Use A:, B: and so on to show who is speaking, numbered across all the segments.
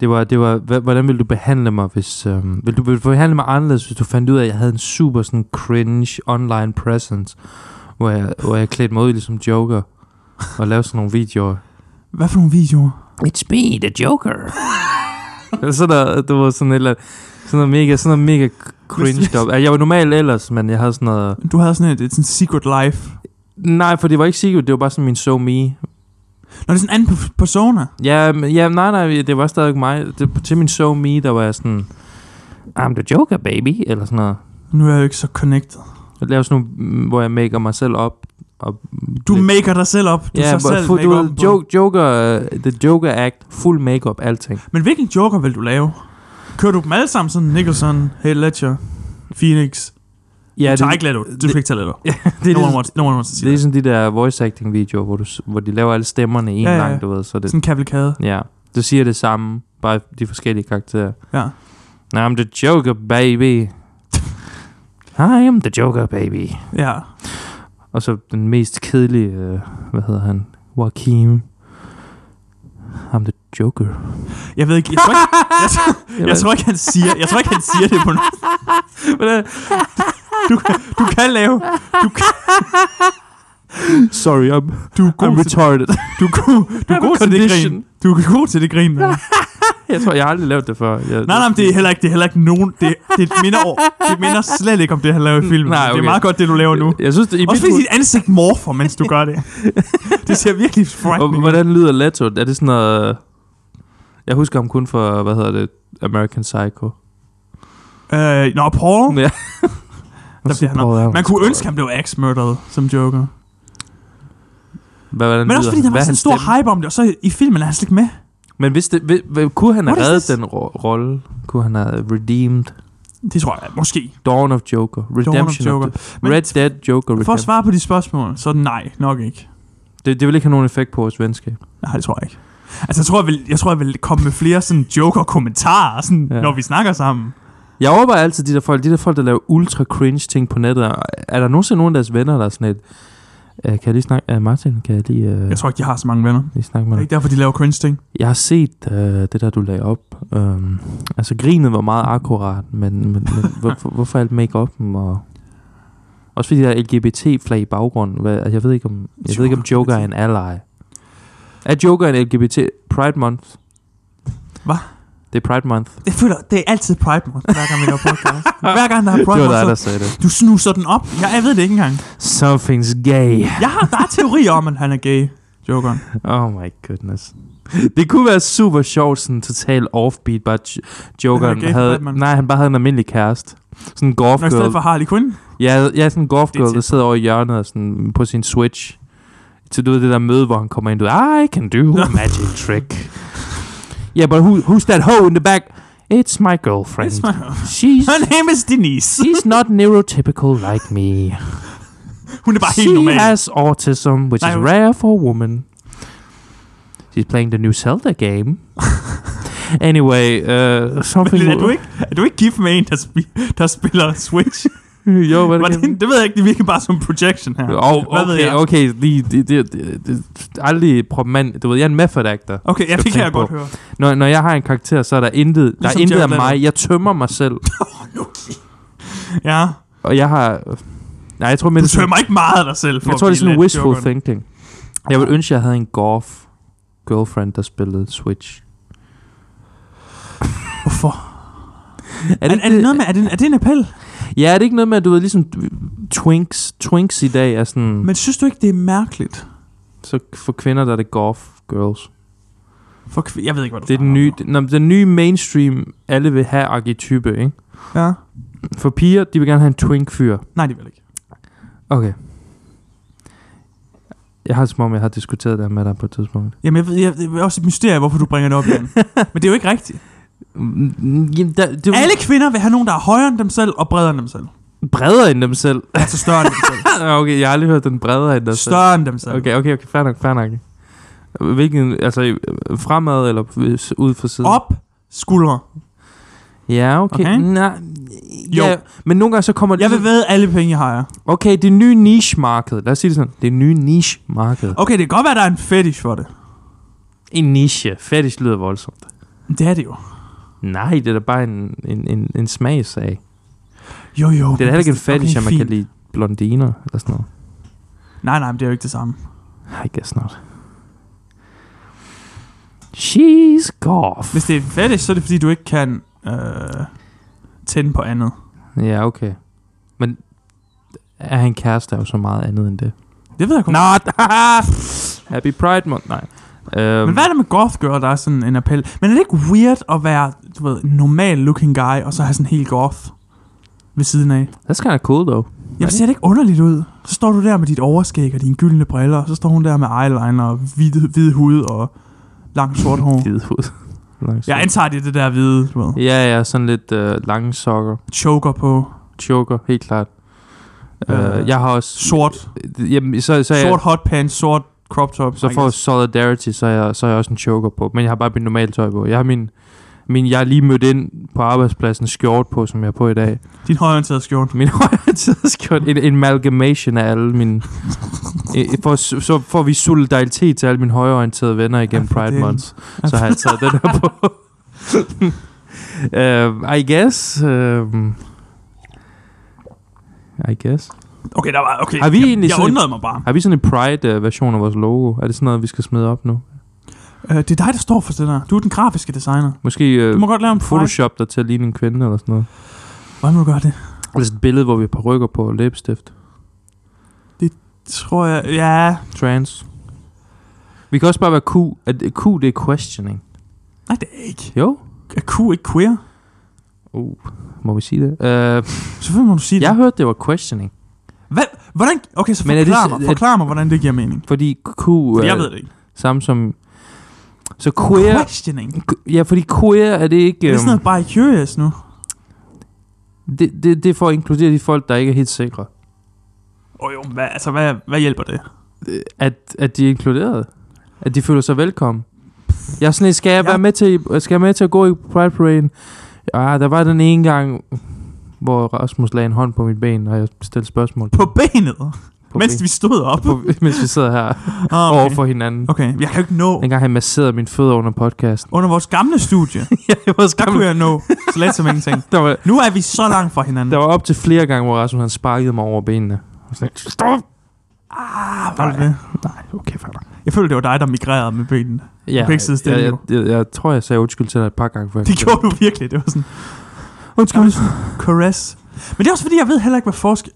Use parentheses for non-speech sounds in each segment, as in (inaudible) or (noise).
A: Det var, det var hva- hvordan ville du behandle mig, hvis... Øhm, ville du ville du behandle mig anderledes, hvis du fandt ud af, at jeg havde en super sådan cringe online presence, hvor jeg, hvor jeg klædte mig ud ligesom Joker, og lavede sådan nogle videoer.
B: Hvad for nogle videoer?
A: It's me, the Joker. Eller sådan noget, det var sådan et eller andet- sådan noget mega, sådan noget mega cringe
B: hvis-
A: op. Jeg var normal ellers, men jeg havde sådan noget...
B: Du havde sådan et, et sådan secret life.
A: Nej, for det var ikke sikkert, det var bare sådan min so me.
B: Nå, det er sådan en anden pe- persona.
A: Ja, men- ja, nej, nej, det var stadig mig. Det, til min so me, der var jeg sådan... I'm the Joker, baby, eller sådan noget.
B: Nu er jeg jo ikke så connected.
A: Jeg laver sådan nogle, mm, hvor jeg maker mig selv op. Og
B: Du
A: lidt-
B: maker dig selv op. Du
A: ja,
B: tager
A: hvor-
B: selv
A: fu- du
B: make-up'en
A: ved,
B: på.
A: joke, Joker, øh, The Joker Act, fuld makeup, alting.
B: Men hvilken joker vil du lave? Kører du dem alle sammen sådan Nicholson, Heath Ledger, Phoenix?
A: Ja,
B: du
A: det,
B: tager ikke Leto. Du skal ikke
A: (laughs)
B: tage Leto.
A: det, er
B: No one
A: ligesom,
B: wants, no one wants to
A: det
B: see
A: er
B: that.
A: ligesom de der voice acting videoer, hvor, du, s- hvor de laver alle stemmerne i en
B: Ja,
A: ja,
B: ja, ja.
A: lang, du ved. Så det,
B: Sådan en kavalkade.
A: ja, du siger det samme, bare de forskellige karakterer.
B: Ja.
A: I'm the Joker, baby. I am the Joker, baby.
B: Ja.
A: Og så den mest kedelige, øh, hvad hedder han? Joaquin. I'm the Joker.
B: Jeg ved ikke, jeg tror
A: (laughs)
B: ikke, jeg, tror- jeg tror ikke han siger, jeg tror ikke, han siger det på noget. (laughs)
A: ikke.
B: Du, kan- du kan lave,
A: Sorry, I'm,
B: du er god
A: I'm
B: til,
A: retarded.
B: du er god, (laughs) du er
A: I'm a
B: god til det
A: condition.
B: grin. Du er god til det
A: (laughs)
B: grin. mand.
A: Jeg tror, jeg har aldrig lavet det før. Jeg,
B: Nej, nej, men det er heller ikke, det er heller ikke nogen, det, det minder over, det minder slet ikke om det, han laver i filmen.
A: Nej,
B: Det
A: okay.
B: er meget godt, det du laver nu.
A: Jeg synes, det, i
B: Også
A: mit
B: fordi dit ansigt morfer, mens du
A: (laughs)
B: gør det. Det ser virkelig
A: hoved- og,
B: frightening ud.
A: hvordan lyder Leto? Er det sådan noget... Jeg husker ham kun for, hvad hedder det? American Psycho.
B: Øh, nå, Paul.
A: Ja.
B: (laughs) Der bliver han Man kunne ønske, han blev axe-murdered som Joker.
A: Hvad, hvordan
B: Men
A: lyder
B: også fordi
A: han?
B: der var
A: Hvad er
B: sådan en
A: hans
B: stor
A: stemme?
B: hype om det, og så i filmen er han slet ikke med.
A: Men hvis det, hvis, hvis, kunne han have
B: What is
A: reddet
B: this?
A: den ro- rolle? Kunne han have redeemed?
B: Det tror jeg, måske.
A: Dawn of Joker. Redemption
B: Joker.
A: Of the,
B: Men-
A: Red Dead Joker.
B: For at
A: Redemption.
B: svare på de spørgsmål, så er det nej, nok ikke.
A: Det, det vil ikke have nogen effekt på vores venskab.
B: Nej, det tror jeg ikke. Altså, jeg tror, jeg vil, jeg, tror, jeg vil komme med flere sådan Joker-kommentarer, sådan,
A: Ja.
B: ja. når vi snakker sammen.
A: Jeg overvejer altid de der folk, de der folk, der laver ultra cringe ting på nettet. Er der nogensinde nogen af deres venner, der er sådan et... Øh, kan jeg lige snakke... Øh, Martin, kan jeg lige, øh,
B: Jeg tror ikke, de har så mange venner. Det
A: lige snakke med
B: er
A: dig?
B: ikke derfor, de laver cringe-ting.
A: Jeg har set øh, det der, du lagde op. Øhm, altså, grinet var meget akkurat, men, men, men (laughs) hvorfor, hvorfor alt make og... Også fordi der er LGBT-flag i baggrunden. Hvad, altså, jeg ved ikke, om, jeg ved ikke, om Joker er en ally. Er Joker en LGBT... Pride Month?
B: Hvad?
A: Det er Pride Month.
B: Jeg føler, det er altid Pride Month, hver gang vi laver podcast. (laughs) hver gang der er Pride
A: det var dig, der
B: Month, så
A: sagde det.
B: du snuser den op. Jeg, jeg ved det ikke engang.
A: Something's gay.
B: Jeg har, der er teorier om, at han er gay, Jokeren.
A: Oh my goodness. Det kunne være super sjovt, sådan total offbeat, bare j- Jokeren
B: Han var gay for
A: havde...
B: Batman.
A: Nej, han bare havde en almindelig kæreste. Sådan en golf
B: Når i stedet
A: girl.
B: for Harley Quinn.
A: Ja, ja, sådan en golf
B: Det er
A: girl, der
B: tæt
A: sidder over i hjørnet og sådan på sin switch. Så du ved det der møde, hvor han kommer ind, du ved, I can do
B: Nå.
A: a magic trick. Yeah, but who, who's that hoe in the back? It's my girlfriend.
B: It's my,
A: She's,
B: her name is Denise.
A: she's not neurotypical like me.
B: Hun er bare helt
A: she
B: normal.
A: has autism, which is
B: Nej, hun-
A: rare for a woman. She's playing the new Zelda
B: (laughs)
A: game. anyway, uh, something.
B: Men er du ikke, er du ikke gift med en, der, spi- der spiller Switch?
A: jo, hvad er det?
B: Hvordan, det ved jeg ikke, det virker bare som projection her.
A: Oh,
B: Hvad ved
A: okay,
B: jeg?
A: okay, lige, det, det, det, det, aldrig promand, du ved, jeg er en method actor.
B: Okay, ja,
A: Skal
B: det
A: du
B: kan jeg
A: tænke
B: godt
A: på.
B: høre.
A: Når, når jeg har en karakter, så er der intet, der er
B: Ligesom
A: intet af
B: Jared Leto.
A: mig. Jeg tømmer mig selv,
B: Ja,
A: og jeg har... Nej, jeg tror, mere,
B: du
A: det er sådan-
B: tømmer ikke meget af dig selv. For
A: jeg
B: at
A: tror, det er
B: blive
A: sådan
B: lidt
A: wishful
B: jokeren.
A: thinking. Jeg ville ønske, jeg havde en golf girlfriend, der spillede Switch.
B: Hvorfor?
A: Er Mm.
B: Er det, er, det noget med, er det, er det en appel?
A: Ja, er det ikke noget med, at du ved, ligesom twinks, twinks i dag er sådan, Men...
B: Men synes du ikke, det er mærkeligt?
A: så for kvinder, der er det golf girls.
B: For kv- jeg ved ikke, hvad du
A: Det er den nye, det, nå, men den nye mainstream, alle vil have arketype, ikke?
B: Ja.
A: For piger, de vil gerne have en twink-fyr.
B: Nej, det vil jeg ikke.
A: Okay. Jeg har som om, jeg har diskuteret det her med dig på et tidspunkt.
B: Jamen, jeg ved, jeg, det er også et mysterie, hvorfor du bringer det op
A: (laughs)
B: igen. Men det er jo ikke rigtigt.
A: Mm, Jamen, der, det er
B: Alle kvinder vil have nogen, der er højere end dem selv og bredere end dem selv.
A: bredere end dem selv.
B: Altså større end dem
A: (laughs)
B: selv.
A: Ah, okay, jeg har aldrig hørt den bredere end dig selv.
B: Større end dem selv.
A: Okay, okay, okay, fair nok, fair nok. Hvilken, altså øh, fremad eller øh, ud for siden?
B: Op, skuldre.
A: Ja, okay.
B: Okay?
A: Nej,
B: Jo.
A: ja, men nogle gange så kommer det...
B: Jeg vil ved alle penge, jeg har.
A: Okay, det nye niche-marked. Lad os sige det sådan. Det nye niche-marked.
B: Okay, det kan godt være, der er en fetish for det.
A: En niche. Fetish lyder voldsomt.
B: Det er det jo.
A: Nej, det er da bare en, en, en, en smagsag.
B: Jo, jo.
A: Det er da heller ikke en fetish,
B: okay,
A: at man kan
B: fint.
A: lide blondiner eller sådan noget.
B: Nej, nej, men det er jo ikke det samme.
A: I guess not. She's golf.
B: Hvis det er en fetish, så er det fordi, du ikke kan øh, tænde på andet.
A: Ja, okay. Men er han kæreste er jo så meget andet end det.
B: Det ved jeg (laughs) godt.
A: Not! Happy Pride Month. Nej. Øhm,
B: Men hvad er det med goth girl, der er sådan en appel? Men er det ikke weird at være, du ved, en normal looking guy, og så have sådan helt goth ved siden af?
A: That's kind of cool, though.
B: Jeg ser det ikke underligt ud. Så står du der med dit overskæg og dine gyldne briller, og så står hun der med eyeliner og hvid, hvid hud og langt sort hår.
A: Hvide hud. Lange
B: Jeg
A: sokker.
B: antager, det er det der hvide, du ved,
A: Ja, ja, sådan lidt øh, lange sokker.
B: choker på
A: Choker, helt klart. Øh,
B: Øh,
A: jeg har også...
B: sort,
A: Jamen, så, så, er jeg,
B: sort hotpants, sort crop top.
A: så
B: I
A: for
B: guess.
A: solidarity, så er, jeg, så er jeg også en choker på. Men jeg har bare min normale tøj på. Jeg har min... min jeg er lige mødt ind på arbejdspladsen skjort på, som jeg har på i dag.
B: Din højorienterede skjorte.
A: Min (laughs) højtidsskjort. En, en amalgamation af alle mine...
B: (laughs)
A: Eh, For, så får vi solidaritet til alle mine højorienterede venner igennem
B: Ja, for
A: Pride
B: dælen.
A: Month. Så har jeg taget den her
B: (laughs)
A: på. uh, I guess... Um, I guess.
B: Okay, der var, okay.
A: Har vi egentlig
B: jeg, jeg
A: sådan-
B: undrede mig bare.
A: Har vi sådan en Pride-version af vores logo? Er det sådan noget, vi skal smide op nu?
B: Øh, det er dig, der står for det der. Du er den grafiske designer.
A: Måske
B: Du
A: uh,
B: må godt lave en Photoshop.
A: Photoshop der til at ligne en kvinde eller sådan noget.
B: Hvordan må du gøre det?
A: Eller sådan et billede, hvor vi har perukker på og læbestift.
B: Tror jeg, ja.
A: Trans. Vi kan også bare være Q. Er det- Q, det er questioning.
B: Nej, det er ikke.
A: Jo.
B: Er Q ikke queer?
A: Uh, må vi sige det? Uh,
B: Selvfølgelig må du sige
A: jeg
B: det.
A: hørte, det var questioning.
B: Hvad? Hvordan? Okay, så
A: Men er det
B: forklar
A: så-
B: mig,
A: er-
B: forklar mig, hvordan det giver mening.
A: Fordi Q øh,
B: Fordi jeg
A: er
B: ved det ikke.
A: samme som... Så queer...
B: Questioning.
A: Ja, fordi queer er det ikke...
B: Er det
A: øhm,
B: sådan noget bare curious nu?
A: det, det, det er for at inkludere de folk, der ikke er helt sikre.
B: Åh oh, jo, hvad, altså, hvad, hvad hjælper det?
A: Øh, At, at de er inkluderet. At de føler sig velkommen. Jeg er sådan lidt, skal jeg
B: Ja.
A: være med til, skal jeg med til at gå i Pride Parade? Ja, der var den ene gang, hvor Rasmus lagde en hånd på mit ben, og jeg stillede spørgsmål.
B: På benet,
A: på
B: (laughs) mens vi stod op.
A: ben- på, mens vi sidder her
B: Ah,
A: okay. over
B: Okay.
A: for hinanden.
B: okay, jeg kan jo ikke nå.
A: En gang han masserede mine fødder under podcasten.
B: Under vores gamle
A: (laughs)
B: studie,
A: ja, det var
B: der
A: skam.
B: kunne jeg nå slet som ingenting.
A: Der var,
B: Nu er vi så langt fra hinanden.
A: der var op til flere gange, hvor Rasmus han sparkede mig over benene. Jeg var sådan lidt, Stop!
B: Ah, var det det?
A: Nej, okay, fair nok.
B: Jeg følte, det var dig, der migrerede med benene.
A: Ja,
B: kan ikke sidde stille,
A: jeg,
B: jo.
A: jeg, jeg, jeg, tror, jeg sagde undskyld til dig et par gange. før jeg
B: Det
A: kom til.
B: gjorde du virkelig. Det var sådan,
A: Undskyld.
B: caress. Men det er også fordi, jeg ved heller ikke, hvad forskel...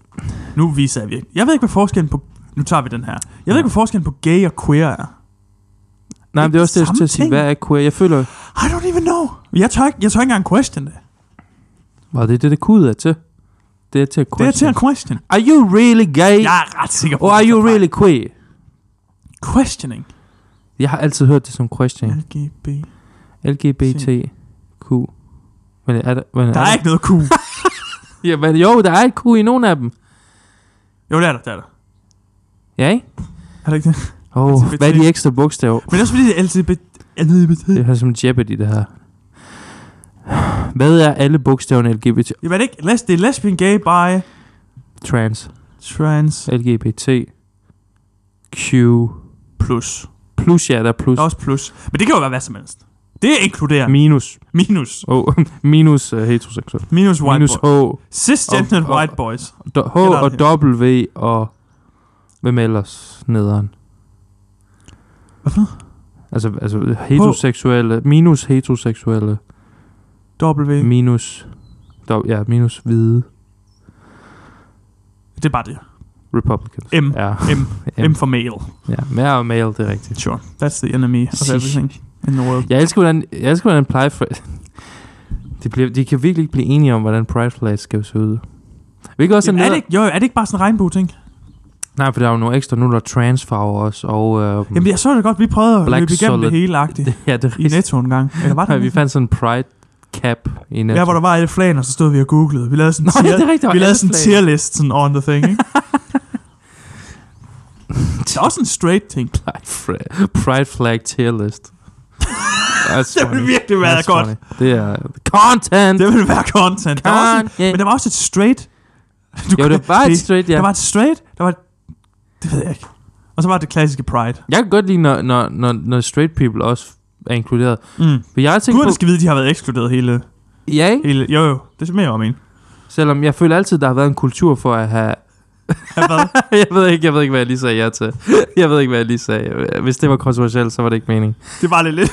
B: Nu viser jeg virkelig. Jeg ved ikke, hvad forskellen på... Nu tager vi den her. Jeg ved ikke, hvad forskellen på gay og queer er.
A: Nej, men det er også det, jeg
B: Samme
A: skulle til at sige.
B: ting.
A: Hvad er queer? Jeg føler,
B: I don't even know. Jeg tør ikke, jeg tør ikke engang question det.
A: var det det, det kud er til? Det er til at
B: Det er til
A: question.
B: en question.
A: Are you really gay?
B: Jeg er ret sikker på,
A: Or
B: at
A: are
B: det
A: you
B: er fejl.
A: really queer?
B: Questioning.
A: Jeg har altid hørt det som question.
B: LGB.
A: LGBTQ. Men er der, men
B: Der er ikke noget Q.
A: Ja, men jo, der er et Q i nogle af dem.
B: Jo, det er der, det er der.
A: Ja, ikke?
B: Er det ikke det?
A: Åh, oh,
B: LGBT.
A: hvad er de ekstra bogstaver?
B: Men det er også fordi, det er LGBT. LGBT.
A: Det er som Jeopardy, det her. Hvad er alle bogstaverne LGBT?
B: Jamen, er det ikke? Les, det er lesbian, gay, bi,
A: Trans,
B: trans,
A: LGBT, Q,
B: plus.
A: plus ja, der er plus,
B: Der er også plus. Men det kan jo være hvad som helst. Det inkluderer
A: minus,
B: minus.
A: oh, (laughs) minus uh, heteroseksuel.
B: Minus white
A: minus
B: boys.
A: H,
B: Cisgendered
A: Og- og-
B: white boys.
A: do, H
B: Eller-
A: og W og hvem ellers nederen?
B: Hvad for noget?
A: Altså, altså heteroseksuelle, minus heteroseksuelle,
B: W.
A: minus, do, ja, minus hvide
B: Det er bare det.
A: republicans.
B: M.
A: Ja, (laughs)
B: M. M for male.
A: ja, mere og male, det er rigtigt.
B: Sure. That's the enemy of
A: Sig.
B: everything in the world.
A: Jeg elsker, hvordan, jeg elsker, hvordan Pride Flag... (laughs) De, bliver, de kan virkelig ikke blive enige om, hvordan Pride Flag skal se ud. Hvilket også er,
B: Jamen, er, det,
A: neder...
B: ikke- jo, er det ikke bare sådan en regnbue-ting?
A: Mm. Nej, for der er jo nogle ekstra, nu er der transfarver også, og... Øh,
B: Jamen, jeg så det godt. Vi prøvede at
A: Black
B: løbe igennem
A: solid.
B: det hele agtigt
A: ja, (laughs) det er
B: i Netto en gang. Eller var det?
A: Nej, vi fandt sådan en Pride cap i Netto.
B: Ja, hvor der
A: (laughs)
B: var alle flagene, og så stod vi og googlede. Vi lavede sådan
A: Nå, (laughs)
B: en
A: ja, det
B: tier,
A: er rigtigt. der var
B: vi lavede
A: alle
B: sådan en
A: flag.
B: tier list sådan on the thing,
A: (laughs)
B: ikke? der er også en straight ting.
A: Pride Flag, Pride Flag tier
B: (laughs)
A: list. That's
B: Det ville
A: funny.
B: virkelig være
A: That's
B: godt.
A: funny. Det er... Content!
B: Det ville være content. Der var også en,
A: Content!
B: men der var også et straight. Du
A: Jo,
B: kan-
A: det var et straight, ja.
B: Der var et straight, der var et, Det ved jeg ikke. Og så var det klassiske Pride.
A: Jeg kan godt lide, når, når, når, når straight people også er inkluderet.
B: Mm.
A: For jeg tænker
B: Guderne
A: på,
B: skal vide, at de har været ekskluderet hele...
A: ja, ikke?
B: hele jo, jo, det er mere (laughs) om en.
A: Selvom jeg føler altid, der har været en kultur for at have... (laughs) jeg, ved ikke, jeg ved ikke, hvad jeg lige sagde ja til. (laughs) Jeg ved ikke, hvad jeg lige sagde. Hvis det var kontroversielt, så var det ikke meningen.
B: Det var lidt lidt.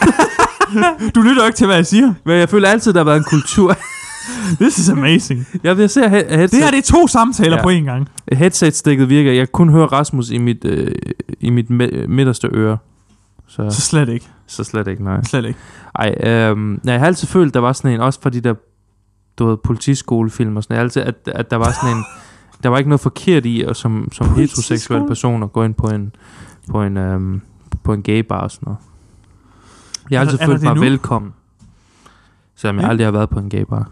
B: (laughs) du lytter jo ikke til, hvad jeg siger.
A: Men jeg føler altid, der har været en kultur... (laughs)
B: This is amazing.
A: jeg vil se, at he-
B: Det her,
A: headset,
B: det er to samtaler
A: Ja.
B: ja. på én gang.
A: headset-stikket virker. Jeg kunne høre Rasmus i mit, øh, i mit me- midterste øre.
B: Så
A: Så,
B: slet ikke.
A: så slet ikke, nej.
B: Slet ikke.
A: Ej, øhm, nej, jeg har altid følt, der var sådan en, også fra de der, du ved, politiskolefilm og sådan noget, altid, at, at der var sådan en, der var ikke noget forkert i, og som, som heteroseksuel
B: Politiskole?
A: person at gå ind på en, på en, øhm, på en gay bar og sådan noget. Jeg har
B: Er der-
A: altid
B: Altså, er der
A: følt
B: det
A: mig
B: nu?
A: velkommen, selvom jeg
B: Ja.
A: aldrig har været på en gay
B: (laughs)
A: bar.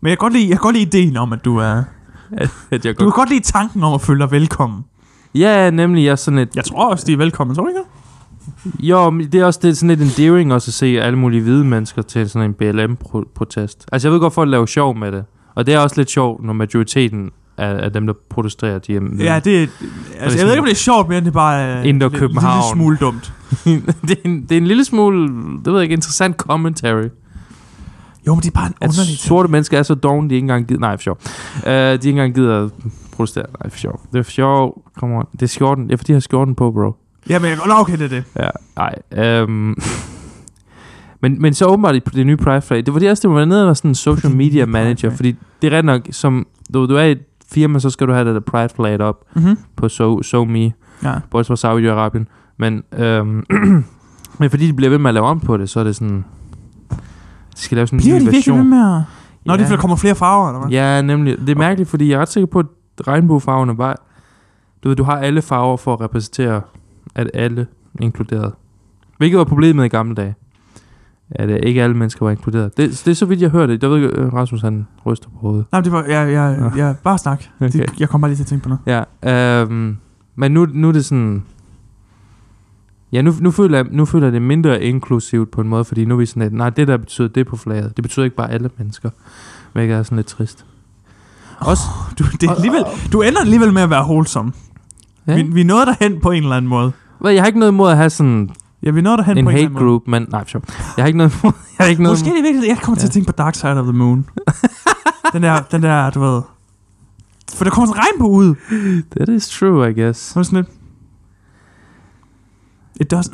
B: Men jeg kan godt lide, jeg kan godt lide ideen om, at du er...
A: At jeg
B: Du
A: godt...
B: kan godt lide tanken om at føle dig velkommen.
A: Ja, nemlig, jeg er sådan et,
B: Jeg tror også, de er velkommen, tror du ikke det?
A: jo, men det er også det er sådan lidt endearing også at se alle mulige hvide mennesker til sådan en BLM-protest. Altså, jeg ved godt, folk laver sjov med det. Og det er også lidt sjovt, når majoriteten af, af dem, der protesterer, de er
B: Ja, det er... Altså, jeg ved ikke, om det er sjovt, men det er bare... øh,
A: Indre
B: lidt- En
A: København.
B: lille smule dumt.
A: (laughs) det, er en, det er en lille smule, det ved jeg ikke, interessant commentary.
B: Jo, men det er bare en
A: At
B: underlig ting.
A: sorte mennesker er så dogne, de ikke engang gider... Nej, for sjov. Uh, de ikke engang gider protestere. Nej, for sjov. Det er for sjov. Come on. Det er skjorten. Det er fordi, jeg har skjorten på, bro.
B: Ja, men jeg, nå, okay, det er det.
A: Ja, nej. Um, (laughs) men, men så åbenbart i det nye Pride Flag, det var det også, det var nede og sådan en social
B: Fordi
A: media
B: det er Pride
A: manager,
B: Flag.
A: fordi det er ret nok, som du, du er i et firma, så skal du have det der Pride Flag op
B: Mm-hmm.
A: på so, so Me,
B: Ja.
A: både fra Saudi-Arabien, men, øhm, (clears throat) men fordi de bliver ved med at lave om på det, så er det sådan, de skal lave sådan en
B: Bliver
A: ny
B: de virkelig
A: version.
B: ved med at... Nå,
A: ja.
B: det er, fordi der kommer flere farver, eller hvad?
A: Ja, nemlig. Det er mærkeligt, fordi jeg er ret sikker på, at regnbuefarverne var... Du ved, du har alle farver for at repræsentere, at alle er inkluderet. Hvilket var problemet i gamle dage. At øh, ikke alle mennesker var inkluderet. Det, det er så vidt, jeg hørte det. Der ved ikke, øh, Rasmus han ryster på hovedet.
B: Nej, men det var... Ja, ja,
A: Nå.
B: ja, bare snak.
A: (laughs)
B: Det,
A: Okay.
B: jeg kommer bare lige til at tænke på noget.
A: Ja, øhm, men nu, nu er det sådan... Ja, nu, nu, føler jeg, nu føler jeg det mindre inklusivt på en måde, fordi nu er vi sådan lidt, nej, det der betyder det på flaget. Det betyder ikke bare alle mennesker, hvilket er sådan lidt trist. Også,
B: Du, det er alligevel, du ender alligevel med at være wholesome.
A: Ja.
B: Ja. Vi, vi nåede derhen på en eller anden måde.
A: hvad, jeg har ikke noget imod at have sådan
B: Ja, vi nåede derhen
A: en
B: på en
A: hate
B: eller anden
A: group, men nej, sjov. Jeg har ikke noget imod. Jeg har ikke
B: måde.
A: noget
B: Måske er det virkelig, jeg kommer ja. til
A: Ja.
B: at tænke på Dark Side of the
A: (laughs)
B: Moon. den, der, den der, du ved... For der kommer sådan regn på ud.
A: That is true, I guess.
B: (laughs) Så er det sådan lidt... It does.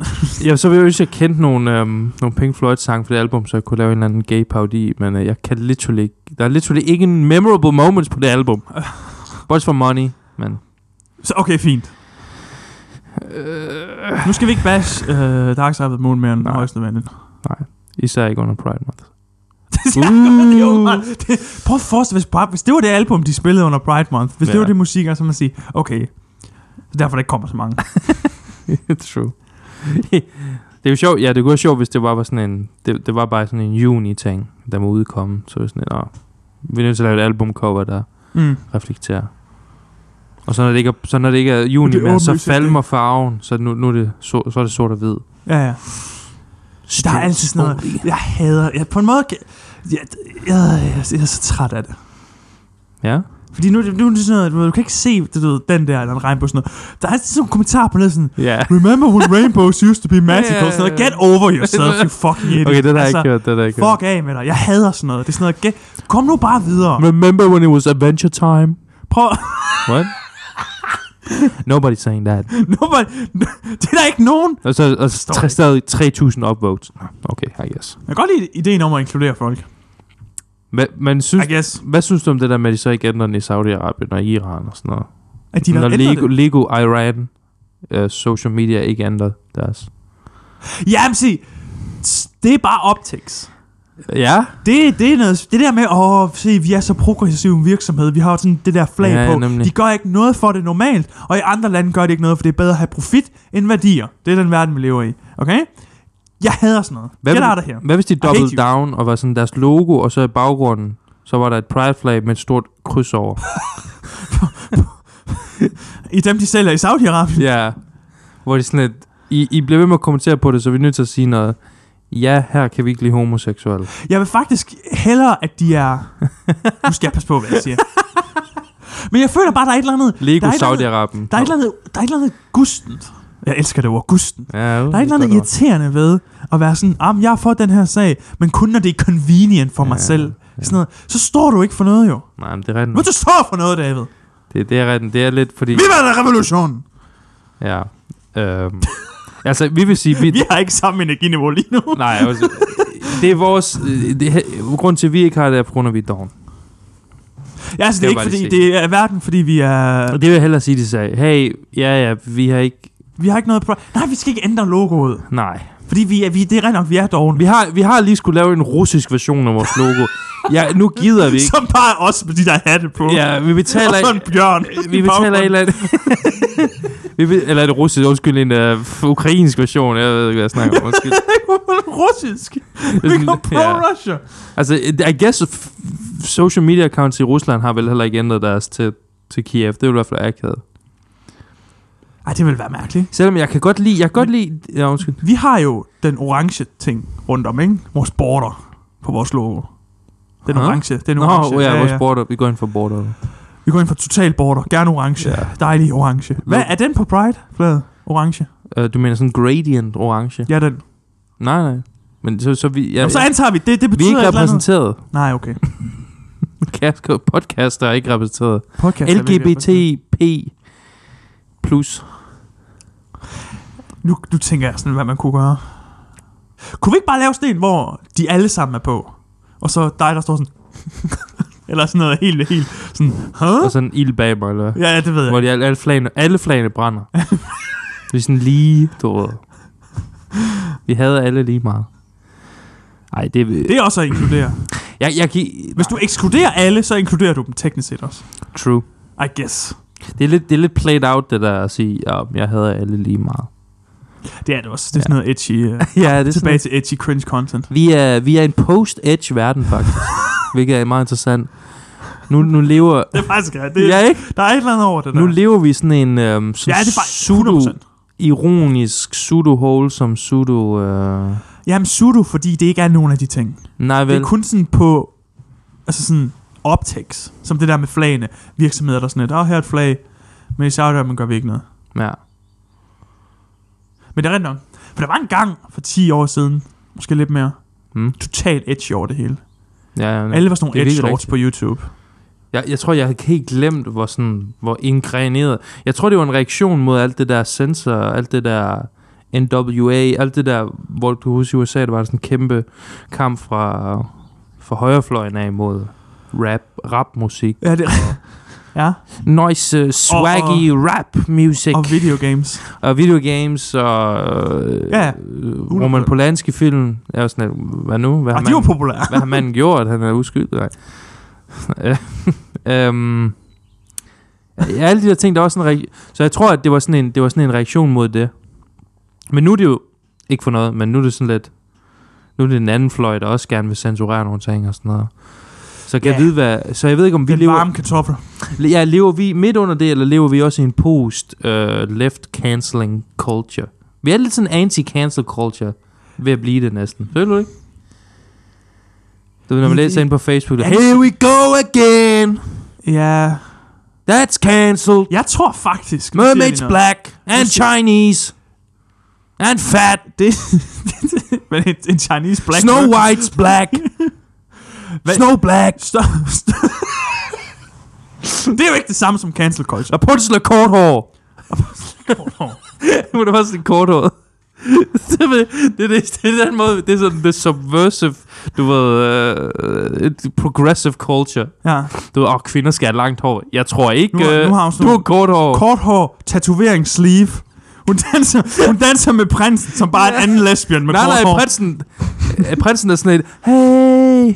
A: Ja, så vil jeg ønske, at jeg kendte nogle, øhm, nogle Pink Floyd-sange fra det album, så jeg kunne lave en eller anden gay parodi, men øh, jeg kan literally ikke... Der er literally ikke en memorable moments på det
B: (laughs)
A: album. Boys for Money, men...
B: Så okay, fint.
A: Øh,
B: Nu skal vi ikke bash uh, Dark Side of the Moon mere end
A: Nej.
B: højst nødvendigt.
A: især ikke under Pride Month. (laughs) Uh.
B: Jo, man, det, prøv at forestille hvis, bare- hvis det var det album, de spillede under Pride Month. Hvis ja.
A: Ja.
B: det var det musik, så må man sige, okay, så derfor der ikke kommer så mange.
A: True. (laughs) det er jo sjovt, ja, det kunne være sjovt, hvis det bare var sådan en, det, det var bare sådan en juni-ting, der må udkomme, så er det sådan en, åh, vi er nødt til at lave et albumcover, der
B: Mm.
A: reflekterer. Og så når det ikke er, så når det ikke er juni,
B: Det er
A: mere, så
B: åbenlyst, at
A: falmer farven, så nu, nu er det, so, så er det sort og hvid.
B: Ja, ja. Der er altid sådan noget, jeg hader, jeg, på en måde, jeg, jeg, jeg, jeg, jeg er så træt af det.
A: Ja,
B: Fordi nu, nu er det sådan noget, du, ved, du kan ikke se du ved, den der, eller en regnbue, sådan noget. Der er altid sådan nogle kommentarer på ned, sådan,
A: ja.
B: Remember when rainbows used to be
A: Ja, ja,
B: magical?
A: ja,
B: Sådan noget,
A: ja.
B: get over yourself, you fucking
A: (laughs)
B: idiot.
A: Okay,
B: Altså,
A: det har jeg ikke gjort, det har jeg ikke
B: Fuck af med dig, jeg hader sådan noget. Det er sådan noget, get, kom nu bare videre.
A: gjort. Remember when it was adventure time?
B: Prøv, (laughs)
A: What? Nobody's saying that.
B: nu, var- det er der ikke nogen.
A: Og så og så
B: Forstår
A: tre,
B: ikke.
A: stadig 3.000 upvotes. Nå, Okay, I guess.
B: Jeg kan godt lide ideen om at inkludere folk.
A: Men, men
B: I
A: synes,
B: guess.
A: hvad synes du om det der med, at de så ikke ændrer den i Saudi-Arabien og Iran og sådan noget?
B: At de
A: Når
B: har ændret
A: Lego,
B: det.
A: Lego Iran uh, social media ikke ændrer deres.
B: Ja, men se, det er bare optics.
A: Ja,
B: Det, det er noget, det der med, åh, se, vi er så progressiv en virksomhed, vi har sådan det der flag
A: Ja,
B: på.
A: nemlig.
B: De gør ikke noget for det normalt, og i andre lande gør de ikke noget, for det er bedre at have profit end værdier. Det er den verden, vi lever i, okay? Jeg hader sådan noget.
A: Hvad
B: Hvad Get
A: vil-
B: out of here.
A: hvad hvis de
B: hate
A: doublede
B: you.
A: down og var sådan deres logo, og så i baggrunden, så var der et pride flag med et stort kryds
B: (laughs)
A: over.
B: I dem, de sælger i Saudi-Arabien.
A: ja. Hvor de sådan lidt, I, I bliver ved med at kommentere på det, så vi er nødt til at sige noget. Ja, her kan vi ikke lide homoseksuelle.
B: Jeg vil faktisk hellere, at
A: (laughs)
B: de er... Nu skal jeg passe på, hvad jeg siger. Men jeg føler bare, der er et eller andet...
A: Lego
B: Der er et eller andet-
A: Saudi-Arabien.
B: Der er et eller andet, der er et eller andet gustent Jeg elsker det ord, Gusten.
A: Ja, jo,
B: Der er et eller andet
A: Mm, det
B: irriterende ved at være sådan, ah, men jeg er for den her sag, men kun når det er convenient for mig
A: Ja, Mm.
B: selv. Sådan noget. Så står du ikke for noget, jo.
A: godt. Nej, men det er rigtigt.
B: Men du står for noget, David.
A: Det, det er rigtigt. Det er lidt fordi...
B: Vi var der revolutionen.
A: Ja. Øhm,
B: (laughs)
A: altså, vi vil sige... Vi,
B: Vi har ikke samme energiniveau lige nu.
A: nej, altså, det er vores... øh, Det, her- grunden til, at vi ikke har det, er på grund af, at vi er doven.
B: Ja, altså, det
A: Det
B: er
A: var
B: ikke
A: bare
B: fordi,
A: det
B: det er hverken fordi vi er...
A: Og det vil jeg hellere sige, de sagde, hey, ja, ja, vi har ikke...
B: Vi har ikke noget... Pro- Nej, vi skal ikke ændre logoet.
A: Nej.
B: Fordi vi er, vi, det er rent nok, vi er dogen.
A: Vi har, vi har lige skulle lave en russisk version af vores logo. ja, nu gider
B: (laughs)
A: vi ikke.
B: Som bare er os med de der hatte på.
A: Ja, vi
B: og
A: betaler...
B: så en bjørn.
A: Vi betaler et eller andet... (laughs) vi be, eller er det russisk? Undskyld, en uh, ukrainsk version. Jeg ved ikke, hvad jeg snakker om.
B: (laughs)
A: Undskyld.
B: (laughs) russisk. Vi går pro-Russia.
A: Altså, I guess f- social media accounts i Rusland har vel heller ikke ændret deres til, til Kiev. Det er jo i hvert fald akavet.
B: Ej, det vil være mærkeligt.
A: Selvom jeg kan godt lide... Jeg kan godt lide... Ja, undskyld.
B: Vi har jo den orange ting rundt om, ikke? Vores border på vores logo. Den
A: Huh?
B: orange. Den
A: Nå, oh
B: orange.
A: ja, vores border. Vi går ind for border.
B: Vi går ind for total border. Gerne orange.
A: Ja.
B: Dejlig orange. Hvad
A: Luk.
B: er den på Pride? Flad. Orange.
A: Uh, du mener sådan gradient orange?
B: Ja, den.
A: Nej, nej. Men så, så vi... Ja,
B: Jamen, så antager vi, det, det
A: vi er
B: betyder
A: ikke
B: et eller andet.
A: repræsenteret.
B: Nej, okay.
A: Kasko, podcaster er ikke repræsenteret.
B: Podcast er virkelig repræsenteret.
A: LGBTP plus.
B: Nu, nu tænker jeg sådan, hvad man kunne gøre. Kunne vi ikke bare lave sådan en, hvor de alle sammen er på? Og så dig, der står sådan... (laughs) eller sådan noget helt, helt sådan... Huh?
A: Og sådan ild bag mig, eller hvad?
B: Ja, ja, det ved jeg.
A: Hvor de, alle, alle, flagene, alle flagene
B: (laughs)
A: brænder. det er sådan lige, du ved. Vi havde alle lige meget. Ej, det...
B: Det er også at inkludere.
A: Jeg, jeg, jeg,
B: Hvis du ekskluderer alle, så inkluderer du dem teknisk set også.
A: True.
B: I guess.
A: Det er lidt, det er lidt played out, det der at sige, ja, jeg havde alle lige meget.
B: Det er det også. Det er sådan noget edgy... Uh,
A: ja, (laughs) det er
B: tilbage til edgy cringe content.
A: Vi er, vi er en post-edge-verden,
B: (laughs)
A: faktisk. hvilket er meget interessant. Nu, nu lever...
B: Det er faktisk... Ja, det,
A: Det,
B: ja.
A: ja, ikke?
B: Der er et eller andet over det der.
A: Nu lever vi i sådan en øhm, sådan
B: ja, det er faktisk 100%.
A: pseudo-ironisk pseudo-hole som pseudo... Øh...
B: Jamen, pseudo, fordi det ikke er nogen af de ting.
A: Nej,
B: Det
A: vel?
B: er kun sådan på, altså sådan optics, som det der med flagene. Virksomheder, der er sådan lidt, åh, her er et flag, men i Saudi-Arabien gør vi ikke noget.
A: Ja.
B: Men det er rigtigt nok. For der var en gang for 10 år siden, måske lidt mere,
A: Mm.
B: totalt edgy over det hele.
A: Ja, ja, ja.
B: Alle var sådan
A: Det
B: nogle
A: er
B: edge
A: virkelig
B: lords
A: rigtigt.
B: på YouTube.
A: Jeg, jeg tror, jeg har helt glemt, hvor, sådan, hvor ingræneret... Jeg tror, det var en reaktion mod alt det der sensor, alt det der NWA, alt det der, hvor du kan huske i USA, der var sådan en kæmpe kamp fra, fra højrefløjen af mod rap, rapmusik.
B: Ja, det (laughs) Ja,
A: Noise, uh, swaggy, rap music.
B: og videogames.
A: og videogames og øh,
B: Ja, ja.
A: øh, Roman Polanski film. Jeg var sådan, lidt, hvad nu? Hvad har,
B: Og Ah, de var
A: manden,
B: populære.
A: hvad har
B: (laughs)
A: manden gjort? Han er uskyldig. Nej. (laughs) Øh, øhm, ja, alle de der ting, der er også en reaktion. Så jeg tror, at det var, sådan en, det var sådan en reaktion mod det. Men nu er det jo ikke for noget, men nu er det sådan lidt... Nu er det en anden fløj, der også gerne vil censurere nogle ting og sådan noget. Så, kan
B: Ja.
A: jeg vide, hvad, så jeg ved ikke, om vi
B: Den
A: lever...
B: varme kartoffel.
A: Ja, lever vi midt under det, eller lever vi også i en post-left-canceling culture? Vi er lidt sådan anti-cancel culture ved at blive det næsten. Føler du ikke? Du ved, når man
B: Vi-
A: læser ind på Facebook, der,
B: Er det-
A: Here we go again!
B: Ja,
A: That's cancelled!
B: jeg tror faktisk... nu siger jeg lige
A: Mermaids
B: noget.
A: black! And
B: siger-
A: Chinese! And fat!
B: Det, men en, en Chinese black
A: Snow
B: mermaid.
A: White's black! (laughs)
B: Hvad-
A: Snow black!
B: Stop. Stop. det er jo ikke det samme som cancel
A: (laughs)
B: culture.
A: Og putsler kort hår! Hvor det var sådan kort hår. (laughs) det, er, det, er- det, det er den måde, det er sådan the subversive, du ved, uh, progressive culture.
B: ja.
A: Du ved, åh, kvinder skal have langt hår. Jeg tror ikke,
B: Nu har-
A: øh,
B: nu har hun sådan
A: du har
B: nogle-
A: kort hår.
B: Kort hår, tatovering, sleeve. Hun danser, hun danser med prinsen, som bare er en anden lesbian med
A: nej,
B: kort
A: nej,
B: hår.
A: prinsen, øh, prinsen er sådan et, hey,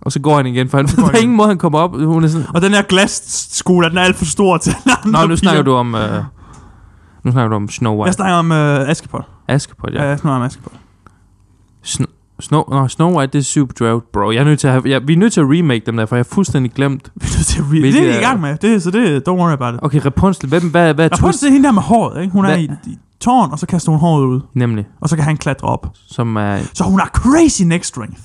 A: og så går han igen, for han,
B: går
A: der er
B: igen.
A: ingen måde, han kommer op. Hun er sådan,
B: Og den her glasskole, den er alt for stor til alle andre
A: Nå, nu
B: piger.
A: snakker du om... Øh, nu snakker du om Snow
B: Jeg
A: White.
B: snakker om øh, Askepot.
A: Askepot,
B: Ja,
A: ja.
B: jeg snakker om Askepot. (laughs)
A: Snow, Snow, nå, Snow White, det er super drought, bro. Jeg er nødt til at have, jeg, vi er nødt til at remake dem der, for jeg har fuldstændig glemt.
B: Vi er nødt til at re-
A: Hvilket
B: det er vi
A: er-
B: i gang med, det, er- så det don't worry about it.
A: Okay, Rapunzel, hvem, hvad, hvad er
B: Jeg prøver at se hende der med håret, ikke? Hun er i,
A: Hvad-
B: i tårn, og så kaster hun håret ud,
A: Nemlig,
B: og så kan han klatre op.
A: som er
B: Så hun har crazy neck strength.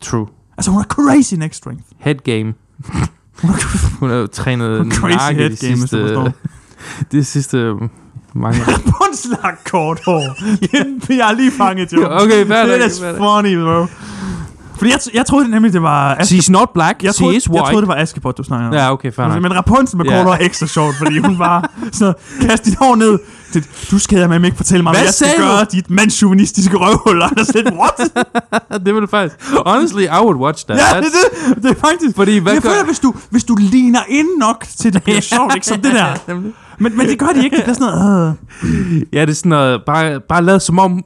A: true.
B: Altså, hun har crazy neck strength.
A: Head
B: (laughs)
A: game. Hun har jo trænet
B: Crazy
A: nakke
B: head
A: Øhm, de
B: (laughs) game, hvis
A: (laughs)
B: du
A: sidste,
B: forstår.
A: de sidste Mange.
B: Bundslagt kort
A: (laughs)
B: hår. (laughs) yeah. Jeg har lige fanget, jo.
A: okay, fair
B: det
A: nok,
B: er
A: fair
B: da
A: nok.
B: funny, bro. Fordi jeg, t- jeg troede nemlig, det var... Aske-
A: She's not black,
B: jeg,
A: she
B: troede,
A: is
B: jeg
A: white.
B: troede, det var Askepot, du snakkede om. Altså,
A: Ja, okay, fair nok.
B: Men Rapunzel med
A: Ja.
B: kort hår er ekstra sjovt, fordi hun bare sådan noget, kast dit hår ned. Det, du skal med ikke fortælle mig, hvad,
A: Hvad
B: jeg skal
A: sagde du?
B: gøre, dit mandsjuvenistiske røvhul. Og sådan,
A: (laughs)
B: what?
A: det ville faktisk... Honestly, I would watch that.
B: ja, det,
A: That's-
B: det, det er faktisk...
A: Fordi hvad
B: jeg
A: gør...
B: føler, hvis du, hvis du ligner ind nok til, det bliver
A: (laughs)
B: sjovt, ikke? Som det der.
A: Nemlig.
B: Men, men det gør de ikke. Det er sådan noget... Øh.
A: Ja, det er sådan noget... Bare, bare lavet som om...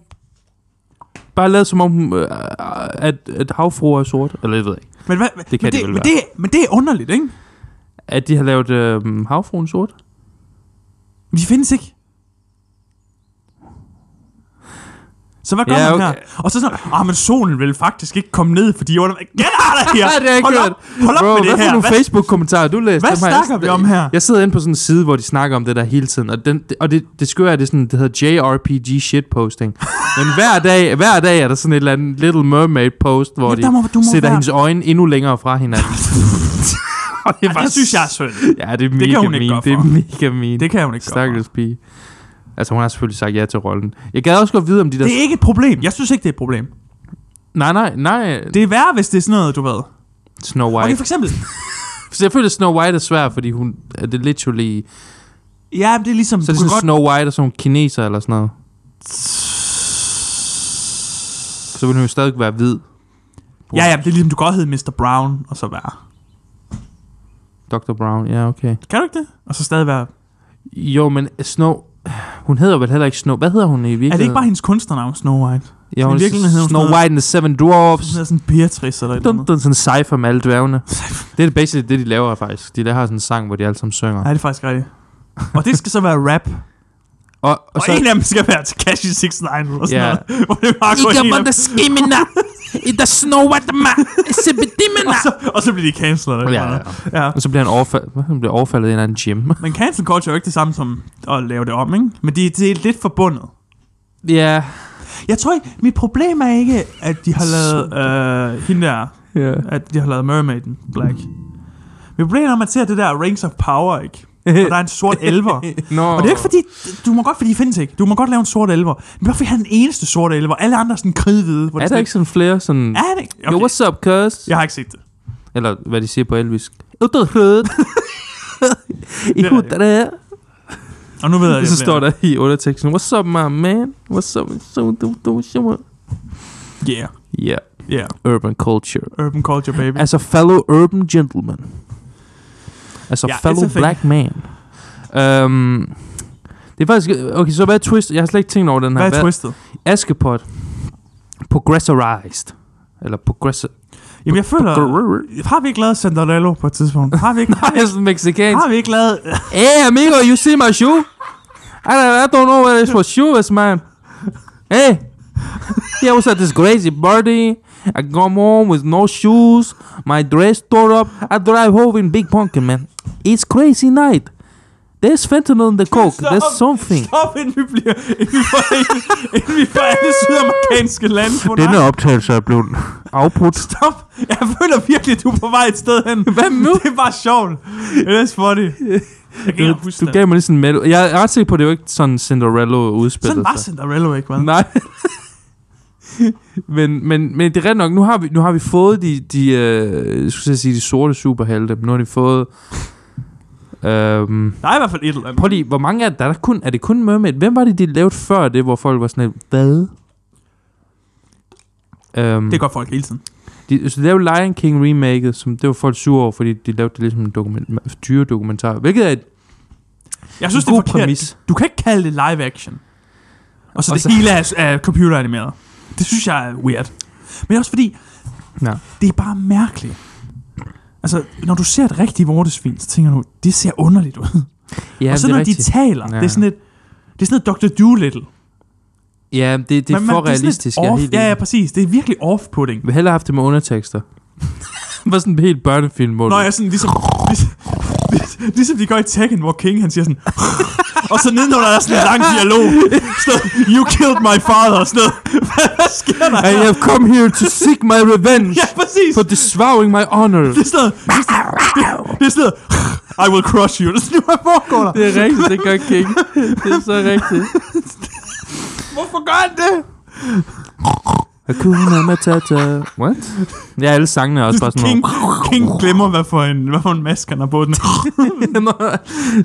A: Bare lavet som om, øh, at, at havfruer er sort. Eller jeg ved ikke.
B: Men, hvad,
A: Det kan det
B: men det,
A: vel
B: men det, men det er underligt, ikke?
A: At de har lavet øh, havfruen sort.
B: De findes ikke. Så hvad gør
A: Ja,
B: man
A: okay.
B: her? Og så sådan, ah, men solen vil faktisk ikke komme ned, fordi under... Get out of here!
A: (laughs) Ja, det er ikke
B: hold
A: godt.
B: op, hold op
A: Bro,
B: med
A: hvad
B: det
A: for
B: her.
A: nogle Facebook-kommentarer du læste?
B: Hvad
A: Dem har jeg-
B: snakker vi om her?
A: Jeg sidder inde på sådan en side, hvor de snakker om det der hele tiden. Og, den, og det, det skøre er, det, er sådan, det hedder JRPG shitposting.
B: (laughs)
A: Men hver dag, hver dag er der sådan et eller andet Little Mermaid post, hvor
B: Jamen,
A: de
B: der må- du må
A: sætter
B: være-
A: hendes øjne endnu længere fra
B: (laughs)
A: hinanden. og det,
B: Ej, (laughs) det synes jeg er synd.
A: Ja, det er
B: Det kan
A: mega
B: hun ikke
A: mean.
B: gøre
A: Det er
B: for.
A: mega mean.
B: Det kan hun ikke gøre.
A: Stakkels pige. Altså, hun har selvfølgelig sagt ja til rollen. Jeg gad også godt vide, om de der...
B: Det er ikke et problem. Jeg synes ikke, det er et problem.
A: Nej, nej, nej. Det...
B: Det er værre, hvis det er sådan noget, du ved.
A: Snow White.
B: Okay, for eksempel.
A: Så jeg føler, at Snow White er svær, fordi hun er det literally...
B: Ja, men det er ligesom...
A: Så er det
B: du kan
A: sådan godt... Snow White og sådan nogle kineser eller sådan noget. Så vil hun jo stadig være hvid.
B: Ja, ja, men det er ligesom, du kan godt hedde Mr. Brown, og så være.
A: Dr. Brown, ja, okay.
B: Kan du ikke det? Og så stadig være...
A: Jo, men Snow... Hun hedder vel heller ikke Snow... Hvad hedder hun i virkeligheden?
B: Er det ikke bare hendes kunstnernavn, Snow White?
A: ja,
B: i
A: hun
B: virkeligheden hedder hun
A: Snow
B: sådan noget-
A: White and the Seven Dwarfs.
B: Sådan noget sådan Beatrice eller et eller
A: Dun,
B: andet.
A: dun, sådan en cypher med alle
B: (laughs)
A: dværgene. Det er basically det, de laver faktisk. De der har sådan en sang, hvor de alle sammen synger.
B: Nej, det er faktisk rigtigt. Og det skal så være rap. (laughs)
A: Og,
B: Og, så, en af dem skal være til Cashy 69 eller sådan
A: Ja.
B: noget. Hvor det bare går helt op.
A: skimina. I der Snow White ma. Sebedimina.
B: Og så, og så bliver de cancelled.
A: Ja, ja,
B: ja. ja.
A: Og så bliver han overfaldet, Hvad? han bliver overfaldet i en eller anden gym. (laughs)
B: Men cancel culture er jo ikke det samme som at lave det om, ikke? Men det, det er lidt forbundet.
A: Ja.
B: Jeg tror ikke, mit problem er ikke, at de har lavet øh, hende der,
A: Ja.
B: at de har lavet Mermaiden Black. Mit problem er, når man ser det der Rings of Power, (laughs) ikke? Og der er en sort elver.
A: Nå.
B: Og det er ikke fordi, du må godt, fordi de findes ikke. Du må godt lave en sort elver. Men hvorfor er han den eneste sorte elver? Alle andre er sådan kridhvide. hvor
A: Er der
B: sådan
A: ikke sådan flere sådan...
B: Er det ikke?
A: Okay. Yo, what's up, cuz?
B: Jeg har ikke set det.
A: Eller hvad de siger på elvisk. Ud af
B: (laughs)
A: hovedet. I
B: rigtigt.
A: hovedet der.
B: Og nu ved jeg, at jeg
A: Så står
B: bliver-
A: der i underteksten, what's up, my man? What's up? So, do, do, so.
B: Yeah.
A: Yeah,
B: Yeah.
A: urban culture.
B: Urban culture, baby.
A: As a fellow urban gentleman. As a
B: Ja,
A: yeah,
B: it's
A: fellow
B: a
A: a
B: thing.
A: black man. Um, det er faktisk... Okay, så hvad er twist? Jeg har slet ikke tænkt over den her.
B: Hvad er twistet?
A: Askepot. Progressorized. Eller progressor...
B: Jamen, jeg føler... Har vi ikke lavet Sandarello på et tidspunkt? Har vi ikke,
A: (laughs) Jeg er sådan mexicansk.
B: har vi ikke lavet...
A: Hey, amigo, you see my shoe? I don't, I don't know where this was shoe is, man. Hey, yeah, I was at this crazy party. I come home with no shoes. My dress tore up. I drive home in big pumpkin, man. It's crazy night. There's fentanyl in the coke. There's something.
B: Stop, inden vi bliver... Inden vi får, inden vi får alle sydamerikanske lande på dig.
A: optagelse er blevet afbrudt.
B: Stop. Jeg føler virkelig, at du er på vej et sted hen.
A: Hvad nu?
B: Det er bare sjovt. It is funny. Jeg kan ikke huske
A: Du
B: det.
A: gav mig lige sådan en mello. Jeg er ret sikker på, at det var ikke sådan Cinderella
B: Sådan
A: udspillet
B: var Sandarello ikke, vel?
A: Nej. (laughs) men, men, men det er ret nok, nu har vi, nu har vi fået de, de, øh, jeg skulle til at sige, de sorte superhelte. Nu har de fået... Øhm,
B: Der er i hvert fald et eller andet.
A: prøv lige, hvor mange er der? Er der kun, er det kun Mermaid? Hvem var det, de lavede før det, hvor folk var sådan lidt, hvad? Øhm,
B: Det gør folk hele tiden.
A: de, så de lavede Lion King remaket, som det var folk sure over, fordi de lavede det ligesom en dokument, dyre dokumentar, hvilket er et
B: Jeg synes, det er
A: god
B: forkert.
A: præmis.
B: Du kan ikke kalde det live action. Og så
A: Og
B: det
A: så-
B: hele er, er computeranimeret. Det synes jeg er weird. Men også fordi,
A: Ja.
B: det er bare mærkeligt. Altså, når du ser et rigtigt vortesvin, så tænker du, det ser underligt ud.
A: Ja,
B: og så
A: det er
B: når
A: rigtigt.
B: de taler, ja.
A: Ja.
B: det er sådan et, det er sådan et Dr. Doolittle.
A: ja, det, det er
B: Men
A: for
B: man- sådan et
A: realistisk. jeg er
B: Off,
A: helt
B: ja, ja,
A: enig.
B: præcis. Det er virkelig off-putting.
A: Jeg vil hellere have haft det med undertekster. (laughs) det var sådan en helt børnefilm, hvor
B: Nå,
A: du-
B: jeg er sådan ligesom, ligesom, ligesom de gør i Tekken, hvor King han siger sådan, og så nedenunder er der sådan en lang dialog. Sådan, noget, you killed my father. Sådan, noget. hvad, hvad sker der
A: I
B: her?
A: have come here to seek my revenge
B: Ja, præcis.
A: for disavowing my honor.
B: Det er sådan noget, det er sådan- det- det er sådan noget, I will crush you. Det er sådan, hvad foregår der?
A: Det er rigtigt, det gør King. Det er så rigtigt.
B: Hvorfor gør han det?
A: Hakuna Matata. What? Ja, alle sangene er også bare sådan
B: King, King glemmer, hvad for en, hvad for en maske han har på den.
A: (laughs) nogle...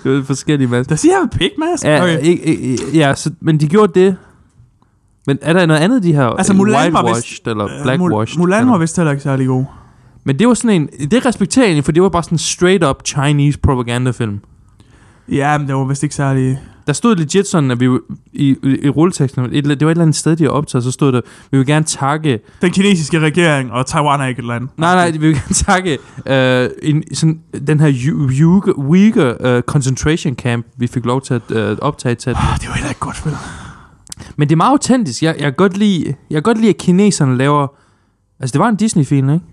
A: det er forskellige masker.
B: Der siger jeg, pig mask.
A: Ja,
B: Okay.
A: ikke, ikke, ja så, men de gjorde det. Men er der noget andet, de her
B: Altså,
A: øh,
B: Mulan var vist-
A: whitewashed eller
B: Øh,
A: blackwashed?
B: Mul- Mulan
A: eller-
B: var vist heller ikke særlig god.
A: Men det var sådan en... Det respekterer jeg egentlig, for det var bare sådan en straight-up Chinese propagandafilm.
B: Ja, men det var vist ikke særlig...
A: Der stod legit sådan, at vi i, i, i rulleteksten, et, eller- det var et eller andet sted, de havde optaget, så stod der, vi vil gerne takke,
B: Den kinesiske regering og Taiwan er ikke et land.
A: nej nej, vi vil gerne takke øh, en, sådan, den her Ju- Uighur- Uighur øh, concentration camp, vi fik lov til at øh, optage til.
B: Ah, det var heller ikke godt spil.
A: Men det er meget autentisk, jeg, jeg, kan godt lide, jeg kan godt lide, at kineserne laver, altså det var en Disney-film, ikke?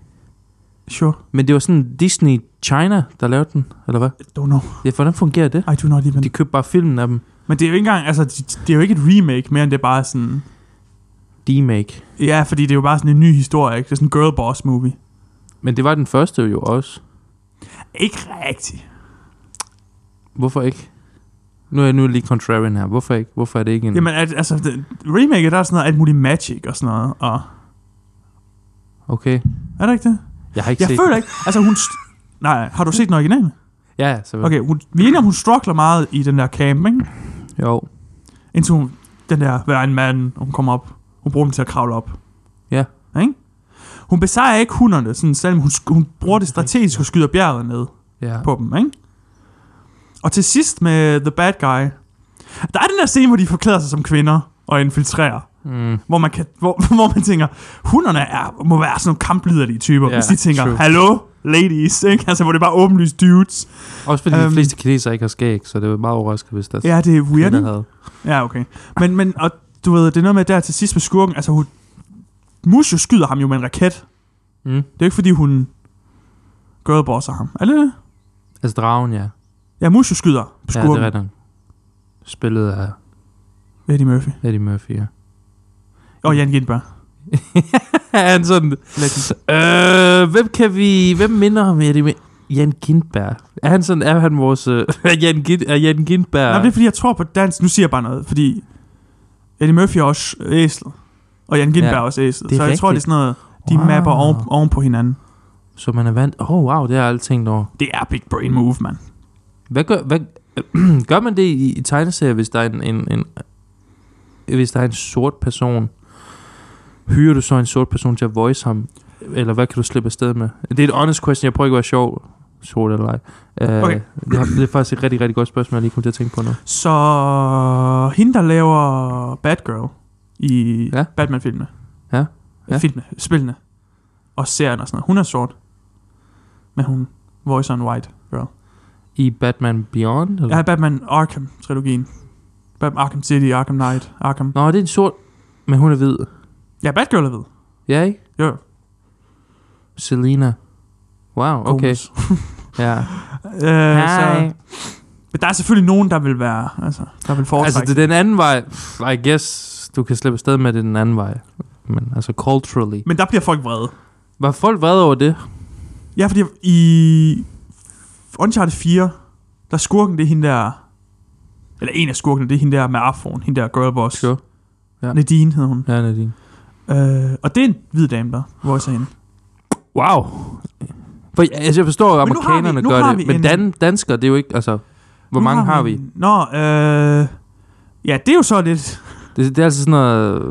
B: Sure.
A: Men det var sådan Disney China, der lavede den, eller hvad?
B: I don't know.
A: Ja, hvordan fungerer det?
B: I do not even...
A: De købte bare filmen af dem.
B: Men det er jo ikke engang... Altså, det, det er jo ikke et remake, mere end det er bare sådan...
A: D-make.
B: Ja, fordi det er jo bare sådan en ny historie, ikke? Det er sådan en girl boss movie.
A: Men det var den første jo også.
B: Ikke rigtigt.
A: Mm. Hvorfor ikke? Nu er jeg nu er jeg lige contrarian her. Hvorfor ikke? Hvorfor er det ikke en...
B: Jamen, at, altså, det, remake, der er sådan noget alt muligt magic og sådan noget, og...
A: Okay.
B: Er det ikke det?
A: Jeg har ikke
B: Jeg
A: set
B: føler ikke... Altså, hun... St- Nej, har du set den originale?
A: Ja, ja, så
B: Okay, hun, vi er enige om, hun struggler meget i den der camp, ikke?
A: Jo.
B: Indtil hun, den der, hver en mand, hun kommer op. Hun bruger dem til at kravle op.
A: Ja.
B: Ikke? Hun besejrer ikke hunderne, sådan, selvom hun, sk- hun bruger det strategisk og skyder bjerget ned
A: Ja.
B: på dem, ikke? Og til sidst med The Bad Guy. Der er den der scene, hvor de forklæder sig som kvinder og infiltrerer.
A: Mm.
B: Hvor man, kan, hvor, (laughs) hvor man tænker, hunderne er, må være sådan nogle kampliderlige typer,
A: Ja,
B: hvis de tænker,
A: true.
B: hallo, ladies, ikke? Altså, hvor det er bare åbenlyst dudes.
A: Også fordi um,
B: Øhm.
A: de fleste kinesere ikke har skæg, så det var meget overraskende, hvis der
B: Ja, det er weird, ikke?
A: Altså, havde.
B: Ja, okay. Men, men og, du ved, det er noget med der til sidst med skurken, altså hun... Musho skyder ham jo med en raket.
A: Mm.
B: Det er jo ikke, fordi hun girlbosser ham. Er det det?
A: Altså dragen, ja.
B: Ja, Musho skyder på
A: Ja, det
B: skurken.
A: er
B: Ja,
A: rigtigt. Spillet af
B: Eddie Murphy.
A: Eddie Murphy,
B: (laughs)
A: ja.
B: Og Jan Gindberg.
A: Han sådan... (laughs) Øh, hvem kan vi... Hvem minder om Eddie Mur- Jan Gindberg. Er han sådan... Er han vores... Øh, (laughs) er, Jan Gind, er Jan Gindberg...
B: Ja. Nej, det er fordi, jeg tror på dansk. Nu siger jeg bare noget, fordi Eddie Murphy er også æsel. Og Jan Gindberg
A: Ja,
B: ja, er også æsel.
A: det
B: Så
A: er
B: jeg tror, det er
A: rigtigt.
B: sådan noget, de
A: Wow.
B: wow. mapper oven, oven på hinanden.
A: Så man er vant... Åh, oh, wow, det har jeg aldrig tænkt over.
B: Det er big brain move, mand.
A: Hvad gør, hvad, (clears throat) gør man det i, i tegneserier, hvis der er en, en, en hvis der er en sort person? Hyrer du så en sort person til at voice ham? Eller hvad kan du slippe afsted med? Det er et honest question, jeg prøver ikke at være sjov, sort eller ej. Uh,
B: Okay.
A: (laughs) det, har, det er faktisk et rigtig, rigtig godt spørgsmål, jeg lige kom til at tænke på nu.
B: Så hende, der laver Batgirl i
A: Ja.
B: ja. Batman-filmene.
A: Ja, ja.
B: Filmene, spillene. Og serien og sådan noget. Hun er sort. Men hun voicer en white girl.
A: I Batman Beyond? Eller?
B: Ja, Batman Arkham-trilogien. Batman Arkham City, Arkham Knight, Arkham...
A: Nå, det er en sort, men hun er hvid.
B: Ja, Batgirl er ved.
A: Ja, ikke?
B: Jo.
A: Selina. Wow, okay.
B: Bonus.
A: Ja.
B: (laughs) øh, så, men der er selvfølgelig nogen, der vil være... Altså, der vil foretrække...
A: Altså, det er den anden vej. I guess, du kan slippe afsted med det den anden vej. Men altså, culturally.
B: Men der bliver folk vrede.
A: Var folk vrede over det?
B: Ja, fordi i Uncharted 4, der er skurken, det er hende der... Eller en af skurkene, det er hende der med afroen, hende der girlboss.
A: Sure. ja.
B: Nadine hed hun.
A: Ja, Nadine.
B: Øh, og det er en hvid dame, der voicer hende.
A: Wow. For, altså, jeg forstår, at
B: Men nu har vi-
A: amerikanerne
B: nu
A: gør
B: har
A: det,
B: vi
A: men
B: en-
A: dan, danskere, det er jo ikke, altså... Hvor
B: Nu
A: mange har vi?
B: hun- Nå, øh, ja, det er jo så lidt...
A: Det, det er altså sådan noget,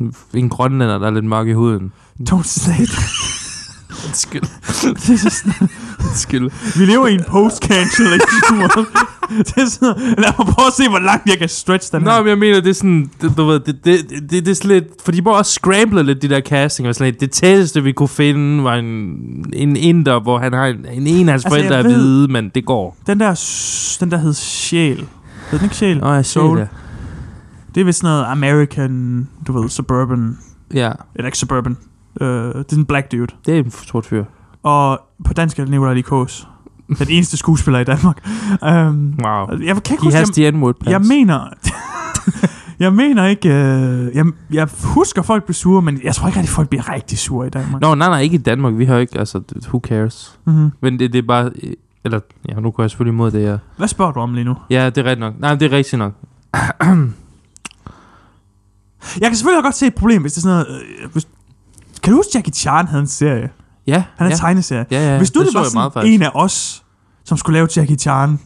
A: øh, en grønlænder, der er lidt mørk i huden.
B: Don't say it.
A: (laughs) Undskyld.
B: Det er så sådan-
A: Undskyld.
B: vi lever i en post-cancellation world. (laughs) Det er sådan, lad mig prøve at se, hvor langt jeg kan stretch den
A: Nå,
B: her.
A: men jeg mener, det er sådan, det, du ved, det, det, det, det, er sådan lidt, for de må også scramble lidt, de der casting, og sådan lidt. Det tætteste, vi kunne finde, var en, en inder, hvor han har en, en, en af hans
B: Altså,
A: altså, forældre
B: jeg
A: er
B: ved-
A: hvide, men det går.
B: Den der, s- den der hed Sjæl. Hed den ikke Sjæl?
A: Nå, jeg
B: Soul.
A: ser det.
B: Det er vist sådan noget American, du ved, suburban
A: Ja,
B: Eller ikke Suburban. Øh, det er en black dude.
A: det er en sort fyr.
B: Og på dansk er det Nicolai Likos. Den eneste skuespiller i Danmark. Um,
A: Wow.
B: jeg kan ikke
A: He
B: huske,
A: has the N-word
B: jeg, jeg
A: plans.
B: mener... (laughs) jeg mener ikke... Øh, jeg, jeg husker, folk bliver sure, men jeg tror ikke rigtig, folk bliver rigtig sure i Danmark.
A: Nå, nej, nej, ikke i Danmark. Vi har jo ikke, altså, d- who cares?
B: Mm-hmm.
A: Men det, det er bare, øh, eller, ja, nu går jeg selvfølgelig imod det, ja.
B: Hvad spørger du om lige nu?
A: Ja, det er rigtigt nok. Nej, det er rigtigt nok.
B: Jeg kan selvfølgelig godt se et problem, hvis det er sådan noget... Øh, hvis, kan du huske, Jackie Chan havde en serie?
A: Ja,
B: Han havde
A: ja.
B: en tegneserie.
A: ja, ja,
B: Hvis du det, det
A: så
B: var
A: jeg meget,
B: sådan
A: faktisk.
B: en af os, som skulle lave Jackie Chan,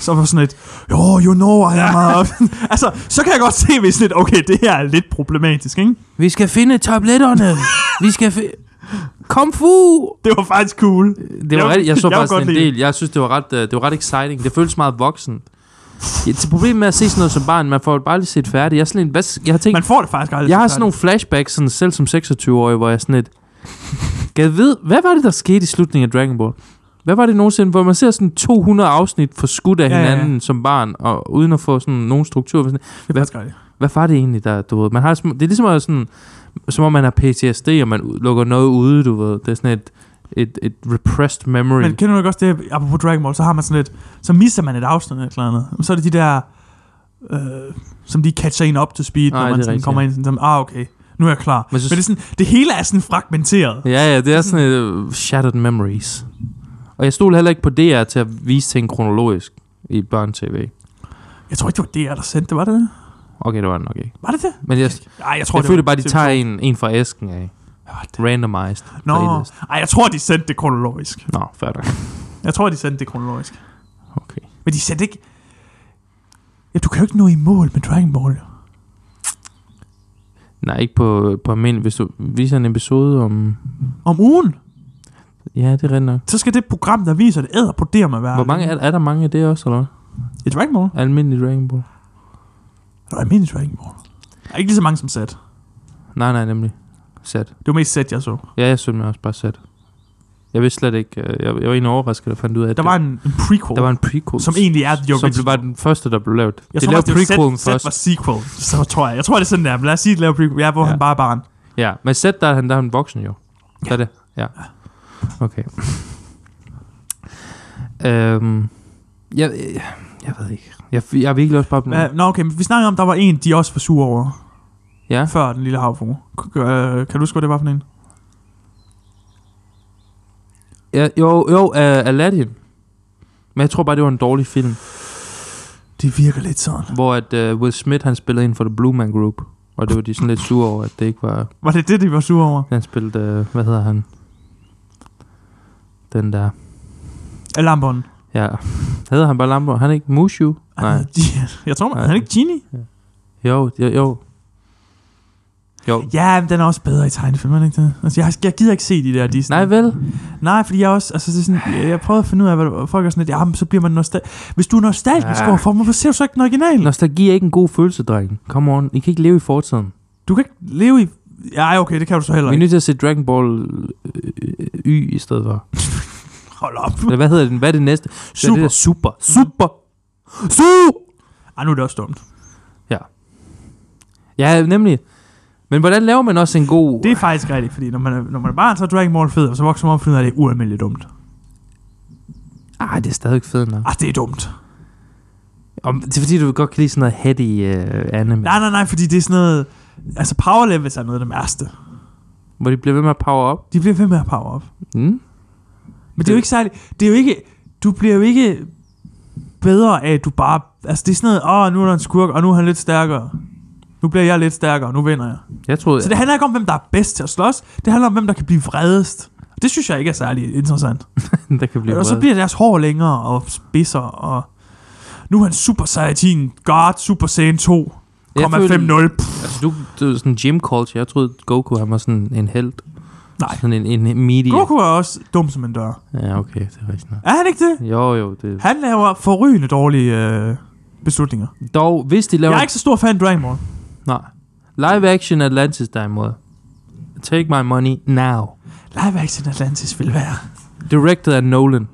B: så var sådan et, jo, you know, I am a... (laughs) altså, så kan jeg godt se, hvis lidt, okay, det her er lidt problematisk, ikke?
A: Vi skal finde
B: (laughs)
A: tabletterne. Vi skal fi- Kung Fu!
B: Det var faktisk cool.
A: Det var
B: Jeg-
A: jeg, jeg så
B: (laughs)
A: jeg
B: jeg kunne
A: faktisk
B: godt
A: en
B: lide
A: del. Jeg synes, det var ret, øh, det var ret exciting. Det føltes meget voksen. Ja, til problemet med at se sådan noget som barn, man får jo bare lige set færdigt. Jeg, er sådan en, hvad, s- jeg har tænkt,
B: Man får det faktisk aldrig.
A: jeg har
B: så
A: sådan nogle flashbacks, sådan, selv som 26-årig, hvor jeg sådan et... Kan jeg vide, hvad var det, der skete i slutningen af Dragon Ball? Hvad var det nogensinde, hvor man ser sådan 200 afsnit forskudt af
B: Ja,
A: ja,
B: ja, ja.
A: hinanden ja. som barn, og uden at få sådan nogen struktur? Sådan,
B: Det er faktisk aldrig.
A: hvad var det egentlig, der, du ved? Man har, sm- det er ligesom at sådan, som om man har PTSD, og man u- lukker noget ude, du ved. Det er sådan et, et, et repressed memory.
B: Men kender du ikke også det, apropos Dragon Ball, så har man sådan lidt, så misser man et afsnit eller et eller andet. Så er det de der, øh, som de catcher en op to speed,
A: Nej,
B: når
A: det
B: man
A: er
B: sådan
A: rigtigt,
B: kommer
A: ja.
B: ind sådan, som, ah, okay, nu er jeg klar.
A: Men
B: Men,
A: så-
B: så, Men det, er sådan, det hele er sådan fragmenteret.
A: Ja, ja, det er sådan et uh, shattered memories. Og jeg stod heller ikke på DR til at vise ting kronologisk i børn-tv.
B: Jeg tror ikke, det var DR, der sendte det, var det det?
A: Okay, det var det nok ikke.
B: Var det det?
A: Men jeg,
B: Nej, jeg tror,
A: jeg
B: det
A: følte
B: var
A: bare, de
B: TV2.
A: tager en, en fra æsken af.
B: Hvad var det?
A: Randomized.
B: Nå,
A: fra A-list.
B: ej, jeg tror, de sendte det kronologisk.
A: Nå, færdig.
B: Jeg tror, de sendte det kronologisk.
A: Okay.
B: Men de sendte ikke... Ja, du kan jo ikke nå i mål med Dragon Ball. jo.
A: Nej, ikke på, på min. Hvis du viser en episode om...
B: Om ugen,
A: Ja, det er rigtigt nok.
B: så skal det program, der viser det, æder på det med hver.
A: Hvor mange er, er der mange af det også, eller hvad?
B: I Dragon Ball?
A: Almindelig Dragon Ball?
B: Eller almindelig Dragon Ball? Der er ikke lige så mange som Zed.
A: Nej, nej, nemlig. Sæt.
B: Det var mest Zed, jeg så.
A: Ja, jeg synes mig også bare sæt. Jeg vidste slet ikke... øh, Jeg, jeg var egentlig overrasket, at jeg fandt ud af, at
B: Der var en, en prequel,
A: der var en prequel.
B: som egentlig er The
A: som
B: Original.
A: blev- var den første, der blev lavet.
B: jeg
A: de
B: tror
A: lavede
B: faktisk, det var
A: prequelen
B: Zed,
A: først.
B: Zed var sequel, så tror jeg. Jeg tror, det er sådan der. Lad os sige, at lave prequel. Ja,
A: Ja.
B: hvor
A: Mm.
B: ja. han bare er barn.
A: Ja, men sæt der, er han, der er han voksen jo. Ja. Er det? Ja. Okay. øhm, jeg, jeg, jeg ved ikke. Jeg, jeg er virkelig også bare blevet...
B: Ja, nå, okay, men vi snakkede om, der var en, de også var sure over.
A: Ja.
B: Før den lille havfru. K- øh, kan du huske, hvad det var for en?
A: ja jo, jo uh, Aladdin. Men jeg tror bare, det var en dårlig film,
B: Det virker lidt sådan.
A: hvor at, uh, Will Smith han spillede ind for The Blue Man Group. Og det var de sådan lidt sure over, at det ikke var...
B: Var det det, de var sure over?
A: Han spillede... Uh, hvad hedder han? Den der...
B: Alarmbånden.
A: Ja. Hedder han bare Lambo? Han er ikke Mushu? Nej.
B: jeg tror, man,
A: Nej.
B: han er ikke Genie.
A: Jo, jo, jo. Jo.
B: Ja, men den er også bedre i tegnefilm, er den ikke det? Altså, jeg, jeg gider ikke se de der Disney.
A: Nej, vel?
B: Nej, fordi jeg også, altså det er sådan, jeg, jeg prøvede at finde ud af, hvad folk er sådan lidt, ja, men så bliver man nostalgisk. Hvis du er nostalgisk
A: Ja.
B: ja. overfor dem, hvorfor ser du så ikke den originale?
A: Nostalgi er ikke en god følelse, dreng. Come on, I kan ikke leve i fortiden.
B: Du kan ikke leve i... Ja, okay, det kan du så heller
A: Vi er
B: ikke.
A: nødt til at se Dragon Ball øh, øh, Y i stedet for.
B: Hold op.
A: Eller hvad hedder den? Hvad er det næste? Super. Det
B: Super.
A: der super. Super. Super.
B: Ej, nu er det også dumt.
A: Ja, nemlig. Men hvordan laver man også en god...
B: Det er faktisk rigtigt, fordi når man er, når man er barn, så er Dragon Ball fed, og så vokser man op og finder, ud af, at det er ualmindeligt dumt.
A: Ah, det er stadig fedt nok.
B: Ah, det er dumt.
A: Om, det er fordi, du godt kan lide sådan noget heady øh, anime.
B: Nej, nej, nej, fordi det er sådan noget... Altså, power levels er noget af det værste.
A: Hvor de bliver ved med at power op.
B: De bliver ved med at power up.
A: Mm?
B: Men det er jo ikke særligt... Det er jo ikke... Du bliver jo ikke bedre af, at du bare... Altså, det er sådan noget, åh, nu er der en skurk, og nu er han lidt stærkere. Nu bliver jeg lidt stærkere, nu vinder jeg.
A: Jeg troede...
B: Så det handler ikke om, hvem der er bedst til at slås. Det handler om, hvem der kan blive vredest. Det synes jeg ikke er særlig interessant.
A: (laughs) der kan blive
B: Og så
A: vred.
B: bliver deres hår længere og spidser, og nu er han Super Saiyajin God Super Saiyan 2.
A: Jeg
B: Kommer
A: følte-
B: 5-0. Pff,
A: Altså, du, du er sådan gym culture. Jeg troede, Goku han var sådan en held.
B: Nej.
A: Sådan en, en media.
B: Goku er også dum som en dør.
A: Ja, okay. Det er rigtigt nok.
B: Er han ikke det?
A: Jo, jo. Det...
B: Han laver forrygende dårlige øh, beslutninger.
A: Dog, hvis de laver...
B: Jeg er ikke så stor fan af Dragon Ball.
A: Nej. Live action Atlantis derimod. Take my money now.
B: Live Action Atlantis vil være.
A: Directed af Nolan.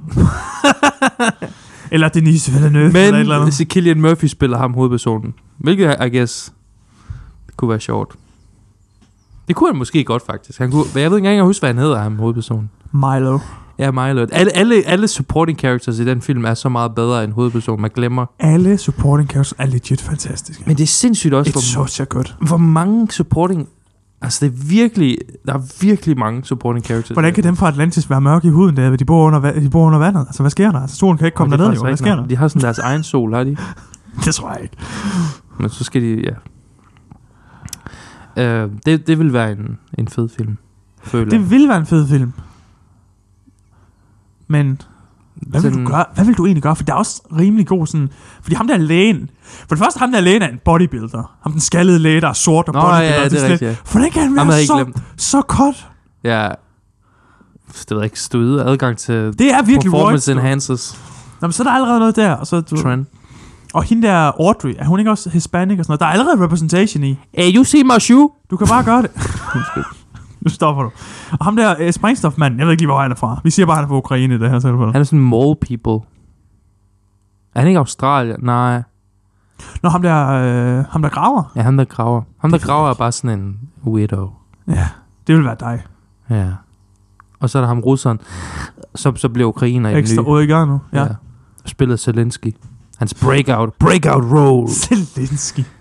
B: Eller Denise Villeneuve eller et eller
A: Men
B: andet.
A: så Killian Murphy spiller ham hovedpersonen. Hvilket, I guess, det kunne være sjovt. Det kunne han måske godt, faktisk. Han kunne, men jeg ved ikke engang, jeg husker, hvad han hedder, ham hovedpersonen.
B: Milo.
A: Ja, Milo. Alle, alle, alle supporting characters i den film er så meget bedre end hovedpersonen. Man glemmer.
B: Alle supporting characters er legit fantastiske.
A: Men det er sindssygt også,
B: It's
A: hvor,
B: such a good.
A: hvor mange supporting... Altså, det er virkelig... Der er virkelig mange supporting characters.
B: Hvordan kan dem fra Atlantis være mørke i huden, David? De bor under, va- de bor under vandet. Altså, hvad sker der? Altså, solen kan ikke komme
A: Det er
B: derned,
A: faktisk
B: jo.
A: rigtigt
B: Hvad sker der?
A: nok. De har sådan deres egen sol, har de?
B: Det tror jeg ikke.
A: Men så skal de... Ja. Øh, det, det vil være en, en fed film, føler jeg.
B: Det ville være en fed film. Men Hvad vil,
A: Sådan-
B: du gøre? Hvad vil du egentlig gøre? For der er også rimelig god sådan... Fordi ham der lægen... For det første, ham der lægen er en bodybuilder. Ham den skaldede læge, der er sort og
A: Nå, ja,
B: bodybuilder.
A: ja, det er
B: sådan lidt,
A: rigtigt.
B: Hvordan kan han
A: ja. Ham havde
B: være
A: jeg
B: så,
A: ikke glemt.
B: så godt?
A: Ja. Det ved jeg ikke. Stod adgang til
B: Det er virkelig
A: performance
B: Roy.
A: enhancers
B: Nå, men så er der allerede noget der. Og, så, du,
A: trend.
B: og hende der Audrey, er hun ikke også hispanic og sådan noget? Der er allerede representation i.
A: Hey, you see my shoe?
B: Du kan bare
A: (laughs)
B: gøre det. nu stopper du. Og ham der eh, sprængstofmanden, jeg ved ikke lige, hvor han er fra. Vi siger bare, han er fra Ukraine i det her tilfælde.
A: Han er sådan mole people. Er han ikke Australier? Nej.
B: Nå, ham der, øh, ham der graver.
A: Ja, han der graver. Han der
B: Det ved jeg
A: graver er
B: ikke.
A: bare sådan en weirdo.
B: Ja, det vil være dig.
A: Ja. Og så er der ham russeren, som så bliver ukrainer i den
B: Ekstra
A: nye.
B: oregano. Ja.
A: Spillet Zelensky. Hans breakout, breakout roll.
B: (laughs) Zelensky.
A: (laughs)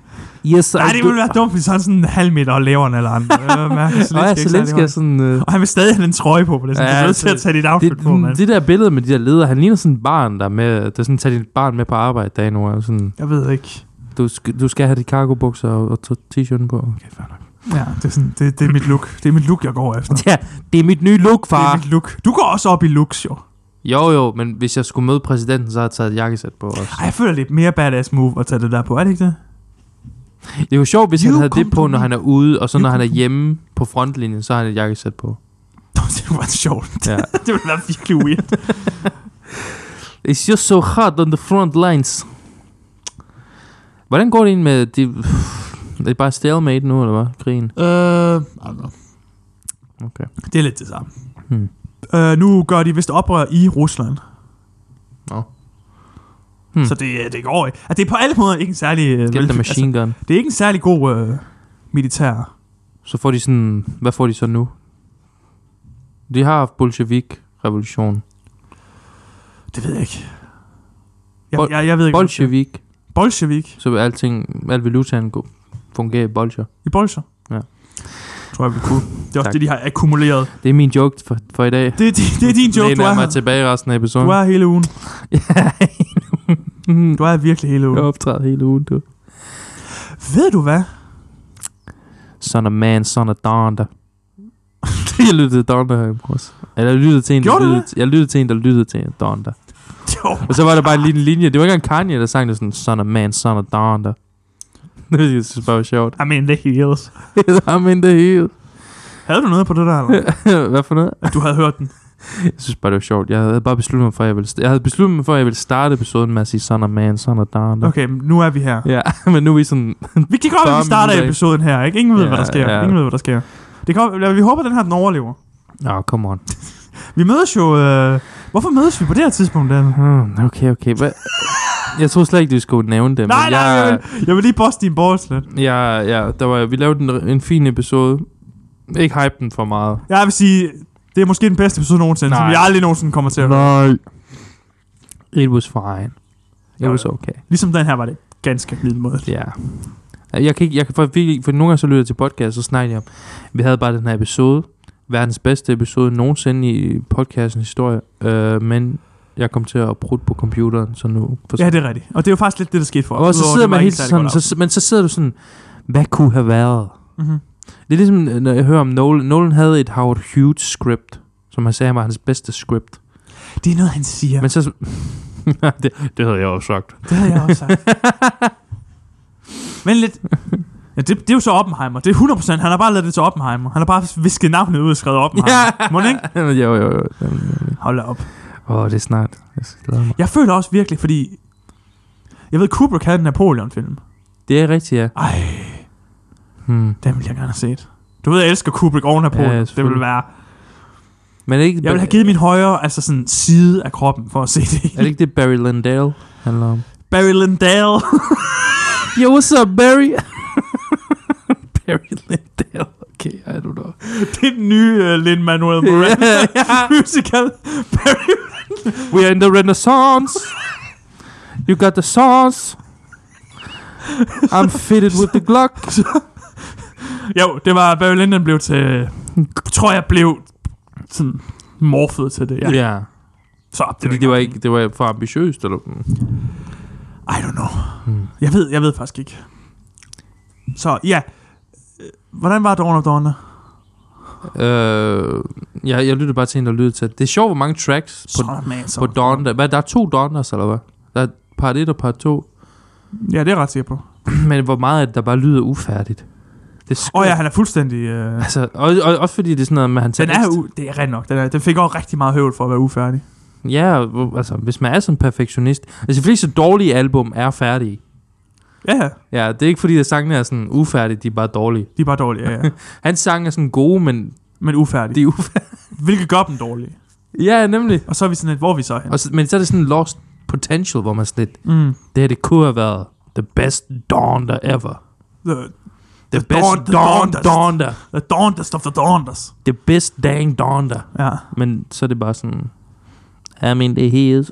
A: Yes, altså,
B: Nej, det ville være dumt, hvis han er sådan en halv meter og laver en eller anden. Øh, Det ville være mærkeligt,
A: Nå ja,
B: Zelenskyj ikke særlig
A: Zelensky er
B: høj.
A: sådan... Øh,
B: Og han vil stadig have en trøje på, for det er sådan,
A: Ja,
B: ja, du er nødt til
A: altså,
B: at tage dit outfit
A: det,
B: på, mand.
A: det der billede med de der ledere, han ligner sådan et barn, der er med... Det er sådan, tage dit barn med på arbejde dagen nu. Og sådan,
B: Jeg ved ikke.
A: du, sk- du skal have dit cargo-bukser og, og t- t-shirten på. Okay, fair nok.
B: Ja, det er, sådan, det, det er mit look. Det er mit look, jeg går efter.
A: (laughs) Ja, det er mit nye look,
B: Det
A: (laughs)
B: er
A: far.
B: mit look. Du går også op i looks, jo.
A: Jo, jo, men hvis jeg skulle møde præsidenten, så har jeg taget et jakkesæt på også.
B: Ej, jeg føler det er et mere badass move at tage det der på, er det (laughs) ikke det?
A: Det er jo sjovt, hvis
B: You
A: han havde
B: come
A: det på,
B: to
A: når
B: me.
A: han er ude, og så
B: You
A: når han
B: come
A: er
B: to me.
A: hjemme på frontlinjen, så har han et jakkesæt på.
B: Nå, Det var sjovt.
A: Ja.
B: (laughs) det ville være virkelig weird.
A: It's just so hot on the front lines. Hvordan går det ind med... De, det er bare stalemate nu, eller hvad? Krigen.
B: Øh, I don't know.
A: Okay.
B: Det er lidt det samme.
A: Hmm.
B: Øh, nu gør de vist oprør i Rusland.
A: Nå.
B: Hmm.
A: Hmm.
B: Så det, det går ikke. Altså, det er på alle måder ikke en særlig... øh,
A: Get
B: velfærd-
A: the machine gun.
B: Det er ikke en særlig god øh, militær.
A: Så får de sådan... Hvad får de så nu? De har haft bolshevik-revolution.
B: Det ved jeg ikke. Jeg,
A: Bol-
B: jeg, jeg ved ikke.
A: Bolshevik.
B: Bolshevik.
A: Så vil alting... Al valutaen gå, fungere i bolsjer.
B: I bolsjer.
A: Ja.
B: Tror jeg, vi kunne. Det er også
A: Tak.
B: det, de har akkumuleret.
A: Det er min joke for, for i dag.
B: Det, er di- det er din joke,
A: Læner
B: du er
A: jeg mig
B: her.
A: tilbage resten af episoden.
B: Du er her hele ugen.
A: Mhm.
B: Du er her virkelig hele
A: (laughs)
B: ugen.
A: Jeg optræder hele ugen, du.
B: Ved du hvad?
A: Son of man, son of Donda. (laughs) jeg lyttede til Donda her i morges. Eller jeg lyttede til en, der
B: Gjorde du
A: lyttede, jeg lyttede til en, der lyttede til Donda.
B: Jo.
A: Og så var der bare en lille linje. Det var ikke engang Kanye, der sang det sådan, son of man, son of Donda. (laughs) det synes jeg bare var sjovt.
B: I mean, the heels.
A: I'm in the heel.
B: Havde du noget på det der, eller?
A: (laughs) Hvad for noget?
B: At Du havde hørt den.
A: Jeg synes bare, det var sjovt. Jeg havde bare besluttet mig for, at jeg ville, st- jeg havde besluttet mig for, at jeg ville starte episoden med at sige, son of man, son of Donda.
B: Okay, men nu er vi her.
A: Ja, (laughs) men nu er vi sådan...
B: Vi kan godt, at vi
A: Bare
B: starter
A: minutter, ikke?
B: episoden her, ikke? Ingen ved, hvad der
A: Ja,
B: sker.
A: ja.
B: Ingen ved, hvad der sker. Det kan, godt- vi håber, at den her den overlever.
A: Nå, oh, come on.
B: Vi mødes jo... Øh, hvorfor mødes vi på det her tidspunkt, Dan?
A: Hmm, okay, okay. Hvad? Jeg troede slet ikke, du skulle nævne det. men
B: Nej, nej, jeg
A: jeg,
B: vil, jeg vil lige bosse din balls lidt.
A: Ja, ja, der var, vi lavede en, en fin episode. Ikke hype den for meget.
B: Jeg vil sige, det er måske den bedste episode nogensinde, Nej. som
A: Nej.
B: jeg aldrig nogensinde kommer til at høre.
A: Nej. It was fine. It was okay.
B: Ligesom den her var det ganske middelmåde.
A: Ja. Jeg kan, ikke, jeg kan for, virkelig- for nogle gange så lytter jeg til podcast, så snakker jeg om, vi havde bare den her episode, verdens bedste episode nogensinde i podcastens historie, øh, men jeg kom til at prutte på computeren, så nu... For,
B: Ja, det er rigtigt. Og det er jo faktisk lidt det, der skete for os.
A: og så
B: Udover,
A: sidder
B: det var
A: man
B: ikke
A: helt
B: særlig
A: sådan,
B: godt
A: så, men så sidder du sådan, hvad kunne have været?
B: afsnit. Mhm.
A: Det er ligesom, når jeg hører om Nolan. Nolan havde et Howard Hughes script, som han sagde var hans bedste script.
B: Det er noget, han siger.
A: Ja. Men så... (laughs) det, det havde jeg også sagt.
B: Det havde jeg også sagt. (laughs) Men lidt... Ja, det, det er jo så Oppenheimer. Det er 100%. Han har bare lavet det til Oppenheimer. Han har bare visket navnet ud og skrevet Oppenheimer. Ja. Må den
A: (laughs)
B: ikke?
A: jo, jo, jo.
B: Hold da op.
A: Åh, oh, det er snart. Jeg skal glæde mig.
B: Jeg føler også virkelig, fordi... Jeg ved, Kubrick havde en Napoleon-film.
A: Det er rigtigt, ja.
B: Ej,
A: Hmm.
B: den ville jeg gerne have set. Du ved, jeg elsker Kubrick og Napoleon.
A: Ja,
B: Ja,
A: ja,
B: det ville
A: selvfølgelig.
B: være
A: Men er det ikke,
B: Jeg vil have givet min højre, altså sådan side af kroppen, for at se det.
A: er det ikke det, Barry Lindale handler om?
B: Barry Lindale.
A: (laughs) Yo, what's up, Barry? Barry Lindale. Okay, I don't (laughs) know.
B: (laughs) Det er den nye uh, Lin-Manuel Miranda
A: (laughs)
B: yeah. musical. Barry
A: We are in the renaissance. You got the sauce. I'm fitted with the Glock.
B: Jo, det var Barry Lyndon blev til... Tror jeg blev sådan morfet til det. Ja.
A: Ja. Yeah.
B: Så
A: Fordi det var, ikke, det var for ambitiøst, eller?
B: I don't know.
A: Hmm.
B: Jeg ved, jeg ved faktisk ikke. Så ja. Øh, Hvordan var Dawn of Dawn?
A: Øh, jeg, jeg lyttede bare til en, der lyttede til. Det er sjovt, hvor mange tracks på,
B: Sådan, man, så.
A: på Dawn. Der, hvad, der er to Dawns, eller hvad? Der er part 1 og part 2.
B: Ja, det er jeg ret sikker på.
A: (clears throat) Men hvor meget af det, der bare lyder ufærdigt. Det er skørt.
B: Åh oh, ja, han er fuldstændig... Øh...
A: Altså, og, og, også fordi det er sådan noget med, at han tager
B: Den er
A: ekstra-
B: jo... Det er rent nok. Den, er, den fik også rigtig meget høvl for at være ufærdig.
A: Ja, og hvor- altså, hvis man er sådan en perfektionist. Altså, de fleste dårlige album er færdige.
B: Ja, ja.
A: Ja, det er ikke fordi, at sangene er sådan ufærdige, de er bare dårlige.
B: De er bare dårlige,
A: (laughs)
B: ja, ja.
A: Hans sange er sådan gode, men
B: Men
A: de
B: ufærdige.
A: er ufærdige.
B: Hvilket gør dem dårlige.
A: (laughs) Ja, nemlig.
B: Og så er vi sådan lidt, hvor er vi så hen?
A: Og så, men så er det sådan lost potential, hvor man sådan lidt,
B: Mm.
A: det her, det kunne have været the best dawn der ever.
B: The,
A: The,
B: The
A: best
B: dawn-
A: dawn, dawn,
B: the dawn-
A: dawn der.
B: the daundest of the daundest.
A: The best dang dawn der.
B: Ja.
A: Men så er det bare sådan, I mean, det he is.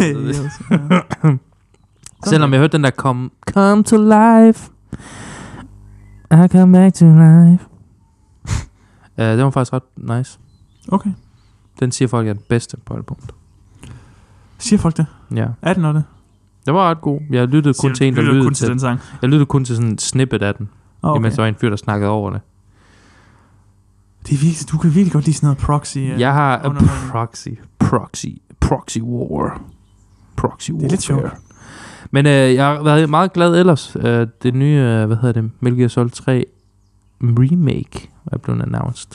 B: Yes, ja.
A: (laughs) Selvom jeg hørte den der, come, come to life. I come back to life. (laughs) uh, det var faktisk ret nice.
B: Okay.
A: Den siger folk er den bedste på albumet.
B: Siger folk det?
A: Ja,
B: Er den noget det?
A: det var ret god. Jeg lyttede kun
B: Siger-
A: til en, der
B: lytter
A: lyttede
B: kun til
A: til,
B: den sang.
A: Jeg lyttede kun til sådan en snippet af den,
B: Åh,
A: okay.
B: Okay.
A: imens der var en fyr, der snakkede over det.
B: Det er virkelig, du kan virkelig godt lide sådan noget proxy. øh.
A: Yeah. Jeg har a
B: underholdning.
A: proxy, proxy, proxy war. Proxy war.
B: Det er lidt sjovt.
A: Men øh, jeg har været meget glad ellers. Øh, det nye, øh, hvad hedder det, Metal Gear Solid 3 remake er blevet announced.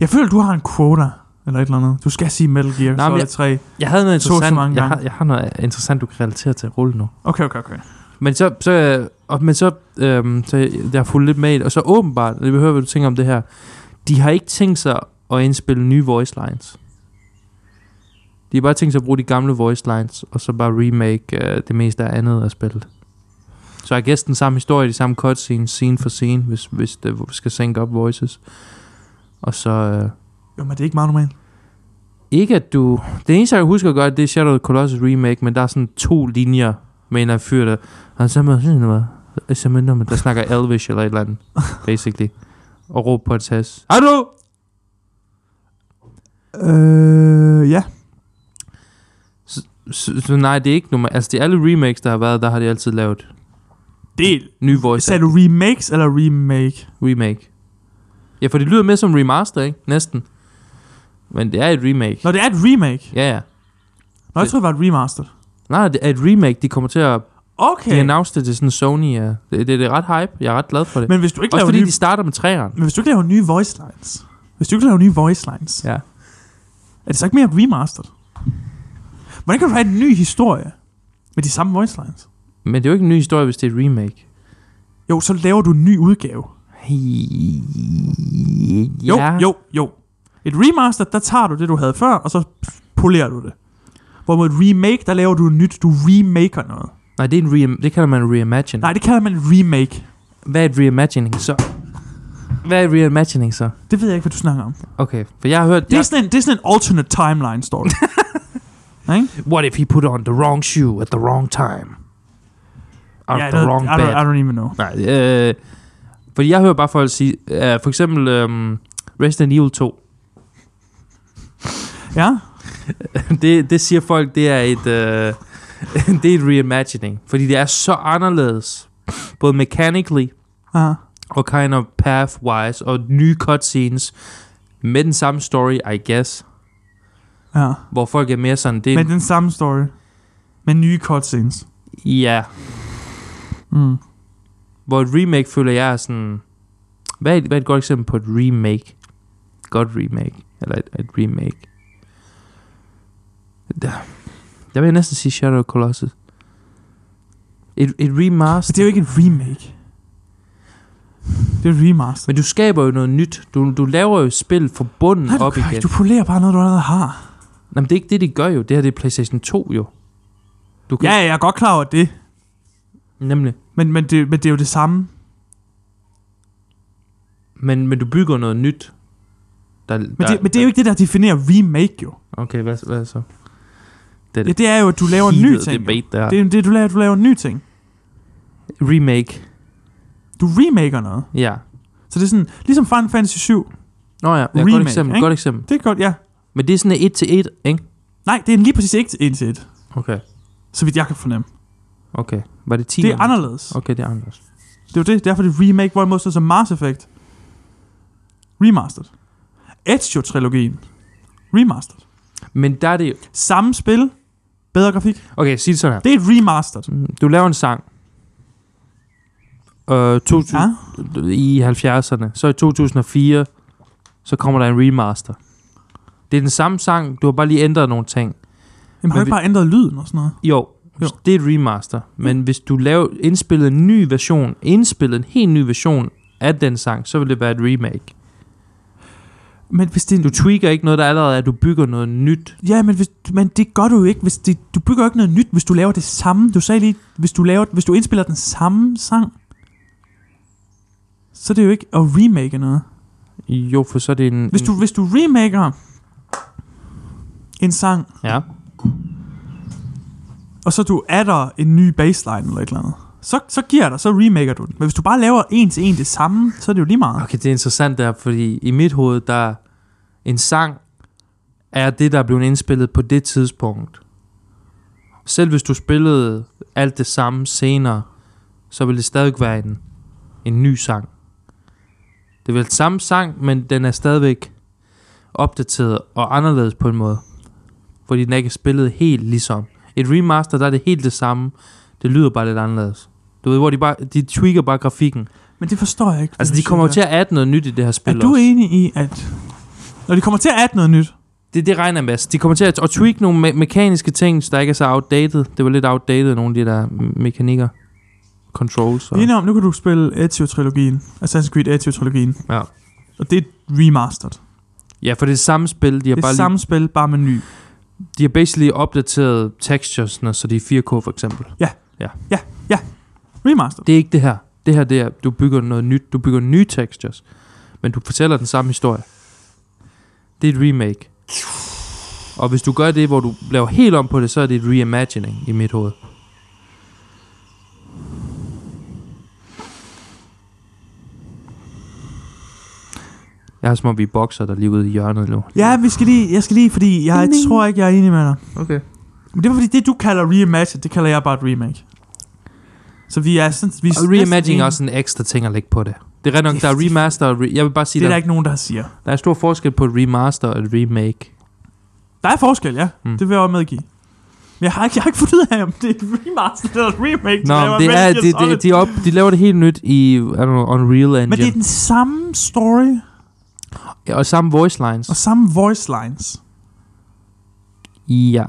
B: Jeg føler, du har en quota, eller et eller andet. Du skal sige Metal Gear
A: Nej, men
B: Solid
A: jeg-
B: 3.
A: Jeg havde noget
B: Så så
A: interessant,
B: mange
A: jeg, har,
B: gange.
A: jeg har noget interessant, du kan relatere til at rulle nu.
B: Okay, okay, okay.
A: Men så, så, øh, og, men så, øhm, så jeg jeg har fulgt lidt med, i det, og så åbenbart, og det behøver, hvad du tænker om det her, de har ikke tænkt sig at indspille nye voice lines. De har bare tænkt sig at bruge de gamle voice lines, og så bare remake øh, det meste af andet af spillet. Så jeg gæst den samme historie, de samme cutscenes, scene for scene, hvis, hvis det skal sync op voices. Og så... Øh,
B: Jo, men det er ikke meget normalt.
A: ikke at du... Det eneste, jeg husker godt, det er Shadow of the Colossus remake, men der er sådan to linjer med en af fyr, der... Han så med sådan noget... Så med noget, der snakker Elvish eller et eller andet, basically. Og råber på et tas. Hallo!
B: Øh, ja.
A: Så, så, nej, det er ikke normalt. Altså, det er alle remakes, der har været, der har de altid lavet
B: Del.
A: nye voice
B: Sagde du remakes eller remake?
A: remake. Ja, for det lyder mere som remaster, ikke? Næsten. Men det er et remake.
B: Nå, det er et remake.
A: Ja, ja.
B: Nå, jeg troede, det var et remaster.
A: Nej, det er et remake, de kommer til at...
B: Okay.
A: De announced det til sådan Sony, ja. Det, det, det er ret hype. Jeg er ret glad for det.
B: Men hvis du ikke
A: Også
B: laver
A: fordi
B: nye...
A: de starter med træerne.
B: Men hvis du ikke laver nye voice lines... Hvis du ikke laver nye voice lines...
A: Ja.
B: Er det så ikke mere remastered? Hvordan kan du have en ny historie med de samme voice lines?
A: Men det er jo ikke en ny historie, hvis det er et remake.
B: Jo, så laver du en ny udgave. Jo,
A: Ja.
B: jo, jo. Et remaster, der tager du det, du havde før, og så polerer du det. Hvorimod et remake, der laver du et nyt, du remaker noget.
A: Nej, det, er en re- det kalder man reimagine.
B: Nej, det kalder man en remake.
A: Hvad er et reimagining så? Hvad er et reimagining så?
B: Det ved jeg ikke, hvad du snakker om.
A: Okay, for jeg har hørt...
B: Det er sådan en, det er sådan en alternate timeline story.
A: (laughs)
B: Ikke?
A: jeg, what if he put on the wrong shoe at the wrong time? Or
B: Ja,
A: yeah, the
B: det-
A: wrong
B: I, don't, I
A: bed?
B: don't even know.
A: Nej, øh, fordi jeg hører bare folk sige... Øh, for eksempel øh, Resident Evil 2.
B: Ja?
A: (laughs) det, det siger folk, det er et... Øh, (laughs) det er et reimagining. Fordi det er så anderledes. Både mechanically
B: Uh,
A: og kind of pathwise og nye cutscenes med den samme story, I guess,
B: ja.
A: hvor folk er mere sådan, det er
B: Men
A: en-
B: den samme story. Med nye cutscenes.
A: ja,
B: Mm.
A: hvor et remake føler jeg er sådan, hvad er, et, hvad er et godt eksempel på et remake? Godt remake, eller et, et remake. Der, der vil jeg næsten sige Shadow of the Colossus. Et, et
B: Så
A: remaster.
B: det er jo ikke et remake. Det er et remaster.
A: Men du skaber jo noget nyt. Du, du laver jo spil fra bunden
B: Nej, du,
A: op
B: gør,
A: igen.
B: ikke. du polerer bare noget, du allerede har.
A: Jamen, det er ikke det, de gør jo. Det her det er PlayStation 2 jo. Du
B: Ja, ja, jeg er godt klar over det.
A: Nemlig.
B: Men, men, det, men det er jo det samme.
A: Men, men du bygger noget nyt. Der, men,
B: Men, det, men det er jo ikke det, der definerer remake, jo.
A: Okay, hvad, hvad så? Det,
B: Ja, det er jo, at du laver en ny
A: heated
B: ting. jo.
A: Debate, der.
B: Det
A: Det.
B: er jo det, du laver, du laver en ny ting.
A: Remake,
B: Du remaker noget.
A: ja.
B: Så det er sådan, ligesom Final Fantasy 7.
A: Nå ja, ja
B: Remake,
A: godt eksempel,
B: ikke?
A: godt eksempel.
B: Det er godt, ja.
A: Men det er sådan et til et, ikke?
B: Nej, det er lige præcis ikke et til et,
A: Okay,
B: så vidt jeg kan fornemme.
A: okay. Var det 10?
B: Det er anderledes.
A: Okay, det er anderledes.
B: Det er jo det, derfor det er remake, hvorimod så som Mars Effect. Remastered. Ezio-trilogien. Remastered.
A: Men der er det...
B: Samme spil, bedre grafik.
A: Okay, sig det sådan her.
B: Det er et remastered.
A: Du laver en sang. Øh, 2000,
B: Ja,
A: i 70'erne. Så i 2004, så kommer der en remaster. Det er den samme sang, du har bare lige ændret nogle ting.
B: Jamen,
A: Men
B: har du ikke
A: vi-
B: bare ændret lyden og sådan noget?
A: Jo,
B: Jo.
A: jo. det er et remaster. Men hvis du laver indspillet en ny version, indspillet en helt ny version af den sang, så vil det være et remake.
B: Men hvis det er en-
A: Du tweaker ikke noget, der allerede er, du bygger noget nyt.
B: Ja, men, hvis, men det gør du jo ikke. Hvis det, du bygger jo ikke noget nyt, hvis du laver det samme. Du sagde lige, hvis du, laver, hvis du indspiller den samme sang, så er det jo ikke at remake noget.
A: Jo, for så er det en...
B: Hvis du, hvis du remaker en sang,
A: Ja,
B: og så du adder en ny baseline eller et eller andet, så, så giver jeg dig, så remaker du den. Men hvis du bare laver en til en det samme, så er det jo lige meget.
A: okay, det er interessant der, fordi i mit hoved, der en sang er det, der er blevet indspillet på det tidspunkt. Selv hvis du spillede alt det samme senere, så vil det stadig være en, en ny sang. Det er vel samme sang, men den er stadigvæk opdateret og anderledes på en måde. Fordi den ikke er spillet helt ligesom. Et remaster, der er det helt det samme. Det lyder bare lidt anderledes. Du ved, hvor de bare, de tweaker bare grafikken.
B: Men det forstår jeg ikke.
A: Altså,
B: hvad
A: de
B: du
A: kommer jo
B: siger
A: til at adde noget nyt i det her
B: der.
A: spil
B: Er du
A: også.
B: enig i, at når de kommer til at adde noget nyt,
A: Det, det regner jeg med. Altså, De kommer til at, at tweak nogle me- mekaniske ting, så der ikke er så outdated. Det var lidt outdated, nogle af de der m- mekanikker. Controls. Og,
B: Lige om, nu kan du spille Ezio-trilogien. Assassin's Creed Ezio-trilogien.
A: Ja.
B: Og det er remastered. Det
A: ja, for det er samme spil. De har,
B: er
A: bare
B: samme
A: lige,
B: spil, bare med ny.
A: de har basically opdateret texturesne, så de er 4K for eksempel.
B: Remastered.
A: Det er ikke det her. Det her, det er, du bygger noget nyt. Du bygger nye textures, men du fortæller den samme historie. Det er et remake. Og hvis du gør det, hvor du laver helt om på det, så er det et reimagining i mit hoved. Jeg har som om vi er bokser, der er lige ude i hjørnet nu.
B: Ja, vi skal lige, jeg skal lige, fordi jeg
A: Ding, ding.
B: tror ikke, jeg er enig med dig.
A: Okay.
B: Men det var fordi, det du kalder reimagined, det kalder jeg bare et remake. Så vi er sådan... Vi er
A: Og
B: næsten
A: reimagining er
B: enige.
A: også en ekstra ting at lægge på det. Det er ret nok, der er
B: Kæft.
A: remaster og re- Jeg vil bare sige,
B: Det er der
A: der,
B: ikke nogen, der siger.
A: der er stor forskel på et remaster og et remake.
B: Der er forskel, ja.
A: Mm.
B: Det vil jeg også medgive. Men jeg har ikke, jeg har ikke fundet ud af, om det er remastered eller et remake.
A: Nå, men det er, det, det, de, op, de laver det helt nyt i I don't know, Unreal Engine.
B: Men det er den samme story
A: Ja, og samme voice lines.
B: og samme voice lines.
A: Ja.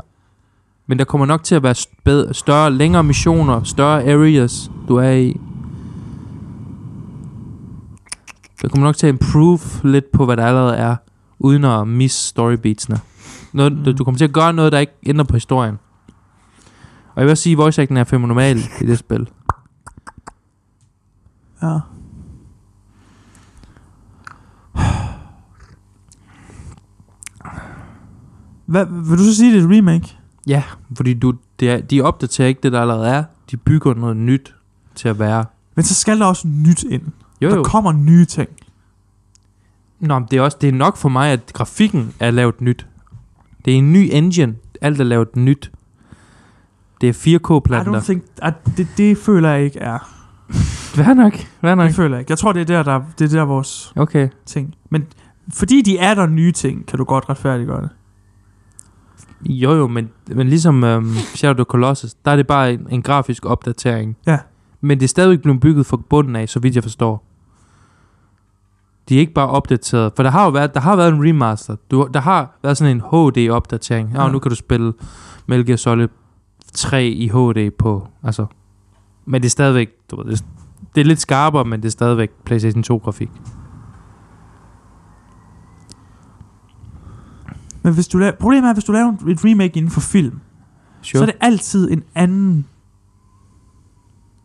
A: Men der kommer nok til at være spæd, større, længere missioner, større areas, du er i. Der kommer nok til at improve lidt på, hvad der allerede er, uden at misse storybeatsene. Noget, mm.
B: Mm.
A: du, du kommer til at gøre noget, der ikke ændrer på historien. Og jeg vil også sige, at voice acting er fænomenal i det spil.
B: Ja. Hvad, vil du så sige, det er et remake?
A: Fordi du, det er, de opdaterer ikke det, der allerede er. De bygger noget nyt til at være.
B: Men så skal der også nyt ind.
A: Jo,
B: Der
A: jo.
B: kommer nye ting.
A: Nå, men det er, også, det er nok for mig, at grafikken er lavet nyt. Det er en ny engine. Alt er lavet nyt. Det er
B: I
A: 4K-planter.
B: don't think, at det, det føler jeg ikke er.
A: Hvad nok? Hvad nok?
B: Det føler jeg ikke. Jeg tror, det er der, der, det er der vores
A: Okay.
B: ting. Men fordi de er der nye ting, kan du godt retfærdiggøre det.
A: Jo, jo, men, men ligesom øhm, Shadow of the Colossus, der er det bare en, en grafisk opdatering.
B: Ja.
A: Men det er stadigvæk blevet bygget fra bunden af, så vidt jeg forstår. De er ikke bare opdateret. For der har jo været, der har været en remaster. Du, der har været sådan en HD-opdatering. Ja.
B: Ja.
A: nu kan du spille Metal Gear Solid 3 i HD på. Altså. Men det er stadigvæk... Du ved, det, det er lidt skarpere, men det er stadigvæk PlayStation 2-grafik.
B: Men hvis du laver, problemet er, hvis du laver et remake inden for film, sure. så er det altid en anden...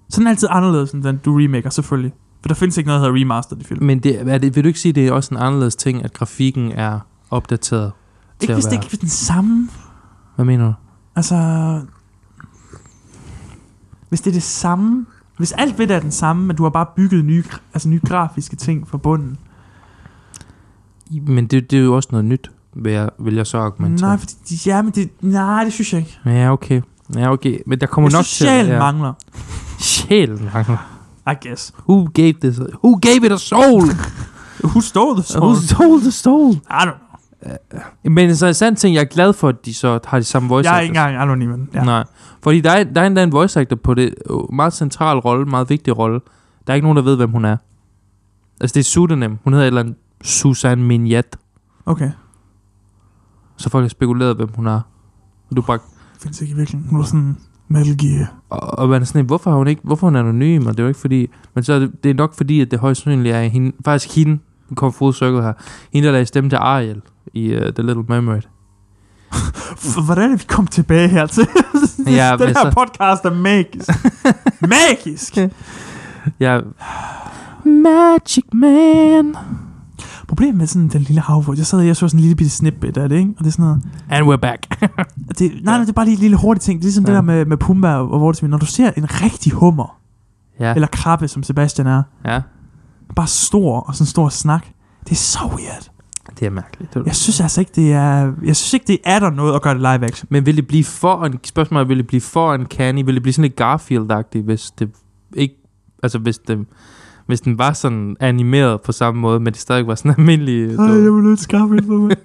B: Så er den altid anderledes, end den du remaker, selvfølgelig. For der findes ikke noget, der hedder remastered i film.
A: Men det, er det, vil du ikke sige, det er også en anderledes ting, at grafikken er opdateret?
B: Ikke
A: at
B: hvis det
A: være-
B: ikke er den samme.
A: Hvad mener du?
B: Altså... Hvis det er det samme... Hvis alt ved det er den samme, men du har bare bygget nye, altså nye grafiske ting fra bunden.
A: I- Men det, det er jo også noget nyt, vil jeg, vil jeg så argumentere.
B: Nej, fordi, de- ja, men det, nej, det synes jeg ikke.
A: Ja, okay. Ja, okay. Men der kommer
B: jeg
A: nok
B: synes, sjælen
A: ja.
B: mangler.
A: Sjælen mangler.
B: I guess.
A: Who gave, this, who gave it a soul?
B: Who stole the soul?
A: Who stole the soul?
B: I don't know.
A: Men en interessant ting, jeg er glad for, at de så har de samme voice
B: Jeg er
A: actors.
B: ikke engang anonymen.
A: Ja.
B: Ja.
A: Nej. Fordi der er, der er endda en voice actor på det. øh, Meget central rolle, meget vigtig rolle. Der er ikke nogen, der ved, hvem hun er. Altså, det er et pseudonym. Hun hedder et eller andet Susan Mignette.
B: Okay.
A: Så folk har spekuleret, hvem hun er. Og, du bare,
B: Findes ikke i virkeligheden. Nu er der sådan Metal Gear.
A: og, og man er sådan, lidt, hvorfor har hun ikke, hvorfor er hun anonym? Og det er jo ikke fordi, men så er det, det er nok fordi, at det højst sandsynligt er hende, faktisk hende, nu kommer full circle her, hende, der lagde stemme til Ariel i uh, The Little Mermaid.
B: F- Hvordan er det, vi kom tilbage hertil?
A: Ja,
B: (laughs) Den
A: altså-
B: her podcast er
A: (laughs)
B: magisk. magisk!
A: Ja. Magic Man.
B: Problemet med sådan den lille havfru, jeg sad og jeg så sådan en lille bitte snippet af det, ikke? Og det er sådan noget,
A: And we're back.
B: Og Det, nej, nej, det er bare lige en lille hurtig ting. Det er ligesom ja.
A: Ja.
B: det der med, med Pumba og Vortimer. Når du ser en rigtig hummer,
A: (laughs) ja.
B: ja. eller krabbe, som Sebastian er,
A: ja.
B: bare stor og sådan en stor snak, det er så weird.
A: Det er mærkeligt. Det er-
B: Jeg synes altså ikke, det er... Jeg synes ikke, det er der noget at gøre det live action.
A: Men vil det blive for en, spørgsmålet er, vil det blive for en canny, vil det blive sådan lidt Garfield-agtigt, hvis det ikke, altså hvis det, hvis den var sådan animeret på samme måde, men det stadig var sådan (laughs) almindelig, du,
B: Ej, jeg vil lidt skarpe for mig.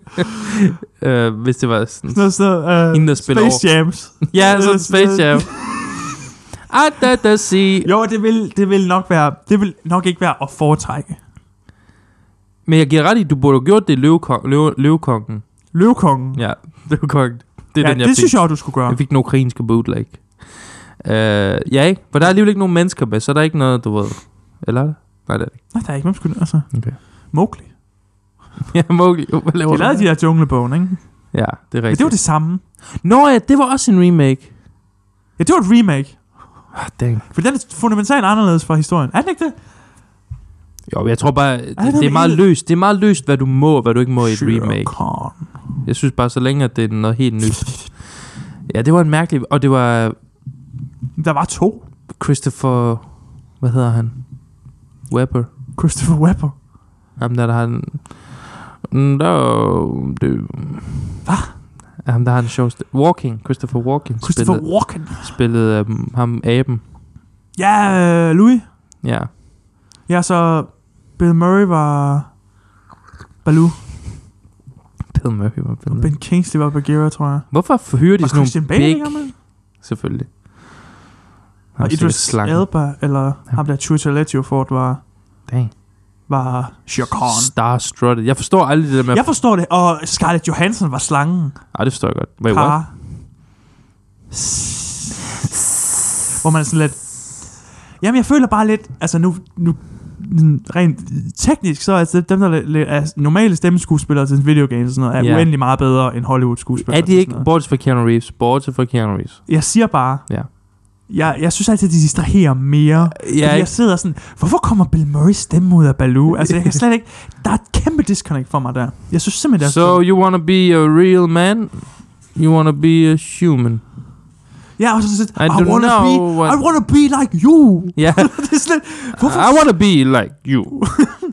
A: øh, hvis det var sådan,
B: Sådan noget, sådan noget, øh,
A: hende der spiller
B: Space
A: over.
B: Jams.
A: Ja, sådan
B: Øh,
A: Space (laughs) Jam. At da da si.
B: Jo, det vil, det vil nok være... Det vil nok ikke være at foretrække.
A: Men jeg giver ret i, du burde have gjort det i Løvekong, løve, Løvekongen.
B: Løvekongen. Ja,
A: Ja, (laughs) Løvekongen. Det er
B: ja,
A: den, jeg
B: det
A: fik.
B: synes jeg, du skulle gøre.
A: Jeg fik den ukrainske bootleg. Uh, ja, ikke? For der er alligevel ikke nogen mennesker med, så der er ikke noget, du ved. Eller? er der? Nej, det er det ikke. (laughs)
B: Nej, der er ikke hvem skulle... Altså,
A: Okay.
B: Mowgli.
A: Ja, Mowgli. (laughs) Hvad laver
B: De
A: du?
B: lavede de der junglebogen, ikke?
A: Ja, det er
B: Men
A: rigtigt.
B: det var det samme.
A: Nå ja, det var også en remake.
B: Ja, det var et remake.
A: Ah, dang.
B: For den er fundamentalt anderledes fra historien. Er den ikke det?
A: Jo, jeg tror bare, det,
B: noget
A: det, er
B: med
A: meget
B: el?
A: løst. Det er meget løst, hvad du må og hvad du ikke må i et
B: Shere
A: remake.
B: Khan.
A: Jeg synes bare, så længe at det er noget helt nyt. (laughs) Ja, det var en mærkelig... Og det var
B: Der var to.
A: Christopher... Hvad hedder han? Webber.
B: Christopher Webber.
A: Ham der, der har en... Mm, Der er det...
B: Hva?
A: Ham der har en sjov... st- Walking. Christopher Walking.
B: Christopher
A: spillede,
B: Walken.
A: spillede um, ham aben.
B: Ja, øh, Louis.
A: Ja.
B: Ja, så Bill Murray var Baloo.
A: Bill Murphy var
B: Og
A: Bill
B: Ben Kingsley var Bagheera, tror jeg.
A: Hvorfor hyrer de
B: Og
A: sådan
B: Christian
A: nogle
B: Bale,
A: big...
B: ikke gammel?
A: Selvfølgelig. Han
B: Og
A: er sikkert
B: Idris
A: slangen.
B: Elba, eller ham der Chucha Leggio Ford, var,
A: Dang.
B: var Shere Khan.
A: Star-strutted. Jeg forstår aldrig det der med...
B: Jeg forstår det, og Scarlett Johansson var slangen.
A: Ej, det forstår jeg godt. Wait,
B: par.
A: what?
B: Hvor man er sådan lidt... Jamen, jeg føler bare lidt... Altså, nu... nu n- rent teknisk, så er altså dem, der la- la- er normale stemmeskuespillere til videogames og sådan noget, er
A: Ja.
B: yeah. uendelig meget bedre end Hollywood-skuespillere.
A: Er
B: til
A: de
B: sådan
A: ikke...
B: noget.
A: Bortset fra Keanu Reeves. Bortset fra Keanu Reeves.
B: Jeg siger bare...
A: Ja.
B: Jeg, jeg synes altid, at de distraherer mere. Ja,
A: Ja,
B: jeg sidder sådan, hvorfor kommer Bill Murray's stemme ud af Baloo? Altså, jeg kan slet ikke... Der er et kæmpe disconnect for mig der. Jeg synes simpelthen, det er...
A: So you wanna be a real man? You wanna be a human?
B: ja, og så sådan,
A: I
B: I, I
A: don't
B: wanna
A: know
B: be...
A: what-
B: I wanna be like you! (laughs)
A: Ja.
B: det er slet, hvorfor
A: I wanna be like
B: (laughs)
A: you. I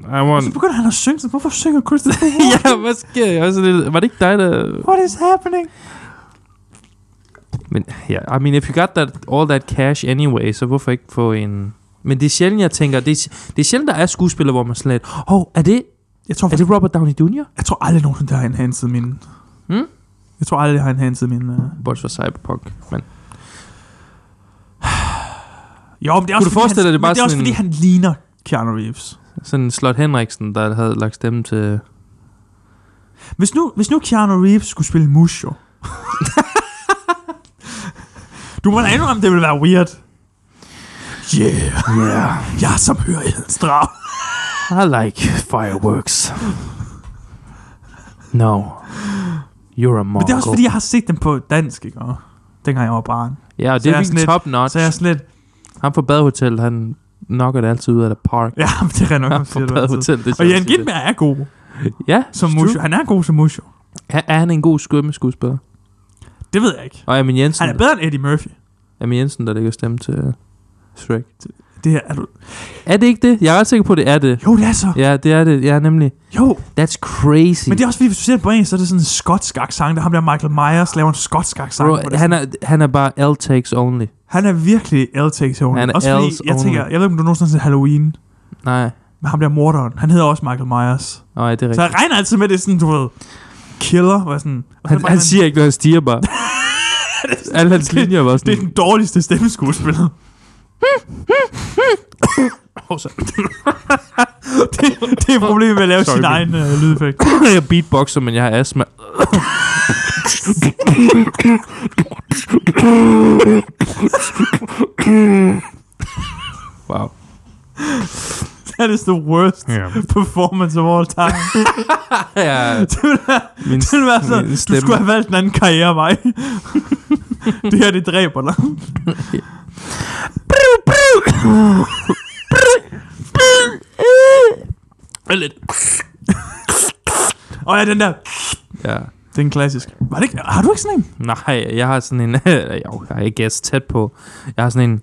B: Så
A: want...
B: begynder han at synge, så hvorfor synger Christopher Walken?
A: (laughs) ja, hvad sker jeg? Også lidt- Var det ikke dig, der...
B: What is happening?
A: Men, ja, I mean, if you got that, all that cash anyway, så hvorfor ikke få en... Men det er sjældent, jeg tænker... Det er, det er sjældent, der er skuespillere, hvor man sådan lidt... Hov, er det,
B: Jeg tror,
A: er
B: faktisk,
A: det Robert Downey Jr.?
B: jeg tror aldrig nogensinde, der har enhanced min...
A: Hmm?
B: Jeg tror aldrig, jeg har enhanced min... Uh...
A: Bortset fra Cyberpunk, men...
B: Jo, men det er også,
A: du
B: fordi,
A: forestille dig,
B: han,
A: det er
B: men
A: bare
B: det er også
A: sådan
B: fordi,
A: en-
B: han ligner Keanu Reeves.
A: Sådan en Slot Henriksen, der havde lagt stemme til...
B: Hvis nu, hvis nu Keanu Reeves skulle spille Musho... (laughs) du må da indrømme, det ville være weird. Yeah,
A: Yeah,
B: jeg er samhørighedens drag.
A: I like fireworks. No, you're a
B: Men
A: mongol.
B: det er også fordi, jeg har set dem på dansk, ikke? Og dengang jeg var barn.
A: Ja, og
B: så
A: det
B: jeg er
A: er virkelig
B: sådan lidt-
A: top notch.
B: Så jeg er sådan lidt...
A: Ham fra Badehotel, han nok er det altid ud af det park.
B: Ja, (laughs) men det er rent nok, man siger det
A: På
B: altid.
A: Hotel, det er
B: Og
A: sjovt at
B: Jan
A: sige det.
B: Gindberg er god
A: Ja,
B: som
A: synes
B: Musho.
A: du?
B: Han er god som Musho.
A: Er, er han en god skømmeskuespiller?
B: Det ved jeg ikke.
A: Og Amin Jensen,
B: Han er bedre end Eddie Murphy.
A: Amin Jensen der lægger stemme til øh, Shrek.
B: Det her, er du...
A: Er det ikke det? Jeg er ret sikker på, at det er det.
B: Jo, det er så.
A: Ja, det er det. Ja, nemlig.
B: Jo,
A: That's crazy.
B: men det er også fordi, hvis du ser det på engelsk, så er det sådan en skotsk sang. Der ham der Michael Myers laver en skotsk sang.
A: Bro, han, er, han er bare L takes only.
B: han er virkelig l takes only.
A: Han er
B: Også fordi,
A: L's
B: jeg
A: only.
B: tænker, jeg ved ikke, om du nogensinde har set Halloween.
A: Nej,
B: Men ham der morderen, han hedder også Michael Myers.
A: nej, det er
B: Så jeg
A: rigtigt.
B: regner altid med, det er sådan, du ved, killer. Var sådan, og så
A: Han,
B: var
A: han siger ikke noget, han stiger (laughs) bare. Alle hans linjer var
B: Det er
A: sådan...
B: den dårligste stemmeskuespiller.
A: (laughs) Åh, så-
B: (laughs) det, det er problemet med at lave
A: Sorry,
B: sin
A: men-
B: egen øh, lydeffekt. (laughs)
A: jeg beatboxer, men jeg har astma. wow.
B: That is the worst
A: Yeah.
B: performance of all
A: (laughs)
B: time.
A: Ja,
B: det ville være,
A: min,
B: det ville være sådan,
A: min
B: du
A: stemme.
B: skulle have valgt en anden karriere, mig. (laughs) det her, det dræber dig.
A: Lidt.
B: Og ja, den der,
A: Ja.
B: det er en klassisk. Var det ikke, har du ikke sådan en?
A: Nej, jeg har sådan en... (laughs) jo, jeg er ikke jeg er tæt på. Jeg har sådan en...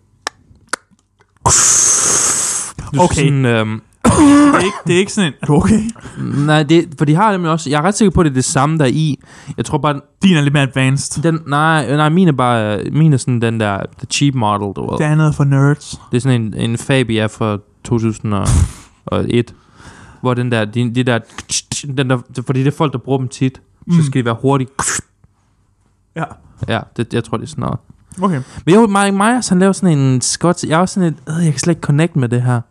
A: Du skal
B: Okay.
A: Sådan, øhm,
B: Det er ikke, det er ikke sådan en. Er du (laughs) okay?
A: nej, det, for de har nemlig også... Jeg er ret sikker på, at det er det samme, der er i. Jeg tror bare,
B: Din er lidt mere advanced.
A: Den, nej, øh, nej, min er bare, øh, min er sådan den der, the cheap model, du ved.
B: Det er noget for nerds.
A: Det er sådan en, en Fabia fra 2001, (laughs) hvor den der, de, de der, den der, fordi det er folk, der bruger dem tit, så skal de være hurtige.
B: Ja.
A: Mm. Ja, det, jeg tror, det er sådan noget.
B: Okay.
A: Men jo, Mike Myers, han laver sådan en skots, jeg er også sådan et, øh, jeg kan slet ikke connect med det her.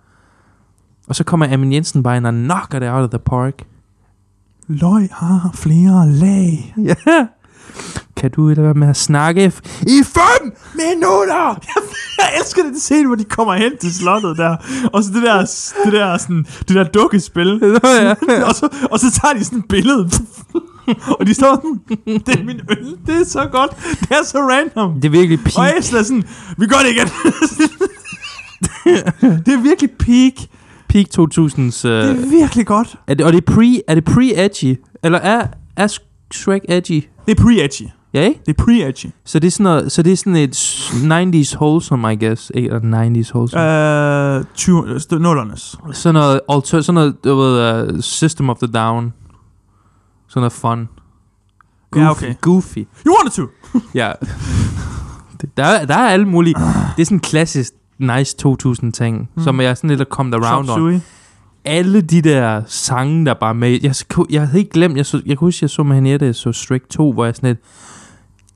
A: Og så kommer Amin Jensen bare ind og knocker det out of the park.
B: Løg har flere lag.
A: (laughs) Ja. Kan du ikke lade være med at snakke f- i fem minutter?
B: (laughs) Jeg elsker den scene, hvor de kommer hen til slottet der. Og så det der, det der, sådan, det der (laughs) dukkespil.
A: ja,
B: og, så, og så tager de sådan et billede. (laughs) og de står sådan, det er min øl, det er så godt. Det er så random.
A: Det er virkelig peak.
B: Og Asla er sådan, vi gør det (laughs) igen. det er virkelig peak.
A: Peak 2000's...
B: Det
A: Øh,
B: er virkelig godt.
A: er det, og det er pre, er det pre-edgy? Eller er, er Sh- Shrek edgy?
B: Det er pre-edgy.
A: Ja, ikke?
B: Det er pre-edgy.
A: Så det er sådan, noget, så det er sådan et s- 90's wholesome, I guess. Ikke? Eller 90's wholesome.
B: Øh, 20, nullernes.
A: Uh, sådan noget, alter, sådan noget du ved, uh, System of the Down. Sådan noget fun. Goofy.
B: Ja, okay.
A: Goofy.
B: You wanted to.
A: Ja. (laughs) Det- der, er, der er alle
B: (sighs)
A: mulige... Det er sådan en klassisk nice 2000 ting, mm. som jeg er sådan lidt at komme around on.
B: Chop
A: alle de der sange, der bare er med. Jeg, sk- jeg havde ikke glemt, jeg, så, jeg kunne huske, jeg så med Henriette, jeg så Shrek 2, hvor jeg sådan lidt,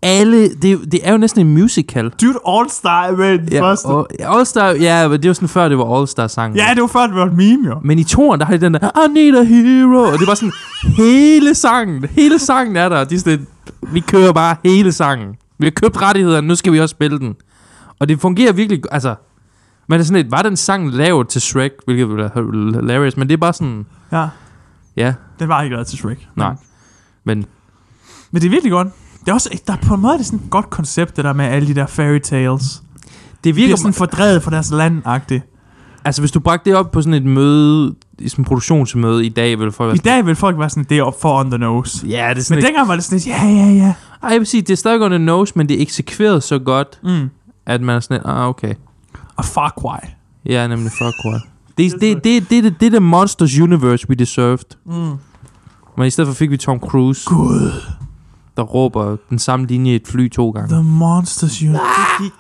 A: alle, det, det er jo næsten en musical.
B: Dude, All Star med den ja, første.
A: og, All Star, ja, men det var sådan før, det var All Star sangen.
B: Ja, det var før, det var et meme, jo.
A: Men i toren, der har de den der, I need a hero, og det var sådan, hele sangen, hele sangen er der. De er sådan, lidt, vi kører bare hele sangen. Vi har købt rettighederne, nu skal vi også spille den. Og det fungerer virkelig, go- altså, men det er sådan lidt, var den sang lavet til Shrek, hvilket ville være hilarious, men det er bare sådan,
B: Ja,
A: ja,
B: den var ikke lavet til Shrek.
A: Nej.
B: Men,
A: men
B: men det er virkelig godt. Det er også, der er på en måde det er sådan et godt koncept, det der med alle de der fairy tales.
A: Det
B: De
A: virker
B: er sådan fordrevet fra deres land -agtigt.
A: Altså, hvis du bragte det op på sådan et møde, i sådan et produktionsmøde i dag, ville folk være
B: I dag vil folk være sådan, det er op for on the nose.
A: sådan, Ja, det er
B: Men
A: sådan...
B: dengang var det sådan lidt, ja, ja, ja.
A: lidt- Ej, jeg vil sige, det er stadig under nose, men det er eksekveret så godt,
B: Mm.
A: at man er sådan lidt, ah, okay.
B: Og Far Cry.
A: Ja, nemlig fuck what. Det, det, det, det, det, det, det er the Monsters Universe, we deserved.
B: Mm.
A: Men i stedet for fik vi Tom Cruise,
B: Gud,
A: der råber den samme linje i et fly to
B: (laughs)
A: gange.
B: The Monsters Universe.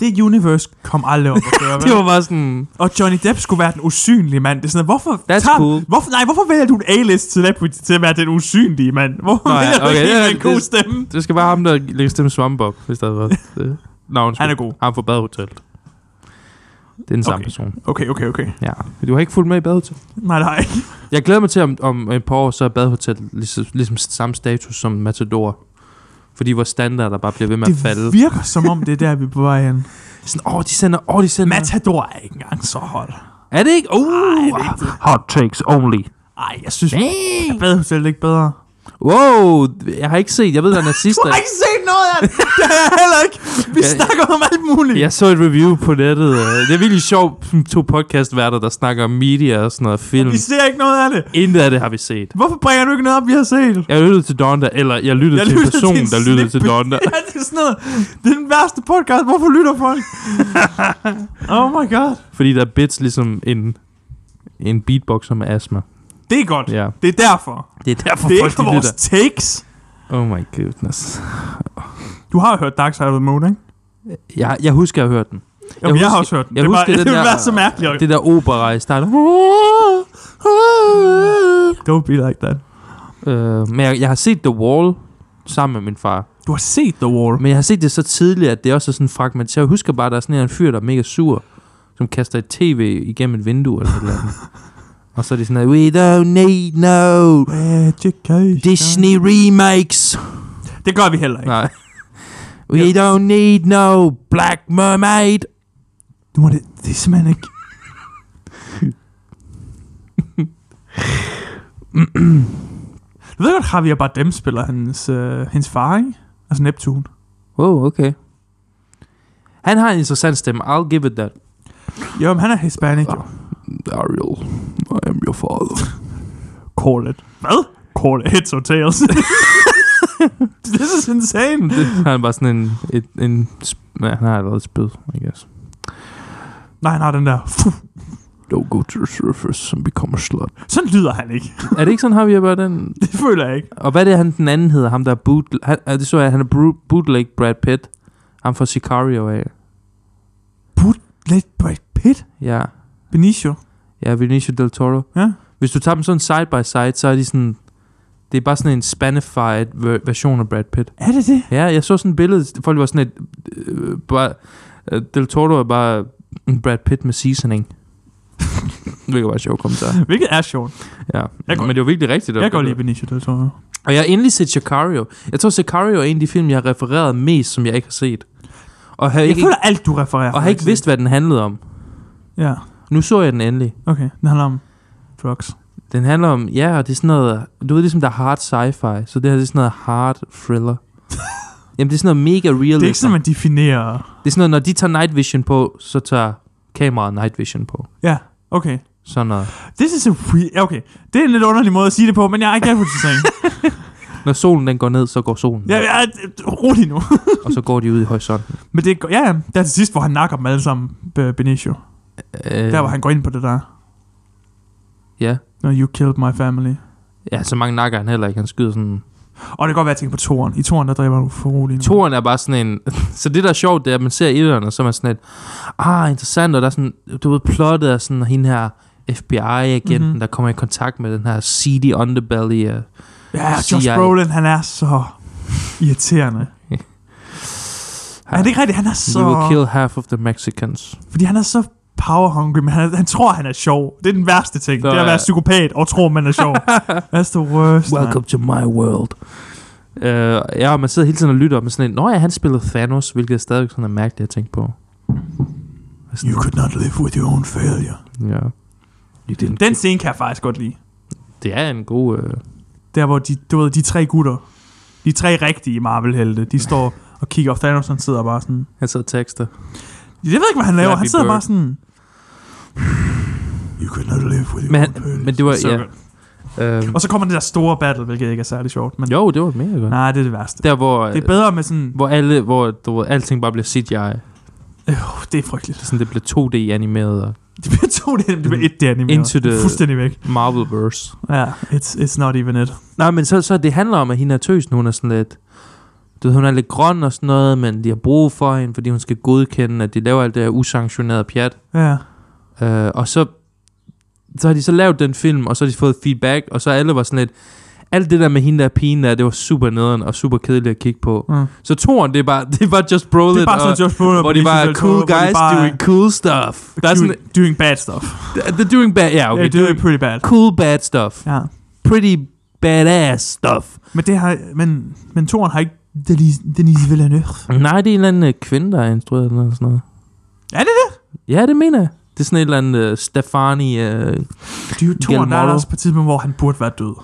B: Det, det universe kom aldrig op
A: (laughs)
B: at gøre, vel?
A: Ah! Det var bare sådan...
B: Og Johnny Depp skulle være den usynlige mand. Det er sådan, hvorfor...
A: That's cool.
B: Hvorfor, nej, hvorfor vælger du en A-list celebrity til at være den usynlige mand? Hvorfor
A: Nå ja,
B: vælger du
A: okay,
B: ikke
A: det
B: en
A: er-
B: med en god
A: det-
B: stemme?
A: Det skal bare ham, der lægger stemme Svampbob, i stedet for... Det.
B: (laughs)
A: Nå, undskyld.
B: Han er god.
A: Ham fra Badehotellet. Det er den samme
B: Okay.
A: person.
B: Okay, okay, okay.
A: Ja. Du har ikke fulgt med i Badehotellet?
B: Nej, nej.
A: Jeg glæder mig til, om, om et par år, så er badehotel ligesom, ligesom samme status som Matador. Fordi vores standarder bare bliver ved med at falde.
B: Det virker som om, det er der, vi er på vej hen.
A: Sådan, åh, oh, de sender, åh, oh, de sender.
B: Matador er ikke engang så hot.
A: er det ikke? Uh,
B: Ej, det er ikke det.
A: hot takes only.
B: Ej, jeg synes,
A: Dang.
B: badehotellet er ikke bedre.
A: Wow, jeg har ikke set, jeg ved, der er nazister.
B: (laughs) Du har ikke set noget af det. Det har jeg heller ikke. Vi
A: Ja.
B: snakker om alt muligt.
A: Jeg så et review på nettet. øh, Det er virkelig sjovt, sådan to podcastværter, der snakker om media og sådan noget film.
B: Vi ser ikke noget af det.
A: Intet af det har vi set.
B: Hvorfor bringer du ikke noget op, vi har set?
A: Jeg lyttede til Donda, eller jeg lyttede
B: Jeg
A: til en
B: lyttede til
A: person,
B: en
A: der lyttede til
B: snippet.
A: Donda.
B: Ja, det er sådan noget. Det er den værste podcast. Hvorfor lytter
A: (laughs)
B: folk? oh my god.
A: Fordi der er bits ligesom en, en beatboxer med astma.
B: Det er godt.
A: Ja.
B: Det er derfor.
A: Det er derfor
B: Det er
A: folk,
B: ikke
A: de
B: vores
A: lytter.
B: takes.
A: Oh my goodness.
B: Du har jo hørt Dark Side of the Moon, ikke?
A: Jeg, jeg husker, jeg hørte den.
B: Jamen, jeg, jeg
A: husker-
B: har også hørt den.
A: jeg
B: (laughs) det var,
A: husker den
B: det
A: der-
B: var så mærkeligt. Det,
A: Det der opera i starten.
B: Don't be like that.
A: Øh, men jeg, jeg har set The Wall sammen med min far.
B: Du har set The Wall.
A: Men jeg har set det så tidligt, at det også er sådan fragmenteret. Jeg husker bare, at der er sådan en eller anden fyr, der er mega sur, som kaster et tv igennem et vindue eller et eller
B: (laughs)
A: andet. Og så er det sådan noget, we don't need no
B: Education.
A: Disney remakes.
B: Det gør vi heller ikke.
A: Nej. We don't need no Black Mermaid.
B: Du må det, det er
A: (laughs)
B: simpelthen ikke... du ved godt, Javier Bardem spiller hans, øh, hans far, ikke? Altså Neptun.
A: Oh, okay. Han har en interessant stemme. I'll give it that.
B: Jo, men han er hispanic, jo.
A: Ariel, I am your father.
B: Call it. Hvad? Call it heads or (laughs) tails. This is insane.
A: (laughs) det har bare sådan en... Et, en sp- nej, han har allerede et spyd, I guess.
B: Nej, han har den der. Fuh.
A: Don't go to the surface and become a slut.
B: Sådan lyder han ikke. (laughs)
A: er det ikke sådan, har vi bare den...
B: Det føler jeg ikke.
A: Og hvad er det, han den anden hedder? Ham, der er boot... Han, er det så, at han er bru- bootleg Brad Pitt. Ham fra Sicario af.
B: Let Brad Pitt.
A: Ja.
B: Benicio.
A: Ja, Benicio Del Toro.
B: Ja.
A: Hvis du tager dem sådan side by side, så er de sådan... Det er bare sådan en spanified ver- version af Brad Pitt.
B: Er det det?
A: Ja, jeg så sådan et billede. Folk var sådan et... Øh, bare, øh, Del Toro er bare en Brad Pitt med seasoning. (laughs) Hvilket var en sjov kommentar.
B: Hvilket er sjovt.
A: Ja.
B: Jeg går-
A: Men det var virkelig rigtigt.
B: Jeg går lige Benicio Del Toro.
A: Og jeg har endelig set Sicario. Jeg tror, Sicario er en af de film, jeg har refereret mest, som jeg ikke har set. Og har
B: Jeg
A: ikke,
B: føler alt, du refererer.
A: og har ikke vidst, hvad den handlede om.
B: Ja,
A: Nu så jeg den endelig.
B: okay. Den handler om drugs.
A: Den handler om, ja, og det er sådan noget, du ved, ligesom der er hard sci-fi, så det her det er sådan noget hard
B: (laughs)
A: thriller. Jamen, det er sådan noget mega realism.
B: Det er ikke sådan, man definerer...
A: det er sådan noget, når de tager night vision på, så tager kameraet night vision på.
B: Okay.
A: Sådan noget.
B: This is a weird... Okay, det er en lidt underlig måde at sige det på, men jeg er ikke what
A: (laughs)
B: you're saying.
A: Når solen den går ned, så går solen ned,
B: Jeg, jeg, rolig nu.
A: og så går de ud i horisonten.
B: men det er... go- Ja, ja. Der er til sidst, hvor han nakker dem alle sammen, Be- Benicio.
A: Øh,
B: Der, hvor han går ind på det der.
A: Ja.
B: No, you killed my family.
A: Ja, så mange nakker han heller ikke. Han skyder sådan
B: Og det kan godt være, at jeg tænker på toren. I toren, der dræber han uforrolig nu.
A: Toren er bare sådan en... (laughs) Så det, der er sjovt, det er, at man ser etteren, og så er man sådan et... Ah, interessant, og der er sådan... Du ved, plottet er sådan hende her FBI-agenten,
B: Mhm.
A: mm-hmm. der kommer i kontakt med den her seedy underbelly. Uh,
B: Ja, Josh
A: siger jeg.
B: Brolin, han er så
A: (laughs)
B: irriterende. Er det ikke rigtigt? Han er
A: We will
B: så...
A: kill half of the Mexicans.
B: Fordi han er så power hungry, men han, han tror, han er sjov. Det er den værste ting.
A: Nå,
B: det er at
A: ja.
B: være psykopat og tro, man er
A: (laughs)
B: sjov. That's the worst. man.
A: Welcome to my world. Uh, ja, og man sidder hele tiden og lytter, og man er sådan en... Nå ja, han spillede Thanos, hvilket er stadigvæk sådan er mærkeligt at tænke på. Sådan,
B: You could not live with your own failure.
A: Ja. Det,
B: Den scene kan jeg faktisk godt lide.
A: det er en god... Uh,
B: Der hvor de, du ved, de tre gutter, de tre rigtige Marvel-helte, de står og kigger, og Thanos han sidder bare sådan...
A: han sidder og tekster.
B: Jeg ved ikke, hvad han laver. Han
A: Flappy
B: sidder
A: Bird.
B: bare sådan... You could not live with your
A: Men,
B: own failure.
A: han, men det var...
B: Så
A: ja,
B: godt.
A: øhm,
B: Og så kommer den der store battle, hvilket ikke er særlig sjovt. Men
A: jo, det var mega godt.
B: nej, det er det værste.
A: Der hvor, øh,
B: Det er bedre med sådan...
A: hvor, alle, hvor du ved, alting bare bliver CGI. Det
B: Øh, det er frygteligt. (laughs)
A: er sådan, det bliver 2D-animeret og
B: Det bliver to, det det bliver et, det er animeret.
A: Into the-
B: Fuldstændig væk.
A: Marvelverse.
B: Ja, it's, it's not even it.
A: Nej, men så, så det handler om, at hende er tøsen, hun er sådan lidt... Du ved, hun er lidt grøn og sådan noget, men de har brug for hende, fordi hun skal godkende, at de laver alt det her usanktionerede pjat.
B: Ja.
A: Øh, og så, så har de så lavet den film, og så har de fået feedback, og så alle var sådan lidt... Alt det der med hende der pigen der, det var super nederen og super kedeligt at kigge på.
B: Mm.
A: Så toren, det er bare, (laughs) det er bare Just Brolin,
B: Det er bare
A: og,
B: sådan Josh Brolin,
A: uh, hvor de bare er cool guys doing cool stuff. Der er sådan,
B: doing, doing bad stuff.
A: They're doing bad, ja, okay.
B: Okay, yeah, doing pretty bad.
A: cool bad stuff.
B: Ja.
A: Pretty badass stuff.
B: Men det har, men, men Toren har ikke Denise, Denise Villeneuve.
A: Nej, det er en eller anden øh, kvinde, der er instrueret den eller sådan noget.
B: Er det
A: det? Ja, det mener jeg. Det er sådan et (laughs) eller andet uh, Stefani... Uh,
B: Det er jo Toren, der er
A: Guillermo.
B: der også på et tidspunkt, hvor han burde være død.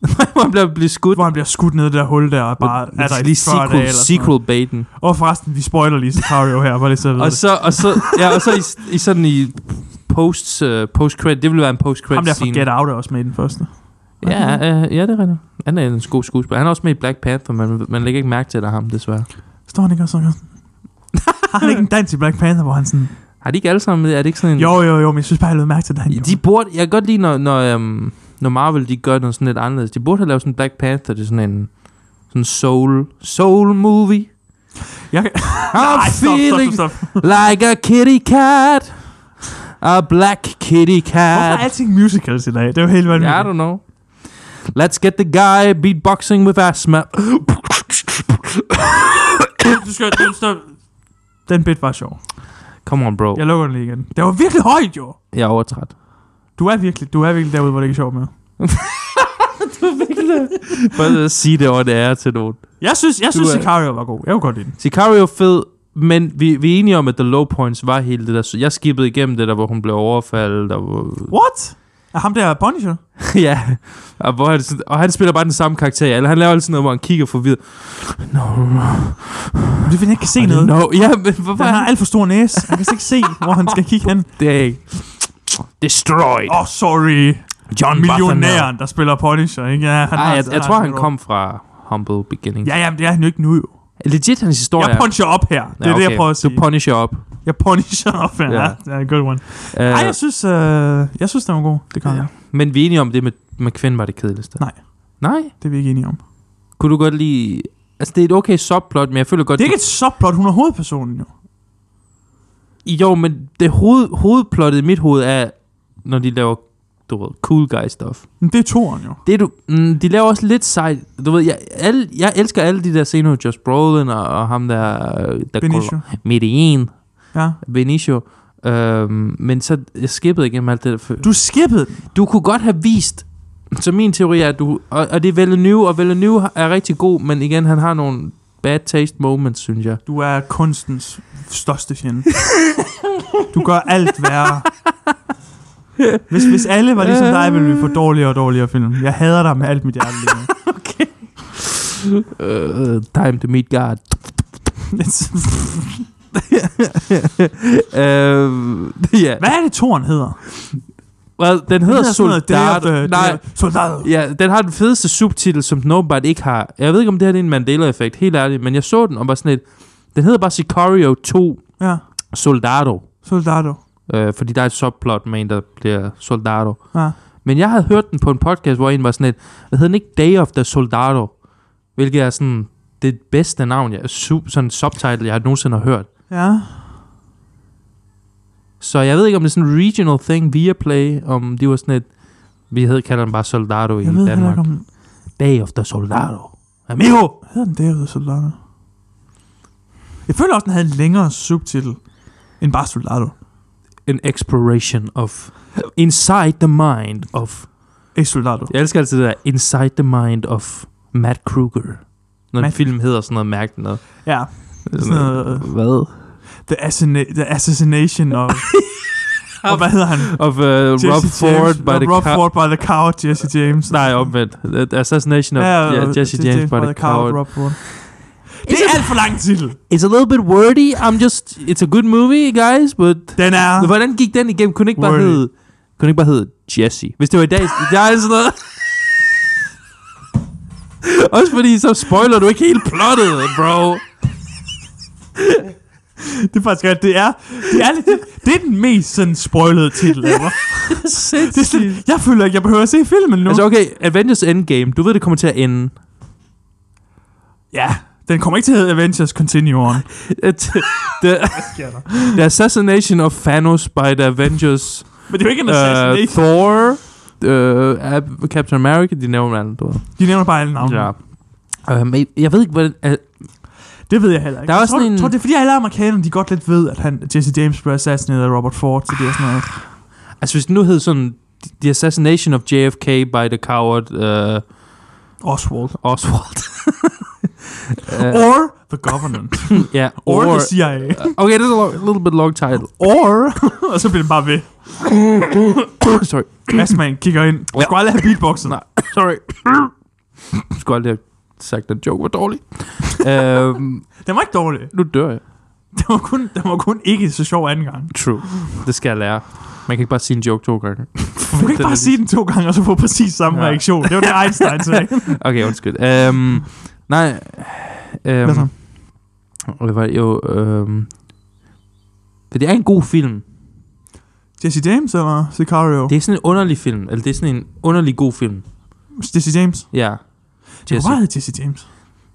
A: hvor han bliver, bliver skudt.
B: Hvor han bliver skudt ned i det der hul der, og bare er der
A: lige
B: i 40 dage
A: sequel,
B: eller sådan noget.
A: sequel baiten.
B: Og forresten, vi spoiler lige Sicario her, bare lige så jeg ved
A: Og
B: det.
A: så, og så, ja, og så i, i sådan i post, uh, post credit, det ville være en post
B: Ham
A: credit
B: der fra Get Out er også med i den første.
A: Ja, øh, ja, det er rigtigt. Han er en god skuespiller. Han er også med i Black Panther, men man lægger ikke mærke til, at det er ham, desværre.
B: Står han ikke også
A: (laughs)
B: sådan? Har han ikke en dans i Black Panther, hvor han sådan...
A: Har de ikke alle sammen med? Er det ikke sådan en...
B: Jo, jo, jo, men jeg synes bare, jeg lød mærke til det, han
A: De burde... Jeg kan godt lide, når, når, øhm, når Marvel de gør noget sådan lidt anderledes. De burde have lavet sådan en Black Panther. Det er sådan en sådan soul, soul movie.
B: Jeg kan...
A: (laughs) I'm
B: Nej, stop, stop,
A: feeling
B: stop, stop.
A: like a kitty cat. A black kitty
B: Hvorfor er
A: cat.
B: alting musicals i dag? Det er jo helt vanvittigt.
A: I don't know. Let's get the guy beatboxing with asthma.
B: du skal den stop. Den bit var sjov.
A: Come on, bro.
B: Jeg lukker den lige igen. Det var virkelig højt, jo.
A: Jeg er overtræt.
B: Du er virkelig, du er virkelig derude, hvor det ikke er sjovt med.
A: Bare at sige det over det er til nogen.
B: Jeg synes, jeg
A: Du
B: synes
A: er-
B: Sicario var god. Jeg kunne godt lide den.
A: Sicario er fed, men vi, vi er enige om, at the low points var hele det der. Så jeg skippede igennem det der, hvor hun blev overfaldet. Og, hvor-
B: What? Er ham der Punisher?
A: (laughs) ja, og, hvor han, sådan- og han spiller bare den samme karakter. Eller han laver altid sådan noget, hvor han kigger forvirret. No,
B: Det er fordi, jeg ikke kan se
A: I
B: noget.
A: didn't know. Ja, men hvorfor?
B: Han
A: er
B: har alt for stor næse. Han kan slet ikke se, hvor han skal kigge hen.
A: han- Det er ikke. Destroyed.
B: Åh, oh, sorry.
A: John
B: Millionæren, der spiller Punisher, ikke? Ja, han
A: Ej,
B: har,
A: jeg, jeg
B: har-
A: tror, han kom fra humble beginnings.
B: Ja, jamen, det er han jo ikke nu, jo.
A: Legit hans historie.
B: Jeg puncher op her. Det er
A: Ja,
B: det, jeg
A: okay.
B: prøver at sige.
A: Du punisher op.
B: jeg punisher op her.
A: Ja.
B: Ja, det er en good one.
A: Øh,
B: Ej, jeg synes, øh, jeg synes, den var god. Det kan
A: Ja.
B: jeg.
A: Men vi er enige om, det med, med kvinden var det kedeligste.
B: Nej.
A: Nej?
B: Det er vi ikke enige om.
A: Kunne du godt lide... Altså, det er et okay subplot, men jeg føler godt...
B: Det er ikke et subplot, hun er hovedpersonen jo.
A: Jo, men det hoved, hovedplottet i mit hoved er, når de laver, du ved, cool guy stuff.
B: Men det er toren jo.
A: Det er du... Mm, de laver også lidt sejt... Du ved, jeg, alle, jeg elsker alle de der scener med Josh Brolin og, og ham der... øh, der
B: Benicio.
A: Medellin.
B: Ja.
A: Benicio. Øhm, men så jeg skippede igennem alt det der. for-
B: Du skippede den.
A: Du kunne godt have vist... Så min teori er, at du... Og, og det er Villeneuve, og Villeneuve er rigtig god, men igen, han har nogle bad taste moments, synes jeg.
B: Du er kunstens største fjende. du gør alt værre. Hvis, hvis alle var ligesom dig, ville vi få dårligere og dårligere film. Jeg hader dig med alt mit hjerte lige nu.
A: Uh,
B: (laughs)
A: time to meet God. (laughs) (laughs) uh, yeah.
B: Hvad er det, toren hedder? Den
A: Well, den hedder
B: sådan noget, Day of the-
A: Soldat. Nej,
B: Day of- Soldat.
A: ja, den har den fedeste subtitel, som den åbenbart ikke har. Jeg ved ikke, om det her det er en Mandela-effekt, helt ærligt, men jeg så den og var sådan lidt... Den hedder bare Sicario 2
B: Ja,
A: Soldado,
B: Soldado.
A: øh, fordi der er et subplot med en, der bliver Soldado.
B: Ja.
A: Men jeg havde hørt den på en podcast, hvor en var sådan lidt, hvad hedder den ikke Day of the Soldado? Hvilket er sådan det bedste navn, jeg, sub, sådan en subtitle, jeg nogensinde har hørt.
B: Ja.
A: Så jeg ved ikke, om det er sådan en regional thing via Play, om det var sådan et, vi hed, kalder den bare Soldado i
B: Jeg ved heller
A: Danmark.
B: ikke, om den
A: Day of the Soldado. Amigo!
B: hedder den David Soldado. Jeg føler også, den havde en længere subtitel end bare Soldado.
A: An exploration of inside the mind of...
B: Ikke Soldado.
A: Jeg elsker altid det der, inside the mind of Matt Kruger. Når en
B: Matt-
A: film hedder sådan noget mærkeligt noget.
B: Ja,
A: er
B: sådan noget, øh,
A: Hvad?
B: The, Assina- the Assassination of...
A: (laughs)
B: og hvad hedder han?
A: Of uh, Rob
B: Jesse
A: Ford
B: James,
A: by the
B: Rob
A: Cow-
B: Ford by the Coward, Jesse James.
A: Nej, omvendt. The Assassination of
B: Ja,
A: yeah,
B: og
A: Jesse James, by the, Coward.
B: Rob Ford. Det er alt for lang titel.
A: It's a little bit wordy. I'm just... It's a good movie, guys, but...
B: Den er...
A: Men hvordan gik den igennem? Kunne den ikke bare
B: Wordy.
A: hedde... Kunne den ikke bare hedde Jesse? Hvis det var i dag... Jeg er sådan noget... (laughs) Også fordi, så spoiler du ikke hele plottet, bro.
B: Det er faktisk rigtigt. Det er, det er, lidt, det, det er den mest sådan spoilede titel ever. Det er sådan, jeg føler ikke, jeg behøver at se filmen nu.
A: altså, okay, Avengers Endgame. Du ved, det kommer til at
B: (laughs)
A: ende.
B: ja, den kommer ikke til at hedde Avengers Continue On.
A: At- the, the Assassination of Thanos by the
B: (laughs)
A: Avengers.
B: Men det er jo ikke en
A: Uh,
B: assassination.
A: Thor. Uh, Ab- Captain America. De nævner alle, du ved.
B: De nævner bare alle navne.
A: Ja. Uh, men jeg ved ikke, hvordan... Uh,
B: Det ved jeg heller ikke.
A: Der er
B: Jeg
A: også
B: tror,
A: sådan en-
B: tror, det er fordi alle amerikanerne, de godt lidt ved, at han, Jesse James blev assassineret af Robert Ford, så det er sådan noget.
A: altså, hvis det nu hed sådan... The Assassination of JFK by the Coward uh,
B: (laughs) Oswald.
A: Oswald.
B: Or the government.
A: Ja.
B: or,
A: Uh, Or, Uh,
B: the CIA.
A: okay, this is a lo- little bit long title.
B: Or... (laughs) og så bliver den bare ved.
A: (coughs) Sorry.
B: Asman kigger ind. Du skulle aldrig have beatboxen. Nej.
A: Sorry. (coughs) Jeg skulle aldrig have sagt, at den joke var dårlig. øhm,
B: Den var ikke dårlig.
A: nu dør jeg.
B: Den var kun, den var kun ikke så sjov anden gang.
A: True. Det skal jeg lære. Man kan ikke bare sige en joke to gange.
B: Du kan ikke bare sige den to gange, og så få præcis samme
A: Ja.
B: ja. reaktion. Det var
A: (laughs)
B: det, Einstein sagde.
A: Okay, undskyld. Øhm, nej. Øhm,
B: Hvad så?
A: Hvad var det? Jo, øhm, for det er en god film.
B: Jesse James eller Sicario?
A: Det er sådan en underlig film. Eller det er sådan en underlig god film.
B: Det, Jesse James.
A: Ja.
B: Det kunne bare hedde Jesse James.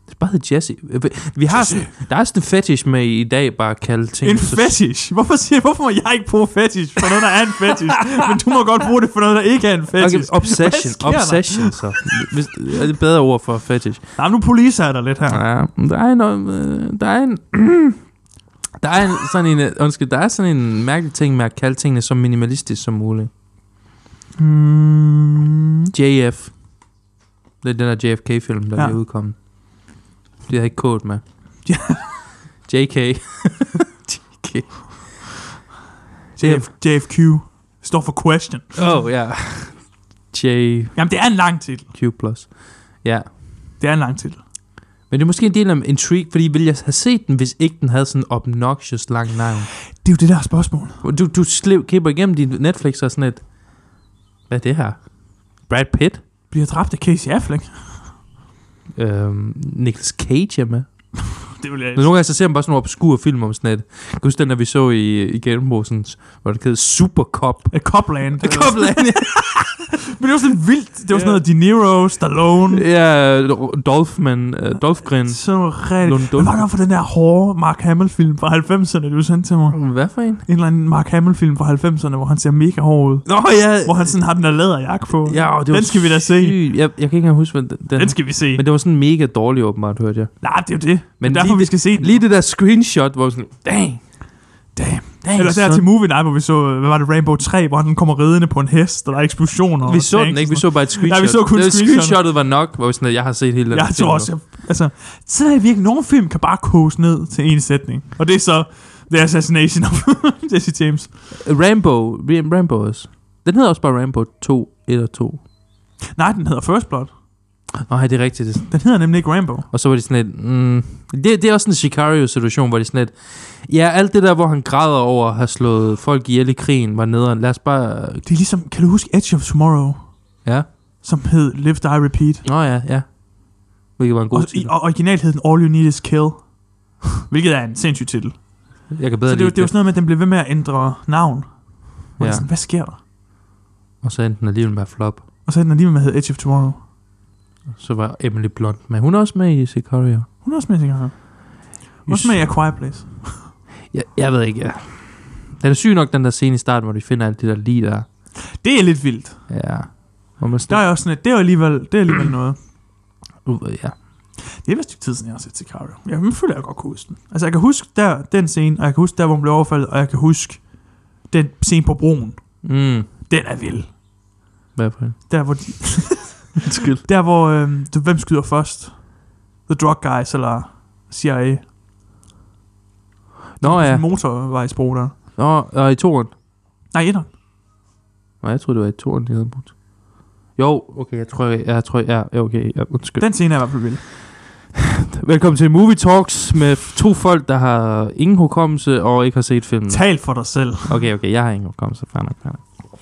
A: Det er bare hedder Jesse. Øh, Vi har, sådan- der er sådan en fetish med i dag, bare at kalde ting.
B: En
A: så-
B: fetish. Hvorfor, siger, hvorfor må jeg ikke bruge fetish for noget, der er en fetish? Men du må godt bruge det for noget, der ikke er en
A: Okay,
B: fetish. Okay.
A: obsession.
B: sker der?
A: Obsession, så. Hvis, er det et bedre ord for fetish?
B: Nej, nu poliser der lidt her.
A: Ja, men der er en... øh, Der er en (clears throat) der er en, sådan en, øh, undskyld, der er sådan en mærkelig ting med at kalde tingene så minimalistisk som muligt.
B: Hmm.
A: JF. Det er den der JFK-film, der
B: Ja.
A: ja. er udkommet. Det har jeg ikke kodet med.
B: Ja.
A: JK.
B: JF, JFQ står for question.
A: Oh, (laughs) ja. Yeah.
B: Jamen, det er en lang titel.
A: JQ+. Ja.
B: Det er en lang titel.
A: Men det er måske en del af intrigue, fordi ville jeg have set den, hvis ikke den havde sådan en obnoxious lang navn?
B: Det er jo det der spørgsmål.
A: Du, du slev, kipper igennem din Netflix og sådan et... Hvad er det her? Brad Pitt?
B: Bliver dræbt af Casey Affleck?
A: Øhm, Nicolas Cage er med.
B: Det vil jeg
A: Men nogle gange så ser man bare sådan nogle obskure film om sådan et... Kan du huske den, der vi så i, i Genbro, sådan, hvor det hed Super (laughs) Cop?
B: A Copland.
A: Der kom blandt andet-
B: Men det var sådan vildt. Det var
A: Ja.
B: sådan noget De Niro, Stallone.
A: Ja, Dolphman, uh, Dolphgren.
B: Så rigtigt.
A: Lundum.
B: Hvad var der for den der hårde Mark Hamill-film fra 90'erne, du sendte til mig?
A: Hvad for en?
B: En eller anden Mark Hamill-film fra 90'erne, hvor han ser mega hård ud.
A: Nå ja!
B: Hvor han sådan har den der læderjakke på.
A: ja det var
B: Den skal vi da se.
A: sygt. Jeg, jeg kan ikke engang huske, hvad den... den,
B: Den skal vi se.
A: Men det var sådan mega dårlig åbenbart, hørte jeg.
B: Nej, det er jo det. Men
A: Men
B: derfor
A: lige
B: vi skal se den.
A: Lige det der screenshot, hvor sådan... Dang!
B: Damn.
A: Dang,
B: Eller der
A: son.
B: til Movie Night, hvor vi så, hvad var det, Rainbow 3, hvor han kommer ridende på en hest, og der er eksplosioner.
A: Vi
B: og
A: så den
B: tanks
A: ikke, vi
B: og
A: så bare et screenshot.
B: Nej, vi så kun
A: det,
B: screenshot.
A: Screenshottet var nok, hvor vi sådan, at jeg har set hele den
B: Jeg
A: film
B: tror
A: nu.
B: også, jeg, altså, sådan er det virkelig. Nogle film kan bare koges ned til en sætning. Og det er så The Assassination of (laughs) Jesse James.
A: Rambo, Ram- Rambo også. Den hedder også bare Rambo 2, 1 og 2.
B: Nej, den hedder First Blood.
A: Nej, det er rigtigt. det er sådan-
B: Den hedder nemlig ikke Rambo.
A: Og så var det sådan et... Mm, det, det er også en Sicario-situation, hvor det er sådan et... Ja, alt det der, hvor han græder over at have slået folk ihjel i krigen, var nederen. Lad os bare...
B: Det er ligesom, kan du huske Edge of Tomorrow,
A: Ja.
B: som hed Live, Die, Repeat?
A: Nå ja, ja. Hvilket var en god
B: Og,
A: titel.
B: i, og originalt hed den All You Need Is Kill. Hvilket er en sindssyg titel.
A: Jeg kan
B: Så
A: bedre
B: det, er jo- det
A: lide
B: er jo sådan noget med, at den blev ved med at ændre navn. Ja. Sådan, hvad sker der?
A: Og så endte den alligevel med at flop.
B: Og så er den alligevel med at hedde Edge of Tomorrow.
A: Så var Emily Blunt med. Hun er også med i Sicario.
B: Hun er også med i her. Hun er også med i A Quiet Place.
A: Jeg, jeg ved ikke, ja. Den er syg nok, den der scene i starten, hvor de finder alt det der lige der.
B: Det er lidt vildt.
A: Ja. Hvor man
B: Der
A: står,
B: er også sådan et, det er alligevel, det er alligevel noget.
A: ja.
B: Det er vist et stykke tid siden, jeg har set Sicario. Jeg føler, jeg godt kunne huske den. Altså, jeg kan huske der, den scene, og jeg kan huske der, hvor hun blev overfaldet, og jeg kan huske den scene på broen.
A: Mm.
B: Den er vild.
A: Hvad for en?
B: Der, hvor, de,
A: Undskyld.
B: der, hvor øhm, du, hvem skyder først? The Drug Guys, eller CIA?
A: Nå ja.
B: En motorvejsbro der.
A: Nå, og i toren.
B: Nej, etter.
A: Nej, jeg tror det var i toren, de havde brugt. Jo, okay, jeg tror, jeg, jeg tror, ja, ja, okay, ja, undskyld.
B: Den scene er i hvert fald vild.
A: Mm. Velkommen til Movie Talks med to folk, der har ingen hukommelse og ikke har set filmen.
B: Tal for dig selv.
A: Okay, okay, jeg har ingen hukommelse. Fair nok, fair nok.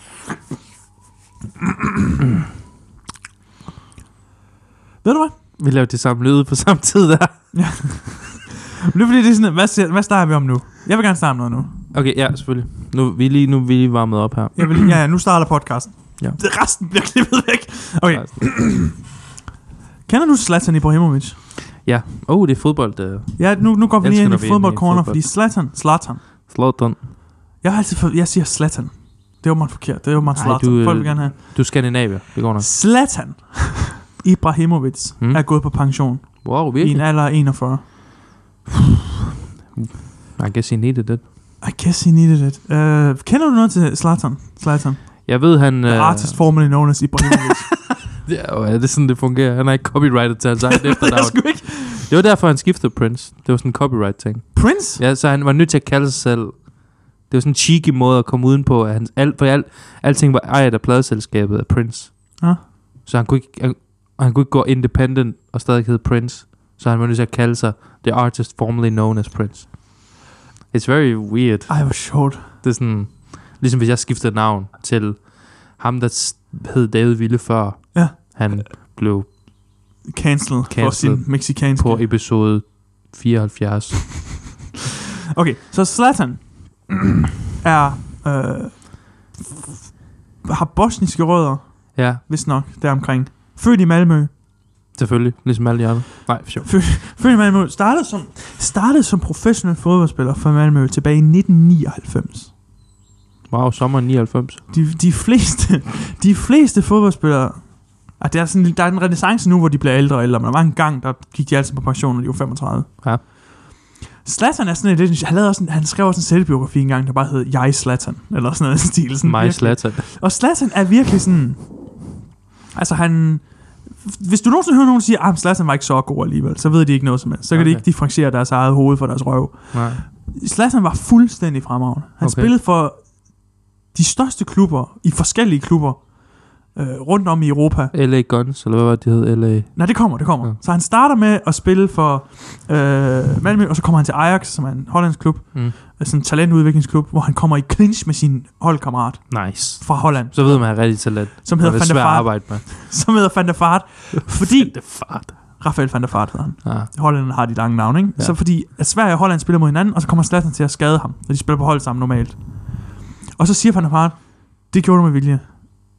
B: Ved du hvad?
A: Vi lavede det samme lyde på (laughs) samme tid der.
B: Det er fordi, det er sådan, hvad, ser- hvad starter vi om nu? Jeg vil gerne starte om noget nu.
A: Okay, ja, selvfølgelig. Nu vi er lige, nu er vi lige varmet op her.
B: Jeg vil, ja, ja, nu starter podcasten.
A: Ja.
B: Det, resten bliver klippet væk. Okay.
A: Resten.
B: Kender du Zlatan Ibrahimovic?
A: Åh, (clears throat) oh, det er fodbold. Uh,
B: Ja, nu, nu går vi lige
A: Elsker,
B: ind
A: når
B: i
A: vi er inde i
B: fodbold corner,
A: fodbold.
B: fordi Zlatan, Zlatan.
A: Slåton.
B: Jeg har altid fået, jeg siger Zlatan. Det er jo meget forkert. Det er jo meget
A: Ej,
B: Zlatan.
A: du, øh,
B: Folk vil gerne have.
A: Du er Skandinavier, det går nok.
B: Zlatan (laughs) Ibrahimovic
A: Hmm.
B: er gået på pension
A: Wow,
B: i en
A: virkelig?
B: alder af 41.
A: I guess he needed it.
B: I guess he needed it. Uh, kender du noget til Zlatan? Zlatan.
A: Jeg ved, han... øh,
B: The artist formerly
A: (laughs)
B: known as Ibrahimovic.
A: Ja, og er det sådan, det fungerer? Han er ikke copyrighted til hans egen
B: (laughs) det ved jeg
A: efternavn.
B: sgu ikke.
A: Det var derfor, han skiftede Prince. Det var sådan en copyright-ting.
B: Prince?
A: Ja, så han var nødt til at kalde sig selv. Det var sådan en cheeky måde at komme udenpå, at han, alt, for alt, alting var ejet af pladeselskabet af Prince.
B: Ah.
A: Så han kunne, ikke, han, han kunne ikke gå independent og stadig hedde Prince. Så han var nødt til at kalde sig The Artist Formerly Known as Prince. It's very weird.
B: Ej, hvor sjovt.
A: Det er sådan, ligesom hvis jeg skiftede navn til ham, der s- hed David Ville før.
B: Ja.
A: Han blev
B: Cancel for
A: Cancelled.
B: sin mexicanske.
A: på episode 74.
B: Okay,
A: (clears throat)
B: så Zlatan er... Øh, har bosniske rødder,
A: ja,
B: hvis nok, der omkring. Født i Malmø.
A: selvfølgelig. Ligesom alle de andre. Nej, for sjov.
B: Født i Malmø. Startede som, startede som professionel fodboldspiller for Malmø tilbage i 1999.
A: Wow, sommeren 99.
B: De, de, fleste, de fleste fodboldspillere... Ah, der, er sådan, der er en renaissance nu, hvor de bliver ældre og ældre, men der var en gang, der gik de altid på pension, når de var 35.
A: Ja.
B: Zlatan er sådan lidt... Han, lavede også en, han skrev også en selvbiografi en gang, der bare hed Jeg Zlatan, eller sådan noget i stil. Sådan
A: Mig
B: virkelig-
A: Slatan.
B: Og Zlatan er virkelig sådan... Altså han... Hvis du nogensinde hører nogen sige, at ah, Zlatan var ikke så god alligevel, så ved de ikke noget som helst. Så kan okay. de
A: Okay.
B: ikke differentiere deres eget hoved fra deres røv.
A: Nej.
B: Zlatan var fuldstændig fremragende. Han okay.
A: Okay.
B: spillede for de største klubber, i forskellige klubber, øh, rundt om i Europa.
A: LA Guns, eller hvad var det, de hed? LA...
B: Nej, det kommer, det kommer. Ja.
A: Ja.
B: Så han starter med at spille for øh, Malmø, og så kommer han til Ajax, som er en hollandsk klub,
A: Mm.
B: sådan en talentudviklingsklub, hvor han kommer i clinch med sin holdkammerat
A: Nice.
B: fra Holland,
A: Så ved man, at han er rigtig talent.
B: som
A: Han
B: hedder
A: er
B: Van der
A: svær at
B: Vaart,
A: arbejde med.
B: (laughs) som hedder Van der Vaart, fordi
A: Det er fart.
B: Rafael van der Vaart hedder han.
A: Ah,
B: Holland har de lange navne, ikke? Ja.
A: Ja.
B: Så fordi at Sverige og Holland spiller mod hinanden, og så kommer Zlatan til at skade ham, og de spiller på hold sammen normalt. Og så siger van der Vaart, det gjorde du med vilje.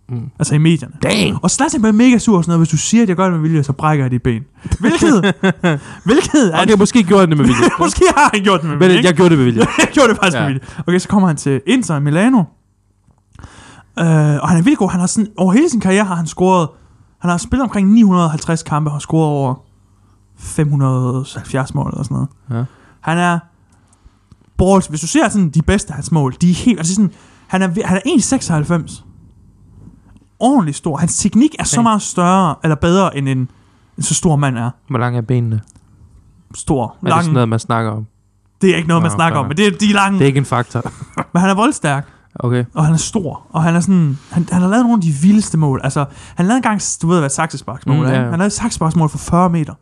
A: Mm.
B: Altså i medierne.
A: Dang!
B: Og Zlatan bliver mega sur og sådan noget, hvis du siger, at jeg gør det med vilje, så brækker jeg dit ben.
A: (laughs)
B: Hvilket, hvilket er
A: Okay, måske gjorde han det med (laughs) vilje.
B: (laughs) Måske har han gjort det med
A: Men
B: vilje. ikke?
A: jeg gjorde det med
B: (laughs)
A: vilje.
B: jeg gjorde det faktisk ja.
A: Ja.
B: med vilje. Okay, så kommer han til Inter i Milano. Øh, og han er vildt god. Han har sådan, over hele sin karriere har han scoret... Han har spillet omkring 950 kampe og har scoret over 570 mål eller sådan noget.
A: Ja.
B: Han er... Balls, hvis du ser sådan de bedste af hans mål, de er helt... Altså sådan, han er, han er 1,96. Ordentligt stor. Hans teknik er så
A: Okay.
B: meget større, eller bedre, end en, en så stor mand er.
A: Hvor lang er benene?
B: Stor,
A: Er det
B: lang.
A: sådan noget, man snakker om?
B: Det er ikke noget, man
A: Nå,
B: snakker
A: fair
B: om, men det er de er lange.
A: Det er ikke en faktor.
B: Men han er voldstærk,
A: Okay.
B: og han er stor, og han er sådan... Han, han har lavet nogle af de vildeste mål. Altså, han lavede engang, du ved hvad et saksesparksmål
A: Mm,
B: mm,
A: ja,
B: ja.
A: ja.
B: Han lavede et saksesparksmål for 40 meter.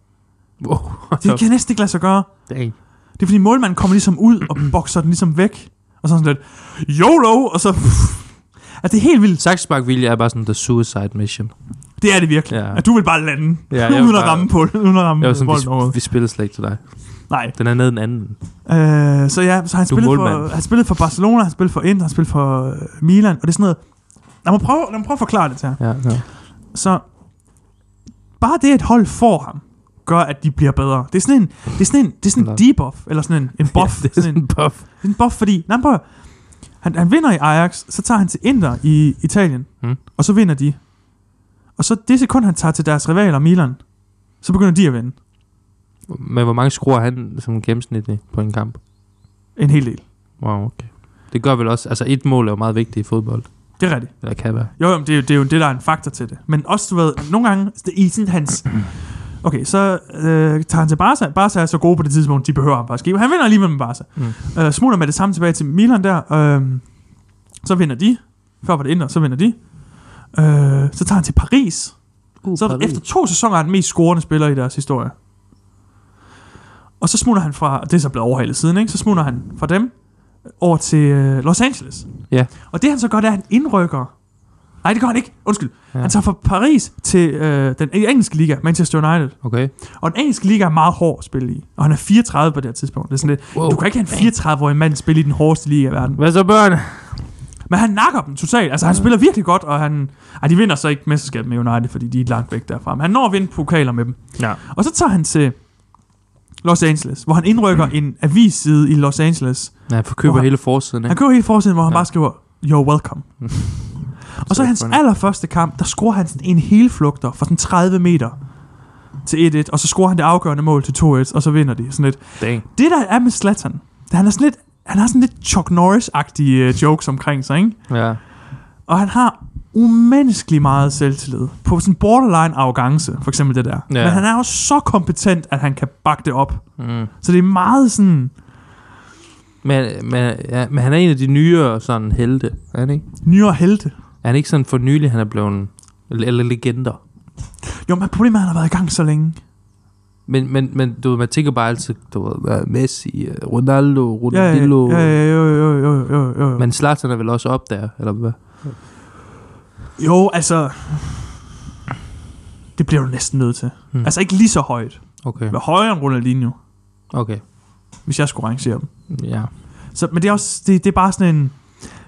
A: (laughs) Wow.
B: Det kan næsten ikke lade sig gøre.
A: Dang.
B: Det er fordi målmanden kommer ligesom ud og bokser den ligesom væk. Og så er han sådan lidt, YOLO! Og så... Altså, det er helt vildt.
A: Saksespark vilje er bare sådan the suicide mission.
B: Det er det virkelig.
A: Ja.
B: Ja. At du vil bare lande,
A: Ja,
B: ja,
A: jeg vil
B: uden, at
A: bare-
B: ramme på, uden at ramme
A: Jeg var sådan,
B: bolden overhovedet.
A: vi, vi spillede slet ikke til dig.
B: Nej.
A: Den er nede den anden.
B: Øh, så ja, så han
A: Du er
B: spillede, for,
A: målmand.
B: han spillede for Barcelona, han spillede for Inter, han spillede for øh, Milan, og det er sådan noget... Lad mig prøve, lad mig prøve at forklare det til jer.
A: Ja, ja.
B: Så bare det, at hold får ham, gør, at de bliver bedre. Det er sådan en, det er sådan en, det er sådan en
A: Nå.
B: debuff, eller sådan en, en buff.
A: (laughs) ja, det er
B: sådan
A: sådan
B: en,
A: en buff.
B: det er en buff, fordi... Nej, men prøv at høre. han, han vinder i Ajax, så tager han til Inter i Italien,
A: Mm.
B: og så vinder de. Og så det sekund, han tager til deres rivaler, Milan, så begynder de at vinde.
A: Men hvor mange skruer han som gennemsnitlig på en kamp?
B: En hel del.
A: Wow, okay. Det gør vel også, altså et mål er jo meget vigtigt i fodbold.
B: Det er rigtigt.
A: Eller kan være.
B: Jo, jo, men det, er jo- det er jo det, der er en faktor til det. Men også, du ved, nogle gange det, i sådan hans... Okay, så øh, tager han til Barca. Barca er så gode på det tidspunkt, de behøver ham faktisk ikke. Men Han vinder alligevel med Barca. Mm. Øh, smutter med det samme tilbage til Milan der. Øh, så vinder de. Før var det Inter, så vinder de. Øh, så tager han til Paris.
A: Uh,
B: Så er der, efter to sæsoner er han den mest scorende spiller i deres historie. Og så smutter han fra, det er så blevet overhalet siden, ikke? så smutter han fra dem over til øh, Los Angeles.
A: Ja.
B: Og det han så gør, det er, at han indrykker. Nej, det gør han ikke. Undskyld. Ja.
A: Ja.
B: Han tager fra Paris til øh, den engelske liga, Manchester United.
A: Okay.
B: Og den engelske liga er meget hård at spille i. Og han er 34 på det her tidspunkt. Det er sådan lidt,
A: Wow.
B: du kan ikke have en 34-årig mand spille i den hårdeste liga i verden.
A: Hvad så børn?
B: Men han nakker dem totalt. Altså, han spiller virkelig godt, og han... Ej, de vinder så ikke mesterskabet med United, fordi de er langt væk derfra. Men han når at vinde pokaler med dem.
A: Ja.
B: Og så tager han til Los Angeles, hvor han indrykker
A: Mm.
B: en avisside i Los Angeles.
A: Ja, han forkøber
B: Hvor han-
A: hele forsiden,
B: Han
A: ikke?
B: kører hele forsiden, hvor han
A: Mm. Ja.
B: bare skriver, You're
A: (laughs)
B: welcome. og så
A: Så
B: i hans
A: funny.
B: allerførste kamp, der scorer han sådan en helflugter fra sådan 30 meter til 1-1, og så scorer han det afgørende mål til 2-1, og så vinder de. Sådan lidt.
A: Dang.
B: Det der er med Zlatan, det- han er sådan lidt, han har sådan lidt Chuck Norris-agtige øh, jokes omkring sig, ikke?
A: Ja.
B: Og han har umenneskelig meget selvtillid. På sådan borderline arrogance, for eksempel det der.
A: Ja.
B: Men han er jo så kompetent, at han kan bakke det op.
A: Mm.
B: Så det er meget sådan...
A: Men, men, ja, men han er en af de nyere sådan helte, er han ikke?
B: nyere helte.
A: Er han ikke sådan for nylig, han er blevet... Eller, eller legender.
B: Jo, men problemet er, at han har været i gang så længe.
A: Men, men, men du ved, man tænker bare altid, du ved, hvad er Messi, øh, Ronaldo,
B: Ja, ja,
A: Ronaldinho.
B: ja, ja, jo, jo, jo, jo, jo, jo. Men,
A: Men Zlatan er vel også op der, eller hvad?
B: jo, altså... Det bliver du næsten nødt til.
A: Hmm.
B: Hmm. Altså ikke lige så højt.
A: Okay,
B: Men højere end Ronaldinho,
A: okay.
B: hvis jeg skulle rangere dem.
A: Ja.
B: Så, men det er også... Det, det er bare sådan en...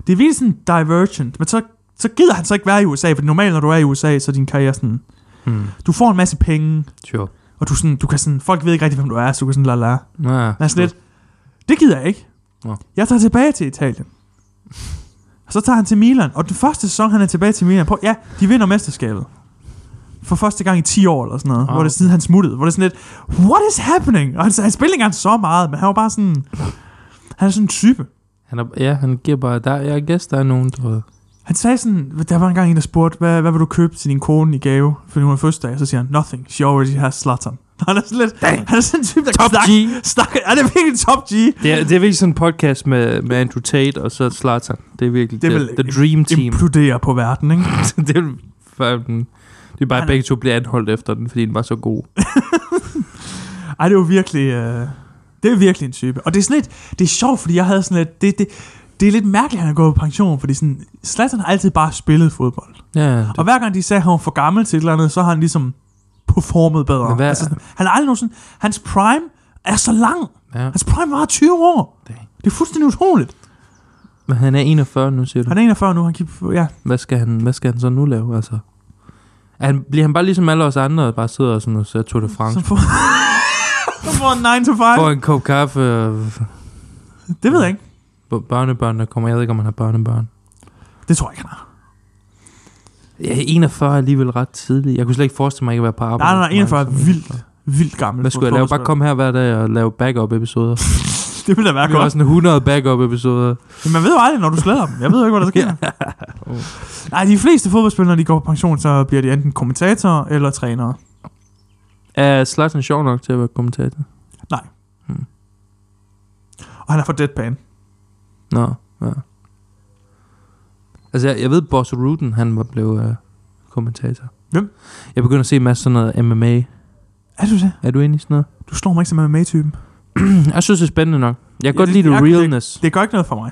B: Det er virkelig sådan divergent. Men så, så gider han så ikke være i USA. For normalt, når du er i USA, så er din karriere sådan...
A: Mm.
B: Du får en masse penge,
A: Sure.
B: og du, sådan, du kan sådan... Folk ved ikke rigtig, hvem du er, så du kan sådan la la.
A: Ja,
B: Men sådan lidt, det gider jeg ikke.
A: Nå.
B: Jeg tager tilbage til Italien. Og så tager han til Milan. Og den første sæson, han er tilbage til Milan. Prøv, ja, de vinder mesterskabet. For første gang i 10 år eller sådan noget.
A: Ah,
B: Ah, hvor
A: okay.
B: det siden han smuttede. Hvor det er sådan lidt, what is happening? Og han, han spillede ikke engang så meget, men han var bare sådan... Han er sådan en type.
A: Han er, ja, han giver bare... Der, jeg gæst, der er nogen, der...
B: Han sagde sådan, der var engang en, der spurgte, hvad, hvad vil du købe til din kone i gave, for nu er fødselsdag? Så siger han, nothing, she already has Zlatan. (laughs) Han er sådan lidt, han er sådan en type, der
A: Top G!
B: snakker, snakker, han er virkelig top G.
A: Det er, det er virkelig sådan en podcast med, med Andrew Tate og så Zlatan. Det er virkelig
B: Det
A: det
B: er
A: er
B: vel
A: the, the dream team.
B: (laughs) Imploderer på verden, ikke?
A: det er fucking... Det er bare, at begge to bliver anholdt efter den, fordi den var så god.
B: Ej, det var virkelig... Øh, det er virkelig en type. Og det er sådan lidt... Det er sjovt, fordi jeg havde sådan lidt... Det, det, det er lidt mærkeligt, at han er gået på pension, fordi sådan, Zlatan har altid bare spillet fodbold. Det.
A: Ja, det,
B: Og hver gang de sagde, at han var for gammel til et eller andet, så har han ligesom performet bedre.
A: Men hvad-
B: altså, sådan, han er aldrig nogen sådan, Hans prime er så lang.
A: ja.
B: Hans prime var 20 år.
A: Dang.
B: Det er fuldstændig utroligt.
A: Men han er 41 nu, siger du.
B: Han er 41 nu, han kan... Ja,
A: Hvad skal han, hvad skal han så nu lave, altså? Er Han, bliver han bare ligesom alle os andre, og bare sidder sådan og ser Tour de France?
B: så får... så får han 9 to 5.
A: Får en kop kaffe og
B: Det ved jeg ikke.
A: børnebørn, der kommer. Jeg ved ikke, om han har børnebørn.
B: Det tror jeg ikke, han har.
A: Ja, 41 er alligevel ret tidligt. Jeg kunne slet ikke forestille mig ikke at være på arbejde.
B: nej, nej, 41 er vildt. Vildt gammel.
A: Hvad skulle jeg lave? Bare komme her hver dag og lave backup-episoder.
B: Det ville da være
A: Det var
B: godt.
A: sådan 100 backup-episoder.
B: Men man ved jo aldrig, når du sletter dem. Jeg ved jo ikke, hvad der sker. Nej, de fleste fodboldspillere, når de går på pension, så bliver de enten kommentatorer eller trænere.
A: Er Zlatan sjov nok til at være kommentator?
B: Og han er fra Deadpan.
A: Nå, ja. Altså, jeg, jeg ved, Boss Ruden, han var blev øh, kommentator.
B: Hvem?
A: Jeg begynder at se en masse sådan noget MMA.
B: Er du det?
A: Er du inde i sådan
B: (clears throat)
A: noget?
B: Du slår mig ikke som MMA-typen.
A: Jeg synes, det er spændende nok. Jeg kan
B: Ja,
A: godt
B: det-
A: lide the
B: jeg kan ikke-
A: realness.
B: Det gør ikke noget for mig.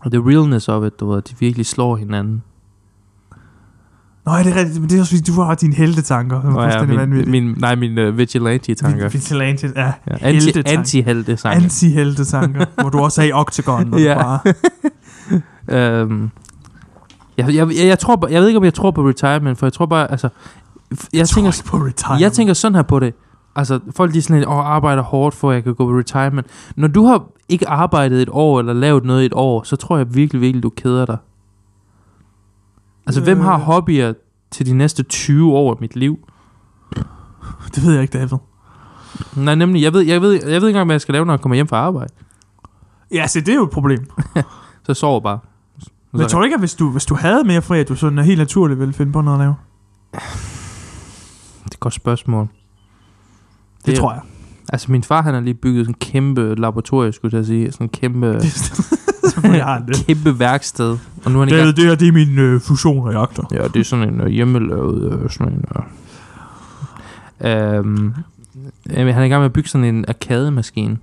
A: Og the realness of it, du ved, at de virkelig slår hinanden.
B: Nå, ja, det er rigtigt, men det er også fordi, du har dine heltetanker. Det er
A: Nå ja,
B: fuldstændig
A: min,
B: vanvittigt.
A: min, nej, min uh, vigilante-tanker.
B: Vigilante, ja.
A: Ja, anti,
B: heltetanker.
A: anti-helte-tanker.
B: Anti-heltetanker, hvor du også er i Octagon. Når
A: Ja.
B: du bare...
A: Øhm, jeg, jeg, jeg, jeg, tror, bare- jeg ved ikke, om jeg tror på retirement, for jeg tror bare, altså... f- Jeg, jeg
B: tror
A: tænker,
B: ikke på retirement.
A: jeg tænker sådan her på det. Altså, folk de er sådan lidt, åh, arbejder hårdt for, at jeg kan gå på retirement. Når du har ikke arbejdet et år, eller lavet noget i et år, så tror jeg virkelig, virkelig, du keder dig. Altså, øh. hvem har
B: Øh.
A: hobbyer til de næste 20 år af mit liv?
B: Det ved jeg ikke, David.
A: Nej, nemlig, jeg ved, jeg ved, jeg ved ikke engang, hvad jeg skal lave, når jeg kommer hjem fra arbejde.
B: Ja, se, det er jo et problem.
A: Så jeg sover bare. Så-
B: Men jeg
A: så-
B: tror du ikke, at hvis du, hvis du havde mere fri, at du sådan helt naturligt ville finde på noget at lave?
A: Det er et godt spørgsmål.
B: Det, det tror jeg.
A: Altså, min far, han har lige bygget sådan en kæmpe laboratorium, skulle jeg til at sige. Sådan en kæmpe,
B: (laughs) Selvfølgelig har han det.
A: kæmpe værksted. Og nu er han i
B: Det,
A: gang.
B: det her, det er min øh, fusion og jagter.
A: Ja, det er sådan en øh, hjemmelavet, øh, sådan en... Øh. Øhm, jamen, han er i gang med at bygge sådan en arkademaskine.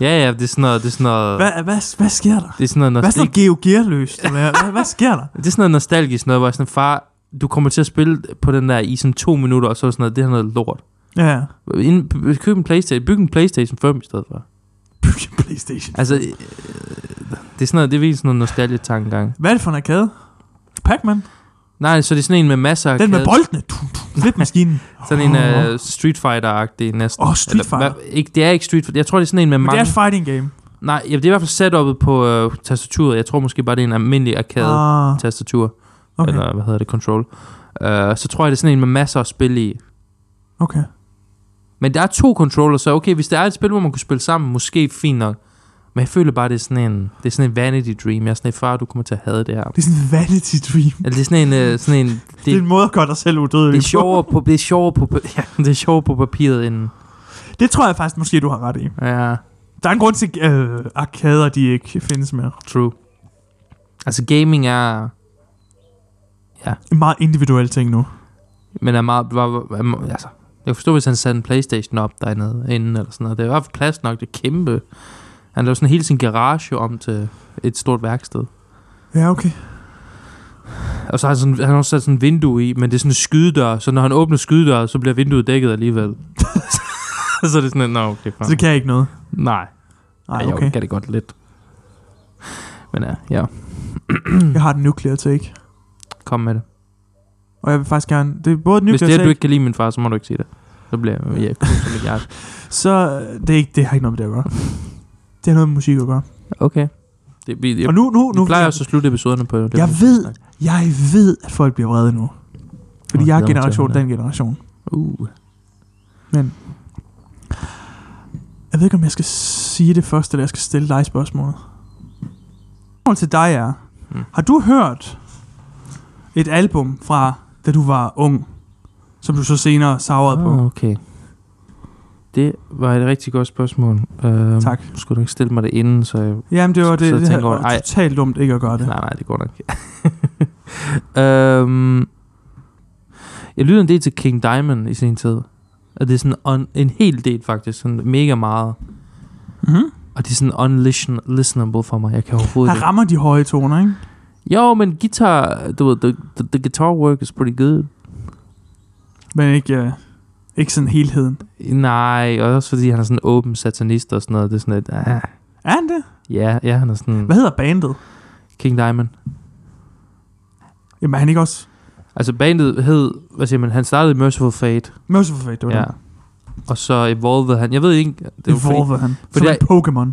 A: ja, ja, det er sådan noget... Det er sådan noget,
B: Hvad, hvad, hvad sker der?
A: Det er sådan noget,
B: Hvad er sådan
A: nostalgi-
B: noget Geo Gearløst? Eller Hvad, hvad sker der?
A: det er sådan noget nostalgisk noget, hvor jeg sådan, far, du kommer til at spille på den der i sådan to minutter, og så er sådan noget, det her noget lort.
B: Ja,
A: Ind, b- køb en Playstation, byg en Playstation 5 i stedet for.
B: bygge en Playstation.
A: Altså, øh, det er sådan noget, det er virkelig sådan noget nostalgie-tankegang.
B: Hvad er det for en arcade? Pac-Man?
A: Nej, så det er sådan en med masser af
B: Den med
A: arcade.
B: boldene? Tum, tum. Lidt maskinen.
A: Sådan en
B: øh,
A: uh, Street Fighter-agtig næsten.
B: Åh, Street Fighter.
A: hvad- ikke, det er ikke Street Fighter. Jeg tror, det er sådan en med
B: Men det
A: mange...
B: er et fighting game.
A: Nej, ja, det er i hvert fald setupet på øh, tastaturet. Jeg tror måske bare, det er en almindelig arcade
B: Ah,
A: tastatur. Okay.
B: okay.
A: Eller hvad hedder det? Control. Uh, så tror jeg, det er sådan en med masser af spil i.
B: okay.
A: Men der er to controller, så okay, hvis der er et spil, hvor man kunne spille sammen, måske fint nok. Men jeg føler bare, det er sådan en, det er sådan en vanity dream. Jeg er sådan et far, du kommer til at have det her.
B: Det er sådan en vanity dream.
A: Eller det er sådan en, øh, sådan en
B: (laughs)
A: det,
B: Det er en måde at gøre dig selv udødelig
A: det er
B: på.
A: sjovere på, det er sjovere på, (laughs) ja, det er sjovere på papiret end,
B: Det tror jeg faktisk måske, du har ret i.
A: ja,
B: Der er en grund til, øh, arkader de ikke findes mere.
A: true. Altså gaming er,
B: En meget individuel ting nu.
A: men er meget, var, var, var, altså, jeg forstår, hvis han satte en Playstation op dernede inden, eller sådan noget. Det er i hvert fald plads nok, det er kæmpe. Han lavede sådan hele sin garage om til et stort værksted.
B: Ja, okay.
A: Og så har han, sådan, han har også sat sådan et vindue i, men det er sådan en skydedør, så når han åbner skydedøren, så bliver vinduet dækket alligevel. (laughs) så er det sådan, at, nå, okay,
B: Så det
A: far.
B: kan jeg ikke noget.
A: Nej,
B: Nej,
A: Ej,
B: okay.
A: jeg kan det godt lidt. Men ja, ja,
B: Jeg har den nuclear take.
A: kom med det.
B: Og jeg vil faktisk gerne... Det er både
A: Hvis
B: nuclear
A: det er,
B: take...
A: du ikke kan lide min far, så må du ikke sige det. Så bliver jeg ja, som et (laughs) hjerte.
B: Så øh, det, er ikke, det har ikke noget med det at gøre. Det har noget med musik at gøre.
A: Okay. Det, vi, jeg,
B: og
A: og nu,
B: nu, nu,
A: nu,
B: nu
A: vi plejer også at slutte episoderne på det.
B: Jeg ved, jeg ved, at folk bliver vrede nu. Fordi
A: Åh,
B: jeg
A: glæder mig
B: er
A: til at
B: generation,
A: høre det.
B: den generation.
A: Uh.
B: Jeg ved ikke, om jeg skal sige det først, eller jeg skal stille dig spørgsmålet. Spørgsmålet til dig er,
A: Mm.
B: har du hørt et album fra, da du var ung, som du så senere savrede oh.
A: Ah,
B: på?
A: okay. Det var et rigtig godt spørgsmål. Uh,
B: Tak.
A: Nu skulle du ikke stille mig det inden, så jeg...
B: Jamen, det var
A: Så
B: det, det
A: tænker
B: her
A: jeg over det.
B: var
A: Ej.
B: totalt dumt ikke at gøre det.
A: Nej, nej, det går nok. (laughs) um, jeg lyttede en del til King Diamond i sin tid. Og det er sådan on, en hel del faktisk, sådan mega meget.
B: Mm-hmm.
A: Og det er sådan unlistenable for mig. Jeg kan overhovedet
B: Her
A: ikke-
B: rammer de høje toner, ikke?
A: Jo, men guitar, du ved, the, the, the guitar work is pretty good.
B: Men ikke, uh, ikke sådan helheden.
A: Nej, og også fordi han er sådan en åben satanist og sådan noget. Det er sådan lidt, ah,
B: Er han det?
A: ja, ja, han er sådan
B: Hvad hedder bandet?
A: King Diamond.
B: Jamen, er han ikke også...
A: Altså bandet hed, hvad siger man, han startede i Merciful Fate,
B: Merciful Fate, det var
A: Ja.
B: det.
A: og så evolvede han. Jeg ved ikke, det var,
B: Det
A: fordi,
B: var han.
A: fordi
B: Som
A: jeg-
B: en Pokémon.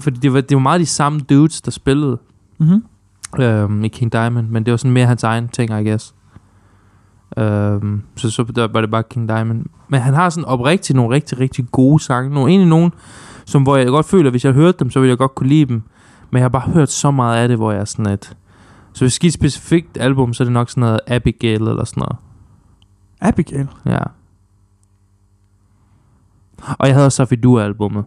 A: fordi det, var, det var meget de samme dudes, der spillede Mhm.
B: Mm-hmm.
A: øhm, i King Diamond, men det var sådan mere hans egen ting, I guess. Øhm, så så der var det bare King Diamond. Men han har sådan oprigtigt nogle rigtig, rigtig gode sange. Nogle, egentlig nogle, som, hvor jeg godt føler, at hvis jeg hørte dem, så ville jeg godt kunne lide dem. Men jeg har bare hørt så meget af det, hvor jeg er sådan et... Så hvis jeg skal give et specifikt album, så er det nok sådan noget Abigail eller sådan noget.
B: Abigail.
A: Ja. Og jeg havde også Safi Dua-albummet.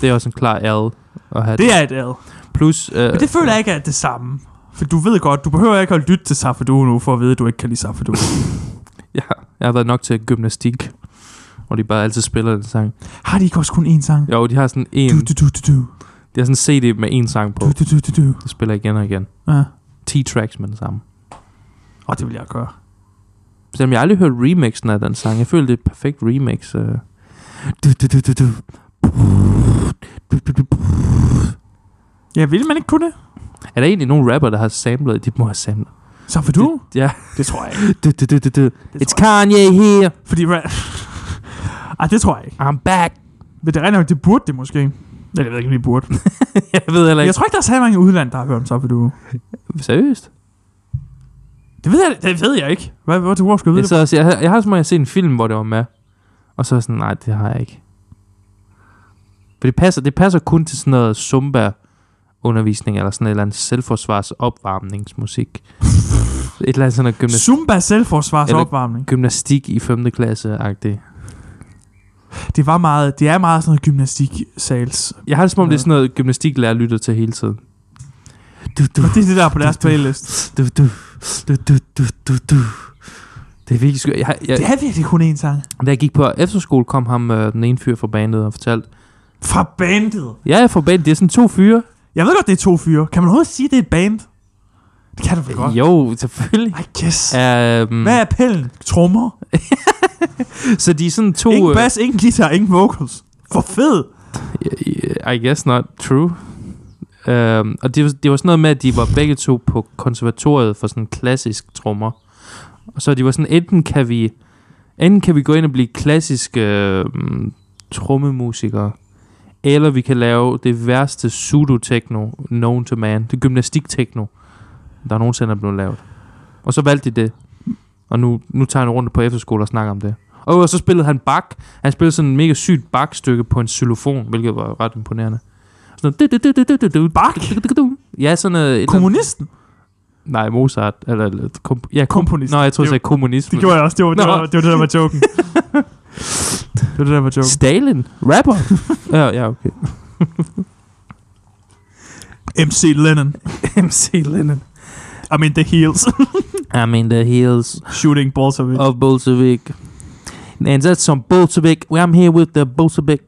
A: det er også en klar L at have
B: Det er et ad.
A: Plus... Øh,
B: Men det føler jeg ikke er det samme. For du ved godt, du behøver ikke at lytte til Safadu nu, for at vide, at du ikke kan lide Safadu.
A: (laughs) Ja, jeg har været nok til gymnastik, hvor de bare altid spiller den sang.
B: har de ikke også kun én sang?
A: Jo, de har sådan en,
B: Du, du, du, du, du,
A: de har sådan en CD med en sang på,
B: du, du, du, du, du.
A: der spiller igen og igen.
B: Ja.
A: 10 tracks med den samme.
B: Og det vil jeg gøre.
A: Selvom jeg aldrig hørt remixen af den sang. Jeg føler, det er et perfekt remix. øh. Du, du, du, du, du. Du, du, du.
B: Ja, vil man ikke kunne det?
A: Er der egentlig nogen rapper, der har samlet? De må have samlet.
B: Safadu?
A: Ja.
B: (laughs) Det tror jeg ikke.
A: Du, du, du, du, du.
B: Det
A: It's
B: tror jeg.
A: Kanye here.
B: ikke. Fordi... ra- Ej, det tror jeg ikke.
A: I'm back. (laughs)
B: Men det er rigtig nok, det burde det måske. Eller jeg ved ikke, om det burde.
A: jeg ved heller
B: Men jeg
A: ikke.
B: tror ikke, der er særlig mange i udlandet, der har hørt om Safadu.
A: Seriøst?
B: Det ved jeg, det ved jeg ikke. Hvad, hvad tror du, skal jeg vide
A: Jeg,
B: det?
A: så også, jeg, har- jeg har som om, jeg har set en film, hvor det var med. Og så er jeg sådan, nej, det har jeg ikke. For det passer, det passer kun til sådan noget zumba undervisning eller sådan et eller andet selvforsvars (laughs) opvarmningsmusik. et eller andet sådan noget gymnastik,
B: Zumba selvforsvars
A: Eller-
B: opvarmning.
A: gymnastik i 5. klasse -agtigt.
B: Det var meget, det er meget sådan noget gymnastik sales.
A: Jeg har det som om, det
B: Ja.
A: er sådan noget gymnastiklærer lytter til hele tiden. Du, du,
B: Og det er det der er på deres playlist.
A: du, du, du, du, du, du, du. Det er virkelig skørt. Jeg, har- jeg,
B: Det er virkelig kun én sang.
A: da jeg gik på efterskole, kom ham, øh, den ene fyr fra bandet og fortalte,
B: Fra bandet.
A: ja, jeg er fra bandet, det er sådan to fyre.
B: Jeg ved godt, det er to fyre. Kan man overhovedet sige, det er et band? Det kan du vel godt.
A: Jo, selvfølgelig.
B: I guess.
A: Um,
B: Hvad er appellen? Trommer.
A: så de er sådan to... øh,
B: Ingen bass, ingen guitar, ingen vocals. For fed.
A: Uh, I guess not true. Um, og det, var- det var sådan noget med, at de var begge to på konservatoriet for sådan klassisk trommer. Og så de var sådan, enten kan vi, enten kan vi gå ind og blive klassiske uh, trommemusikere, eller vi kan lave det værste pseudo-techno known to man. Det gymnastik-techno, der nogensinde er blevet lavet. Og så valgte de det. Og nu, nu tager han rundt på efterskole og snakker om det. Og så spillede han bak. Han spillede sådan en mega sygt bakstykke på en xylofon, hvilket var ret imponerende. Sådan noget, du- du- du- du- du- du-
B: Bach?
A: du- du- du- du. Ja, sådan noget... et eller andet-
B: Kommunisten?
A: Nej, Mozart. Eller, eller kom- ja, kom-
B: Komponist.
A: Nå, jeg troede,
B: Det-
A: du sagde kommunisme.
B: Det gjorde jeg også. Det var det,
A: Nå.
B: var, det, var det der var
A: (laughs)
B: joken. det var det, der var joken.
A: Stalin?
B: (laughs)
A: Rapper? ja, ja, okay.
B: MC Lennon.
A: MC Lennon.
B: I mean, the heels.
A: I'm in the hills
B: Shooting balls of it.
A: of Bolshevik. And that's some Bolshevik. Well, I'm here with the Bolshevik.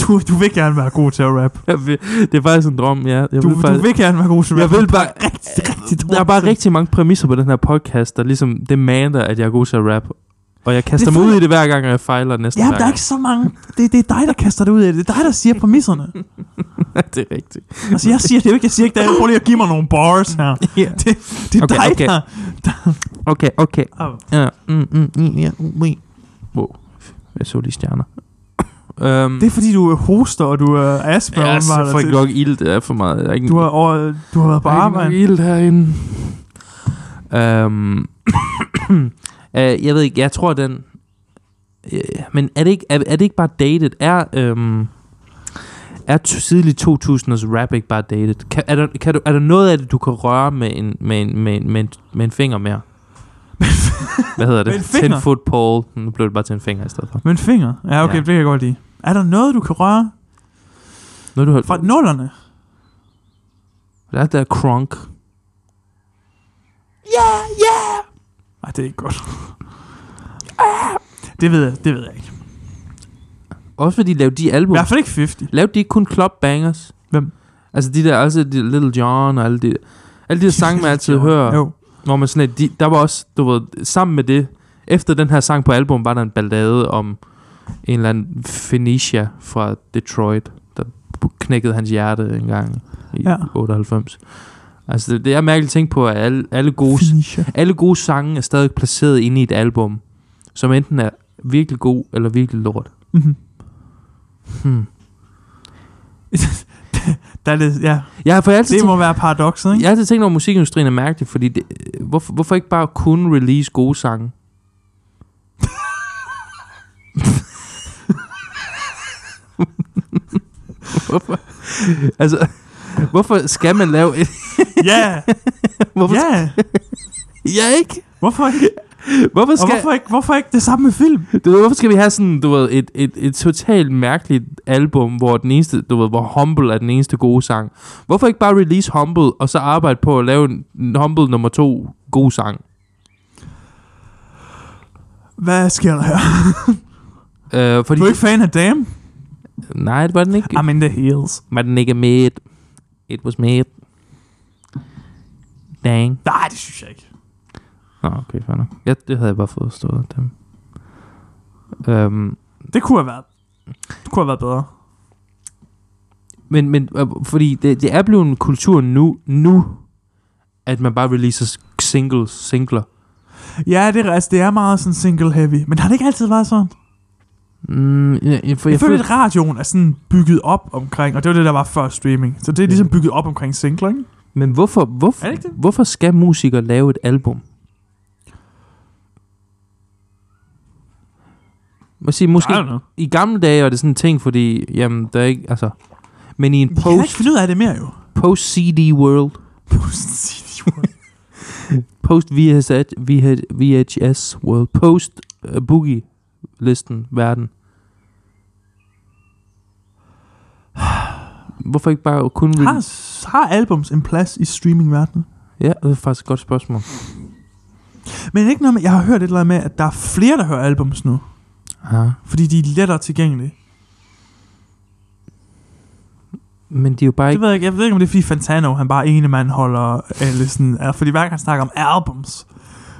B: Du, du vil gerne være god til at rap.
A: (laughs) Jeg vil- Det er faktisk en drøm, ja. Jeg
B: Du,
A: vil
B: du
A: faktisk,
B: vil gerne være god til at
A: jeg
B: rap.
A: vil bare,
B: Rigtig, rigtig dårlig
A: der er bare
B: til.
A: rigtig mange præmisser på den her podcast, der ligesom demander, at jeg er god til at rap. Og jeg kaster
B: Det
A: mig ud
B: føler-
A: i det hver gang, og jeg fejler næsten
B: Ja,
A: hver
B: der er
A: gang.
B: ikke så mange. Det, det er dig, der kaster det ud af det. Det er dig, der siger præmisserne.
A: (laughs) det er rigtigt.
B: Altså, jeg siger det jo ikke. Jeg siger ikke, der prøv lige at give mig nogle bars her.
A: Ja.
B: Det, det er
A: Okay,
B: dig,
A: okay.
B: der...
A: Okay, okay.
B: Oh.
A: Ja. Mm, mm, mm, ja, mm, mm. Wow. Jeg så lige stjerner. (coughs) um,
B: Det er fordi, du er hoster, og du er astma.
A: Ja,
B: åbenbart,
A: så får
B: og
A: ikke
B: det-
A: nok ild. Det er for meget. Jeg er ikke,
B: du har, over, du har været på
A: der er ikke
B: arbejde.
A: nok ild herinde. (coughs) Um, jeg ved ikke, jeg tror den... Øh, men er det, ikke, er, er det ikke bare dated? Er, øhm, er t- tidlig 2000'ers rap ikke bare dated? Kan, er, der, kan du, er der noget af det, du kan røre med en, med en, med en, med en, med en finger
B: (laughs)
A: mere? Hvad hedder det?
B: Med en finger?
A: 10 foot pole. Nu blev det bare til en finger i stedet for.
B: Med en finger. Ja, okay,
A: Ja.
B: ja. det kan jeg godt lide. Er der noget, du kan røre
A: Nu du hørt,
B: fra nullerne?
A: der er der crunk.
B: Nej, det er ikke godt. Ah, Det ved jeg, det ved jeg ikke.
A: Også fordi de lavede de
B: I
A: album.
B: hvert fald ikke 50.
A: Lavede de ikke kun club bangers?
B: Hvem?
A: Altså de der, altså de Little John og alle de, alle de der sange,
B: (laughs)
A: man altid hører.
B: Jo.
A: Hvor man sådan, lidt- de, der var også, du ved, sammen med det, efter den her sang på album, var der en ballade om en eller anden Phoenicia fra Detroit, der knækkede hans hjerte en gang i
B: Ja.
A: ja. 98. Altså det, det er mærkeligt at tænke på, at alle, alle, gode,
B: Finisher.
A: alle gode sange er stadig placeret inde i et album, som enten er virkelig god eller virkelig lort.
B: Mhm.
A: Hmm.
B: Der er det, ja.
A: Jeg har for altid
B: det
A: tænkt-
B: må være paradokset, ikke?
A: Jeg har altid tænkt over, at musikindustrien er mærkelig, fordi det, øh, hvorfor, hvorfor ikke bare kunne release gode sange? hvorfor? Altså, hvorfor skal man lave et...
B: Ja,
A: (laughs) Hvorfor,
B: ja.
A: ja, ikke?
B: Hvorfor ikke?
A: Hvorfor
B: Og
A: skal,
B: hvorfor ikke, hvorfor ikke det samme med film?
A: du ved, hvorfor skal vi have sådan, du ved, et, et, et totalt mærkeligt album, hvor den eneste, du ved, hvor Humble er den eneste gode sang? Hvorfor ikke bare release Humble, og så arbejde på at lave en, en Humble nummer to god sang?
B: Hvad sker der her?
A: Øh, fordi...
B: Du er ikke fan af Damn?
A: Nej, det var den ikke.
B: I'm in the heels.
A: Var den ikke med? It was med. Dang.
B: Nej, det synes jeg ikke.
A: Nå, okay, fair nok. Ja, det havde jeg bare fået stået dem. Øhm,
B: Det kunne have været, det kunne have været bedre.
A: men, men øh, fordi det, det er blevet en kultur nu, nu, at man bare releaser s- singles, singler.
B: Ja, det, er- altså, det er meget sådan single heavy. Men har det ikke altid været sådan?
A: Mm, ja, ja, for
B: Jeg,
A: jeg,
B: jeg føler, at radioen er sådan bygget op omkring, og det var det, der var før streaming. Så det er ligesom bygget op omkring singler, ikke?
A: men hvorfor, hvorfor,
B: Er det ikke det?
A: hvorfor skal musikere lave et album? Man siger, måske,
B: I don't know.
A: i gamle dage var det sådan en ting, fordi, jamen, der er ikke, altså... Men i en
B: Vi kan da ikke
A: post,
B: finde ud af det mere, jo.
A: post-CD world, (laughs) post-VHS VH, VHS world, post-boogie-listen verden. Hvorfor ikke bare kun... re-
B: Har, har albums en plads i streamingverdenen?
A: Ja, det er faktisk et godt spørgsmål.
B: Men ikke noget med, jeg har hørt et eller andet med, at der er flere, der hører albums nu.
A: Ja.
B: Fordi de er lettere tilgængelige.
A: Men de er jo bare
B: Det
A: ikke...
B: ved jeg, ikke, jeg ved ikke, om det er fordi Fantano, han bare ene mand holder alle sådan, er, fordi hver gang han snakker om albums,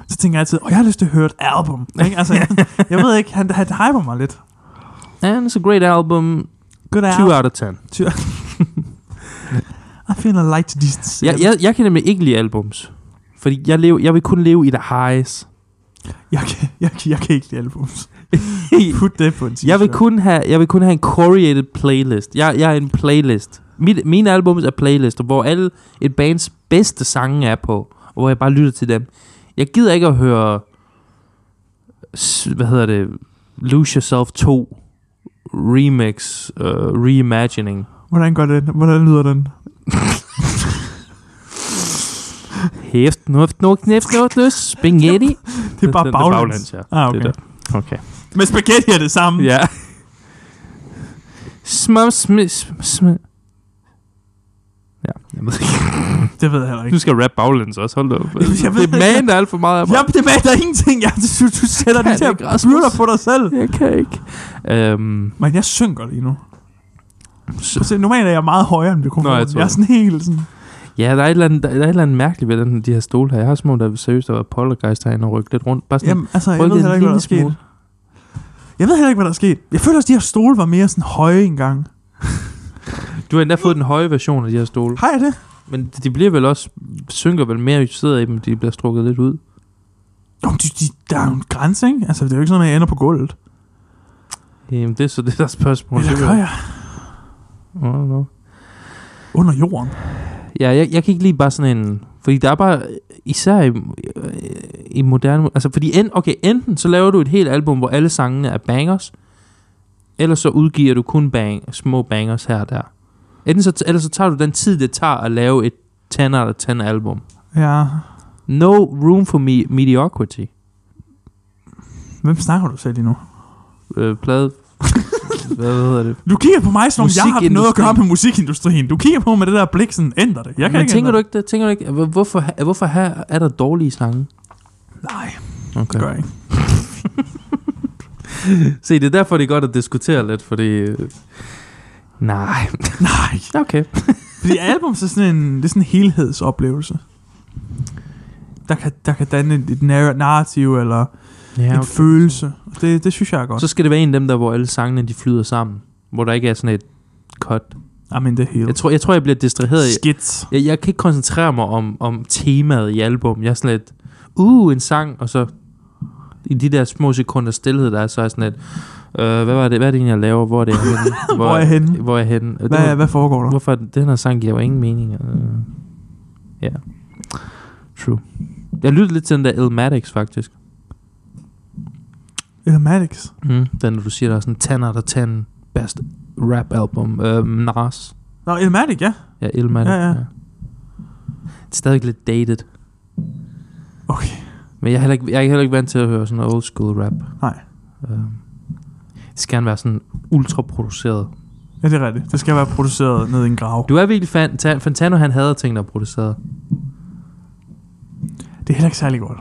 B: så tænker jeg altid, åh, jeg har lyst til at høre et album.
A: (laughs)
B: Ikke? Altså, jeg, jeg ved ikke, han, han hyper mig lidt.
A: And it's a great album.
B: Good
A: 2
B: album.
A: out of 10.
B: I feel I like to this.
A: Jeg, jeg, jeg kan nemlig ikke lide albums. Fordi jeg, lever, jeg vil kun leve i the
B: (laughs)
A: highs.
B: Jeg, kan, jeg, kan- jeg kan ikke lide albums. Put det på en t-shirt.
A: Jeg vil, kun have, jeg vil kun have en curated playlist. Jeg, jeg er en playlist. Mit, mine albums er playlister, hvor alle et bands bedste sange er på, og hvor jeg bare lytter til dem. Jeg gider ikke at høre, s- hvad hedder det, Lose Yourself 2 remix, uh, øh, reimagining
B: Hvordan går den? Hvordan lyder den?
A: Hæft, nuft, nu, knæft, nuft, løs, spaghetti.
B: (laughs) Det er bare
A: Den- den-
B: baglæns.
A: ja.
B: Ah, okay.
A: Det er der. okay.
B: Men spaghetti er det samme.
A: Ja. Smam, sm, sm, sm. Ja, jeg ved ikke.
B: Det ved jeg heller
A: Du
B: ikke.
A: skal rap baglæns også,
B: (laughs)
A: hold da op.
B: ved
A: Det
B: ikke.
A: er man, der er alt for meget af mig.
B: Jeg det med, der er ingenting. Jeg, du, du sætter
A: Kan
B: det til at
A: ikke, Rasmus.
B: byrde på dig selv.
A: Jeg kan ikke. Øhm,
B: Men jeg synker lige nu.
A: så,
B: Prøv at se, normalt er jeg meget højere end mikrofonen.
A: Nå,
B: jeg,
A: jeg tror
B: jeg er sådan helt sådan...
A: ja, der er, et eller andet, der, der er et eller andet mærkeligt ved den, de her stole her. Jeg har små, der seriøst der var poltergeist herinde og rykket lidt rundt. Bare sådan,
B: Jamen, altså, jeg
A: rykket
B: ved heller
A: en
B: ikke, hvad der er
A: lille
B: sket. Jeg ved heller ikke, hvad der er sket. Jeg føler også, at de her stole var mere sådan høje engang.
A: smule. Du har endda fået den høje version af de her stole.
B: Har jeg det?
A: Men de bliver vel også, synker vel mere, hvis du sidder i dem, de bliver strukket lidt ud.
B: Jo, de, de, der er jo en grænse, ikke? Altså, det er jo ikke sådan, at jeg ender på gulvet.
A: Jamen, det er så det der spørgsmål.
B: Eller gør jeg
A: Oh, no.
B: under jorden?
A: Ja, jeg, jeg kan ikke lide bare sådan en... Fordi der er bare... Især i, øh, i moderne... mu- Altså, fordi en, okay, enten så laver du et helt album, hvor alle sangene er bangers, eller så udgiver du kun bang, små bangers her og der. Enten så, eller så tager du den tid, det tager at lave et 10 out of 10 album.
B: Ja.
A: No room for me, mediocrity.
B: Hvem snakker du selv lige nu?
A: Øh, plade... (laughs) Hvad hedder det?
B: Du kigger på mig, som om jeg har noget at
A: Musikindustrien.
B: gøre med musikindustrien. Du kigger på mig med det der blik, sådan, ændrer det. Jeg kan
A: Men
B: ikke
A: tænker
B: ændre
A: du ikke det? Tænker du ikke, hvor- hvorfor, ha- hvorfor ha- er der dårlige sange?
B: det. Nej,
A: Okay.
B: det gør jeg ikke.
A: Se, det er derfor, det er godt at diskutere lidt, fordi... øh, Nej.
B: (laughs) Nej.
A: Okay.
B: Fordi album er sådan en, det er sådan en helhedsoplevelse. Der kan, der kan danne et, et narr- narrativ eller ja,
A: Ja,
B: okay. en følelse. Og Det, det synes jeg er godt.
A: Så skal det være en af dem der, hvor alle sangene de flyder sammen. Hvor der ikke er sådan et cut.
B: I mean, Ah, det er helt
A: Jeg tror, jeg, tror, jeg bliver distraheret. i-
B: skidt.
A: Jeg, jeg kan ikke koncentrere mig om, om temaet i album. Jeg er sådan lidt, uh, en sang, og så i de der små sekunder stillhed, der er, så er jeg sådan lidt, øh, hvad, var det, hvad er det egentlig, jeg laver? Hvor er det, jeg er
B: (laughs)
A: henne? Hvor,
B: Hvor er jeg henne?
A: Hvor er jeg henne? Og det
B: Hvad,
A: var-
B: hvad foregår der?
A: Hvorfor den her sang giver jo ingen mening. Øh, Ja. True. Jeg lyttede lidt til den der Illmatics, faktisk.
B: Elmatics.
A: Mm. Den, du siger, der er sådan 10 out of 10 best rap album. Øh, Nas.
B: Nå, Elmatic, ja.
A: Ja, Illmatic.
B: Ja, ja.
A: Det er stadig lidt dated.
B: Okay.
A: Men jeg er, heller ikke, jeg er heller ikke vant til at høre sådan old school rap.
B: Nej.
A: Øh, det skal gerne være sådan ultra produceret.
B: Ja, det er rigtigt. Det skal være produceret ned i en grav.
A: Du er virkelig fan. Ta- Fantano, han hader ting, der er produceret.
B: Det er heller ikke særlig godt.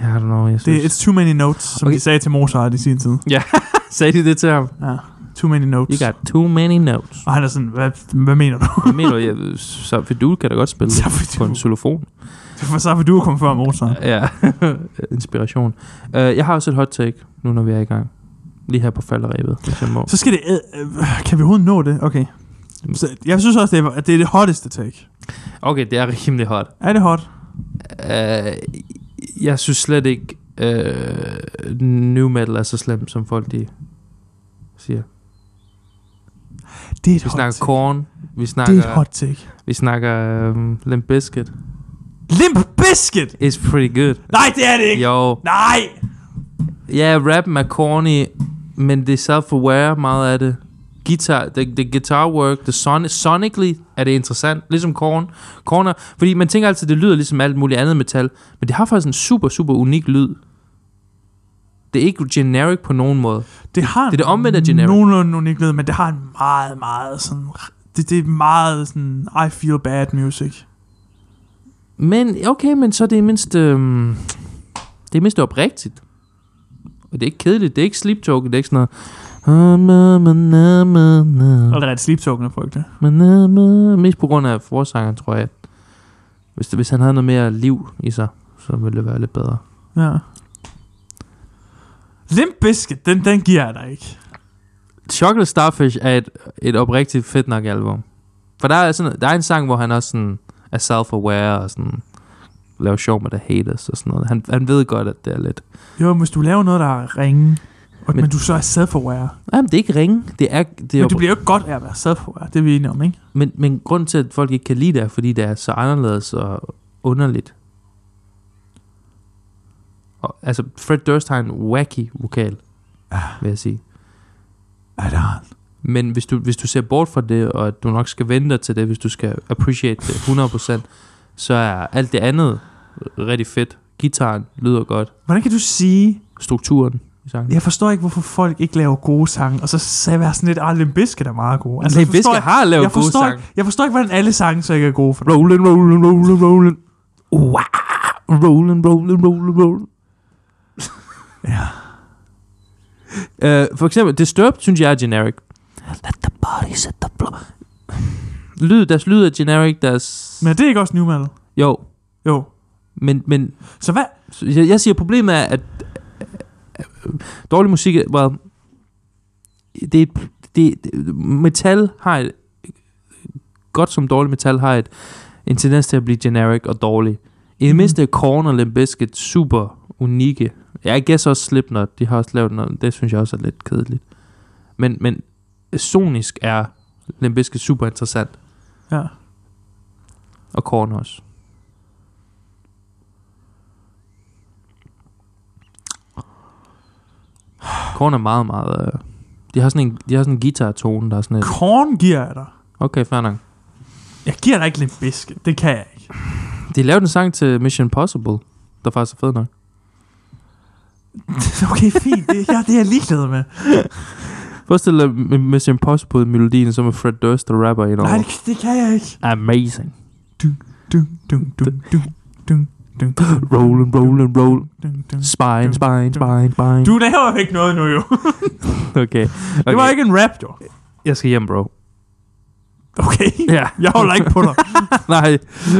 A: Ja, I don't know. Jeg
B: Det er
A: synes.
B: it's too many notes, som okay.
A: Okay.
B: de sagde til Mozart i sin tid.
A: (laughs) Sagde de det til ham?
B: Ja. Too many notes.
A: You got too many
B: (laughs)
A: notes.
B: Og han er sådan, hvad, hvad mener du? (laughs)
A: Hvad mener du? Jeg, så Fidul kan da godt spille det på en
B: Safidu.
A: xylofon.
B: Safidu du kom før Mozart.
A: Ja, (laughs) inspiration. Uh, jeg har også et hot take, nu når vi er i gang. Lige her på falderæbet, hvis jeg må.
B: Så skal det... æd- øh, kan vi overhovedet nå det? Okay. Så jeg synes også, det er, at det er det hotteste take.
A: Okay, det er rimelig hot.
B: Er det hot?
A: Uh, jeg synes slet ikke, uh, new metal er så slemt, som folk de siger.
B: Det er et
A: Vi
B: hot
A: snakker
B: take.
A: Korn, vi
B: Det er et
A: snakker,
B: hot take.
A: vi snakker um, Limp Bizkit.
B: Limp Biscuit!
A: It's pretty good.
B: Nej, det er det ikke!
A: Jo,
B: Nej!
A: Ja, rappen er corny, men det er self-aware meget af det. Guitar, the, the guitar work, the son, sonically er det interessant, ligesom Korn. Korn er, fordi man tænker altid, det lyder ligesom alt muligt andet metal, men det har faktisk en super, super unik lyd. Det er ikke generic på nogen måde.
B: Det har
A: Det er det omvendte af generic.
B: Nogenlunde unik lyd, men det har en meget, meget sådan... Det, det er meget sådan... I feel bad music.
A: Men okay, men så er det mindst, øhm, det er mindst oprigtigt. Og det er ikke kedeligt, det er ikke sleep talk, det er ikke sådan noget. Na, na, na, na, na.
B: Og det er ret sliptåkende, folk det.
A: Men øh, men mest på grund af forsangeren, tror jeg. at Hvis, det, hvis han havde noget mere liv i sig, så ville det være lidt bedre.
B: Ja. Limp Bizkit, den, den giver jeg dig ikke.
A: Chocolate Starfish er et, et oprigtigt fedt nok album. For der er, sådan, der er en sang, hvor han også sådan er self-aware og sådan laver sjov med the haters og sådan noget. Han, han ved godt, at det er lidt...
B: Jo, men hvis du laver noget, der er ringe, og, men,
A: Men-
B: men, du så er self-aware.
A: Jamen, det er ikke ringe. Det er, det er
B: Men du
A: opri-
B: bliver jo ikke godt af at være self-aware, det er vi enige om, ikke?
A: men, men grunden til, at folk ikke kan lide det, er, fordi det er så anderledes og underligt. Og, altså,
B: Ah.
A: Fred Durst har en wacky vokal, vil jeg sige.
B: Ja, det har han.
A: Men hvis du, hvis du ser bort fra det, og at du nok skal vente til det, hvis du skal appreciate det 100%, så er alt det andet rigtig fedt. Gitaren lyder godt.
B: Hvordan kan du sige,
A: Strukturen i sangen.
B: jeg forstår ikke, hvorfor folk ikke laver gode sange, og så sagde jeg sådan lidt, at Limp Bizkit er meget god.
A: Altså,
B: jeg
A: Limp Bizkit
B: forstår-
A: har lavet
B: jeg
A: gode
B: forstår,
A: sange.
B: ikke- jeg forstår ikke, hvordan alle sange så ikke er gode for dig.
A: Rolling, rolling, rolling, rolling. Wow. Rolling, rolling, rolling, (laughs) rolling.
B: Ja.
A: Uh, for eksempel, Disturbed synes jeg er generic. Let the bodies at the floor. Lyd, deres lyd er generic, deres...
B: Men er det ikke også new metal?
A: Jo,
B: Jo.
A: men, men
B: Så hvad?
A: så jeg, jeg siger, problemet er, at øh, dårlig musik... er- Well, det er, et- det, det, metal har et, godt som dårlig metal har et, en tendens til at blive generic og dårlig. I det
B: Mhm.
A: mindste er Korn og Limp Bizkit super unikke. Jeg gætter også Slipknot, de har også lavet noget, det synes jeg også er lidt kedeligt. Men, men sonisk er Limp Bizkit super interessant.
B: Ja.
A: Og Korn også. Korn er meget, meget... Øh, de har sådan en, de har sådan en guitar-tone, der er sådan et...
B: Korn giver jeg dig.
A: Okay, fair nok.
B: Jeg giver dig ikke Limp Bizkit. Det kan jeg ikke.
A: De lavede en sang til Mission Impossible, der faktisk er fed nok.
B: (laughs) Okay, fint. Det, ja, det er jeg ligeglad (laughs) med.
A: Forestil dig M- Mission Impossible-melodien, som er Fred Durst, der rapper ind
B: Nej,
A: over.
B: det, det kan jeg ikke.
A: Amazing.
B: Dun, dun, dun, dun, dun, dun, dun,
A: Rolling, rolling, roll.
B: dun, dun.
A: Spine, spine, spine, spine.
B: Du laver jo ikke noget nu, jo.
A: Okay. okay.
B: Det var ikke en rap, jo. (laughs)
A: Jeg skal hjem, bro.
B: Okay.
A: Ja.
B: Jeg holder ikke på dig.
A: Nej.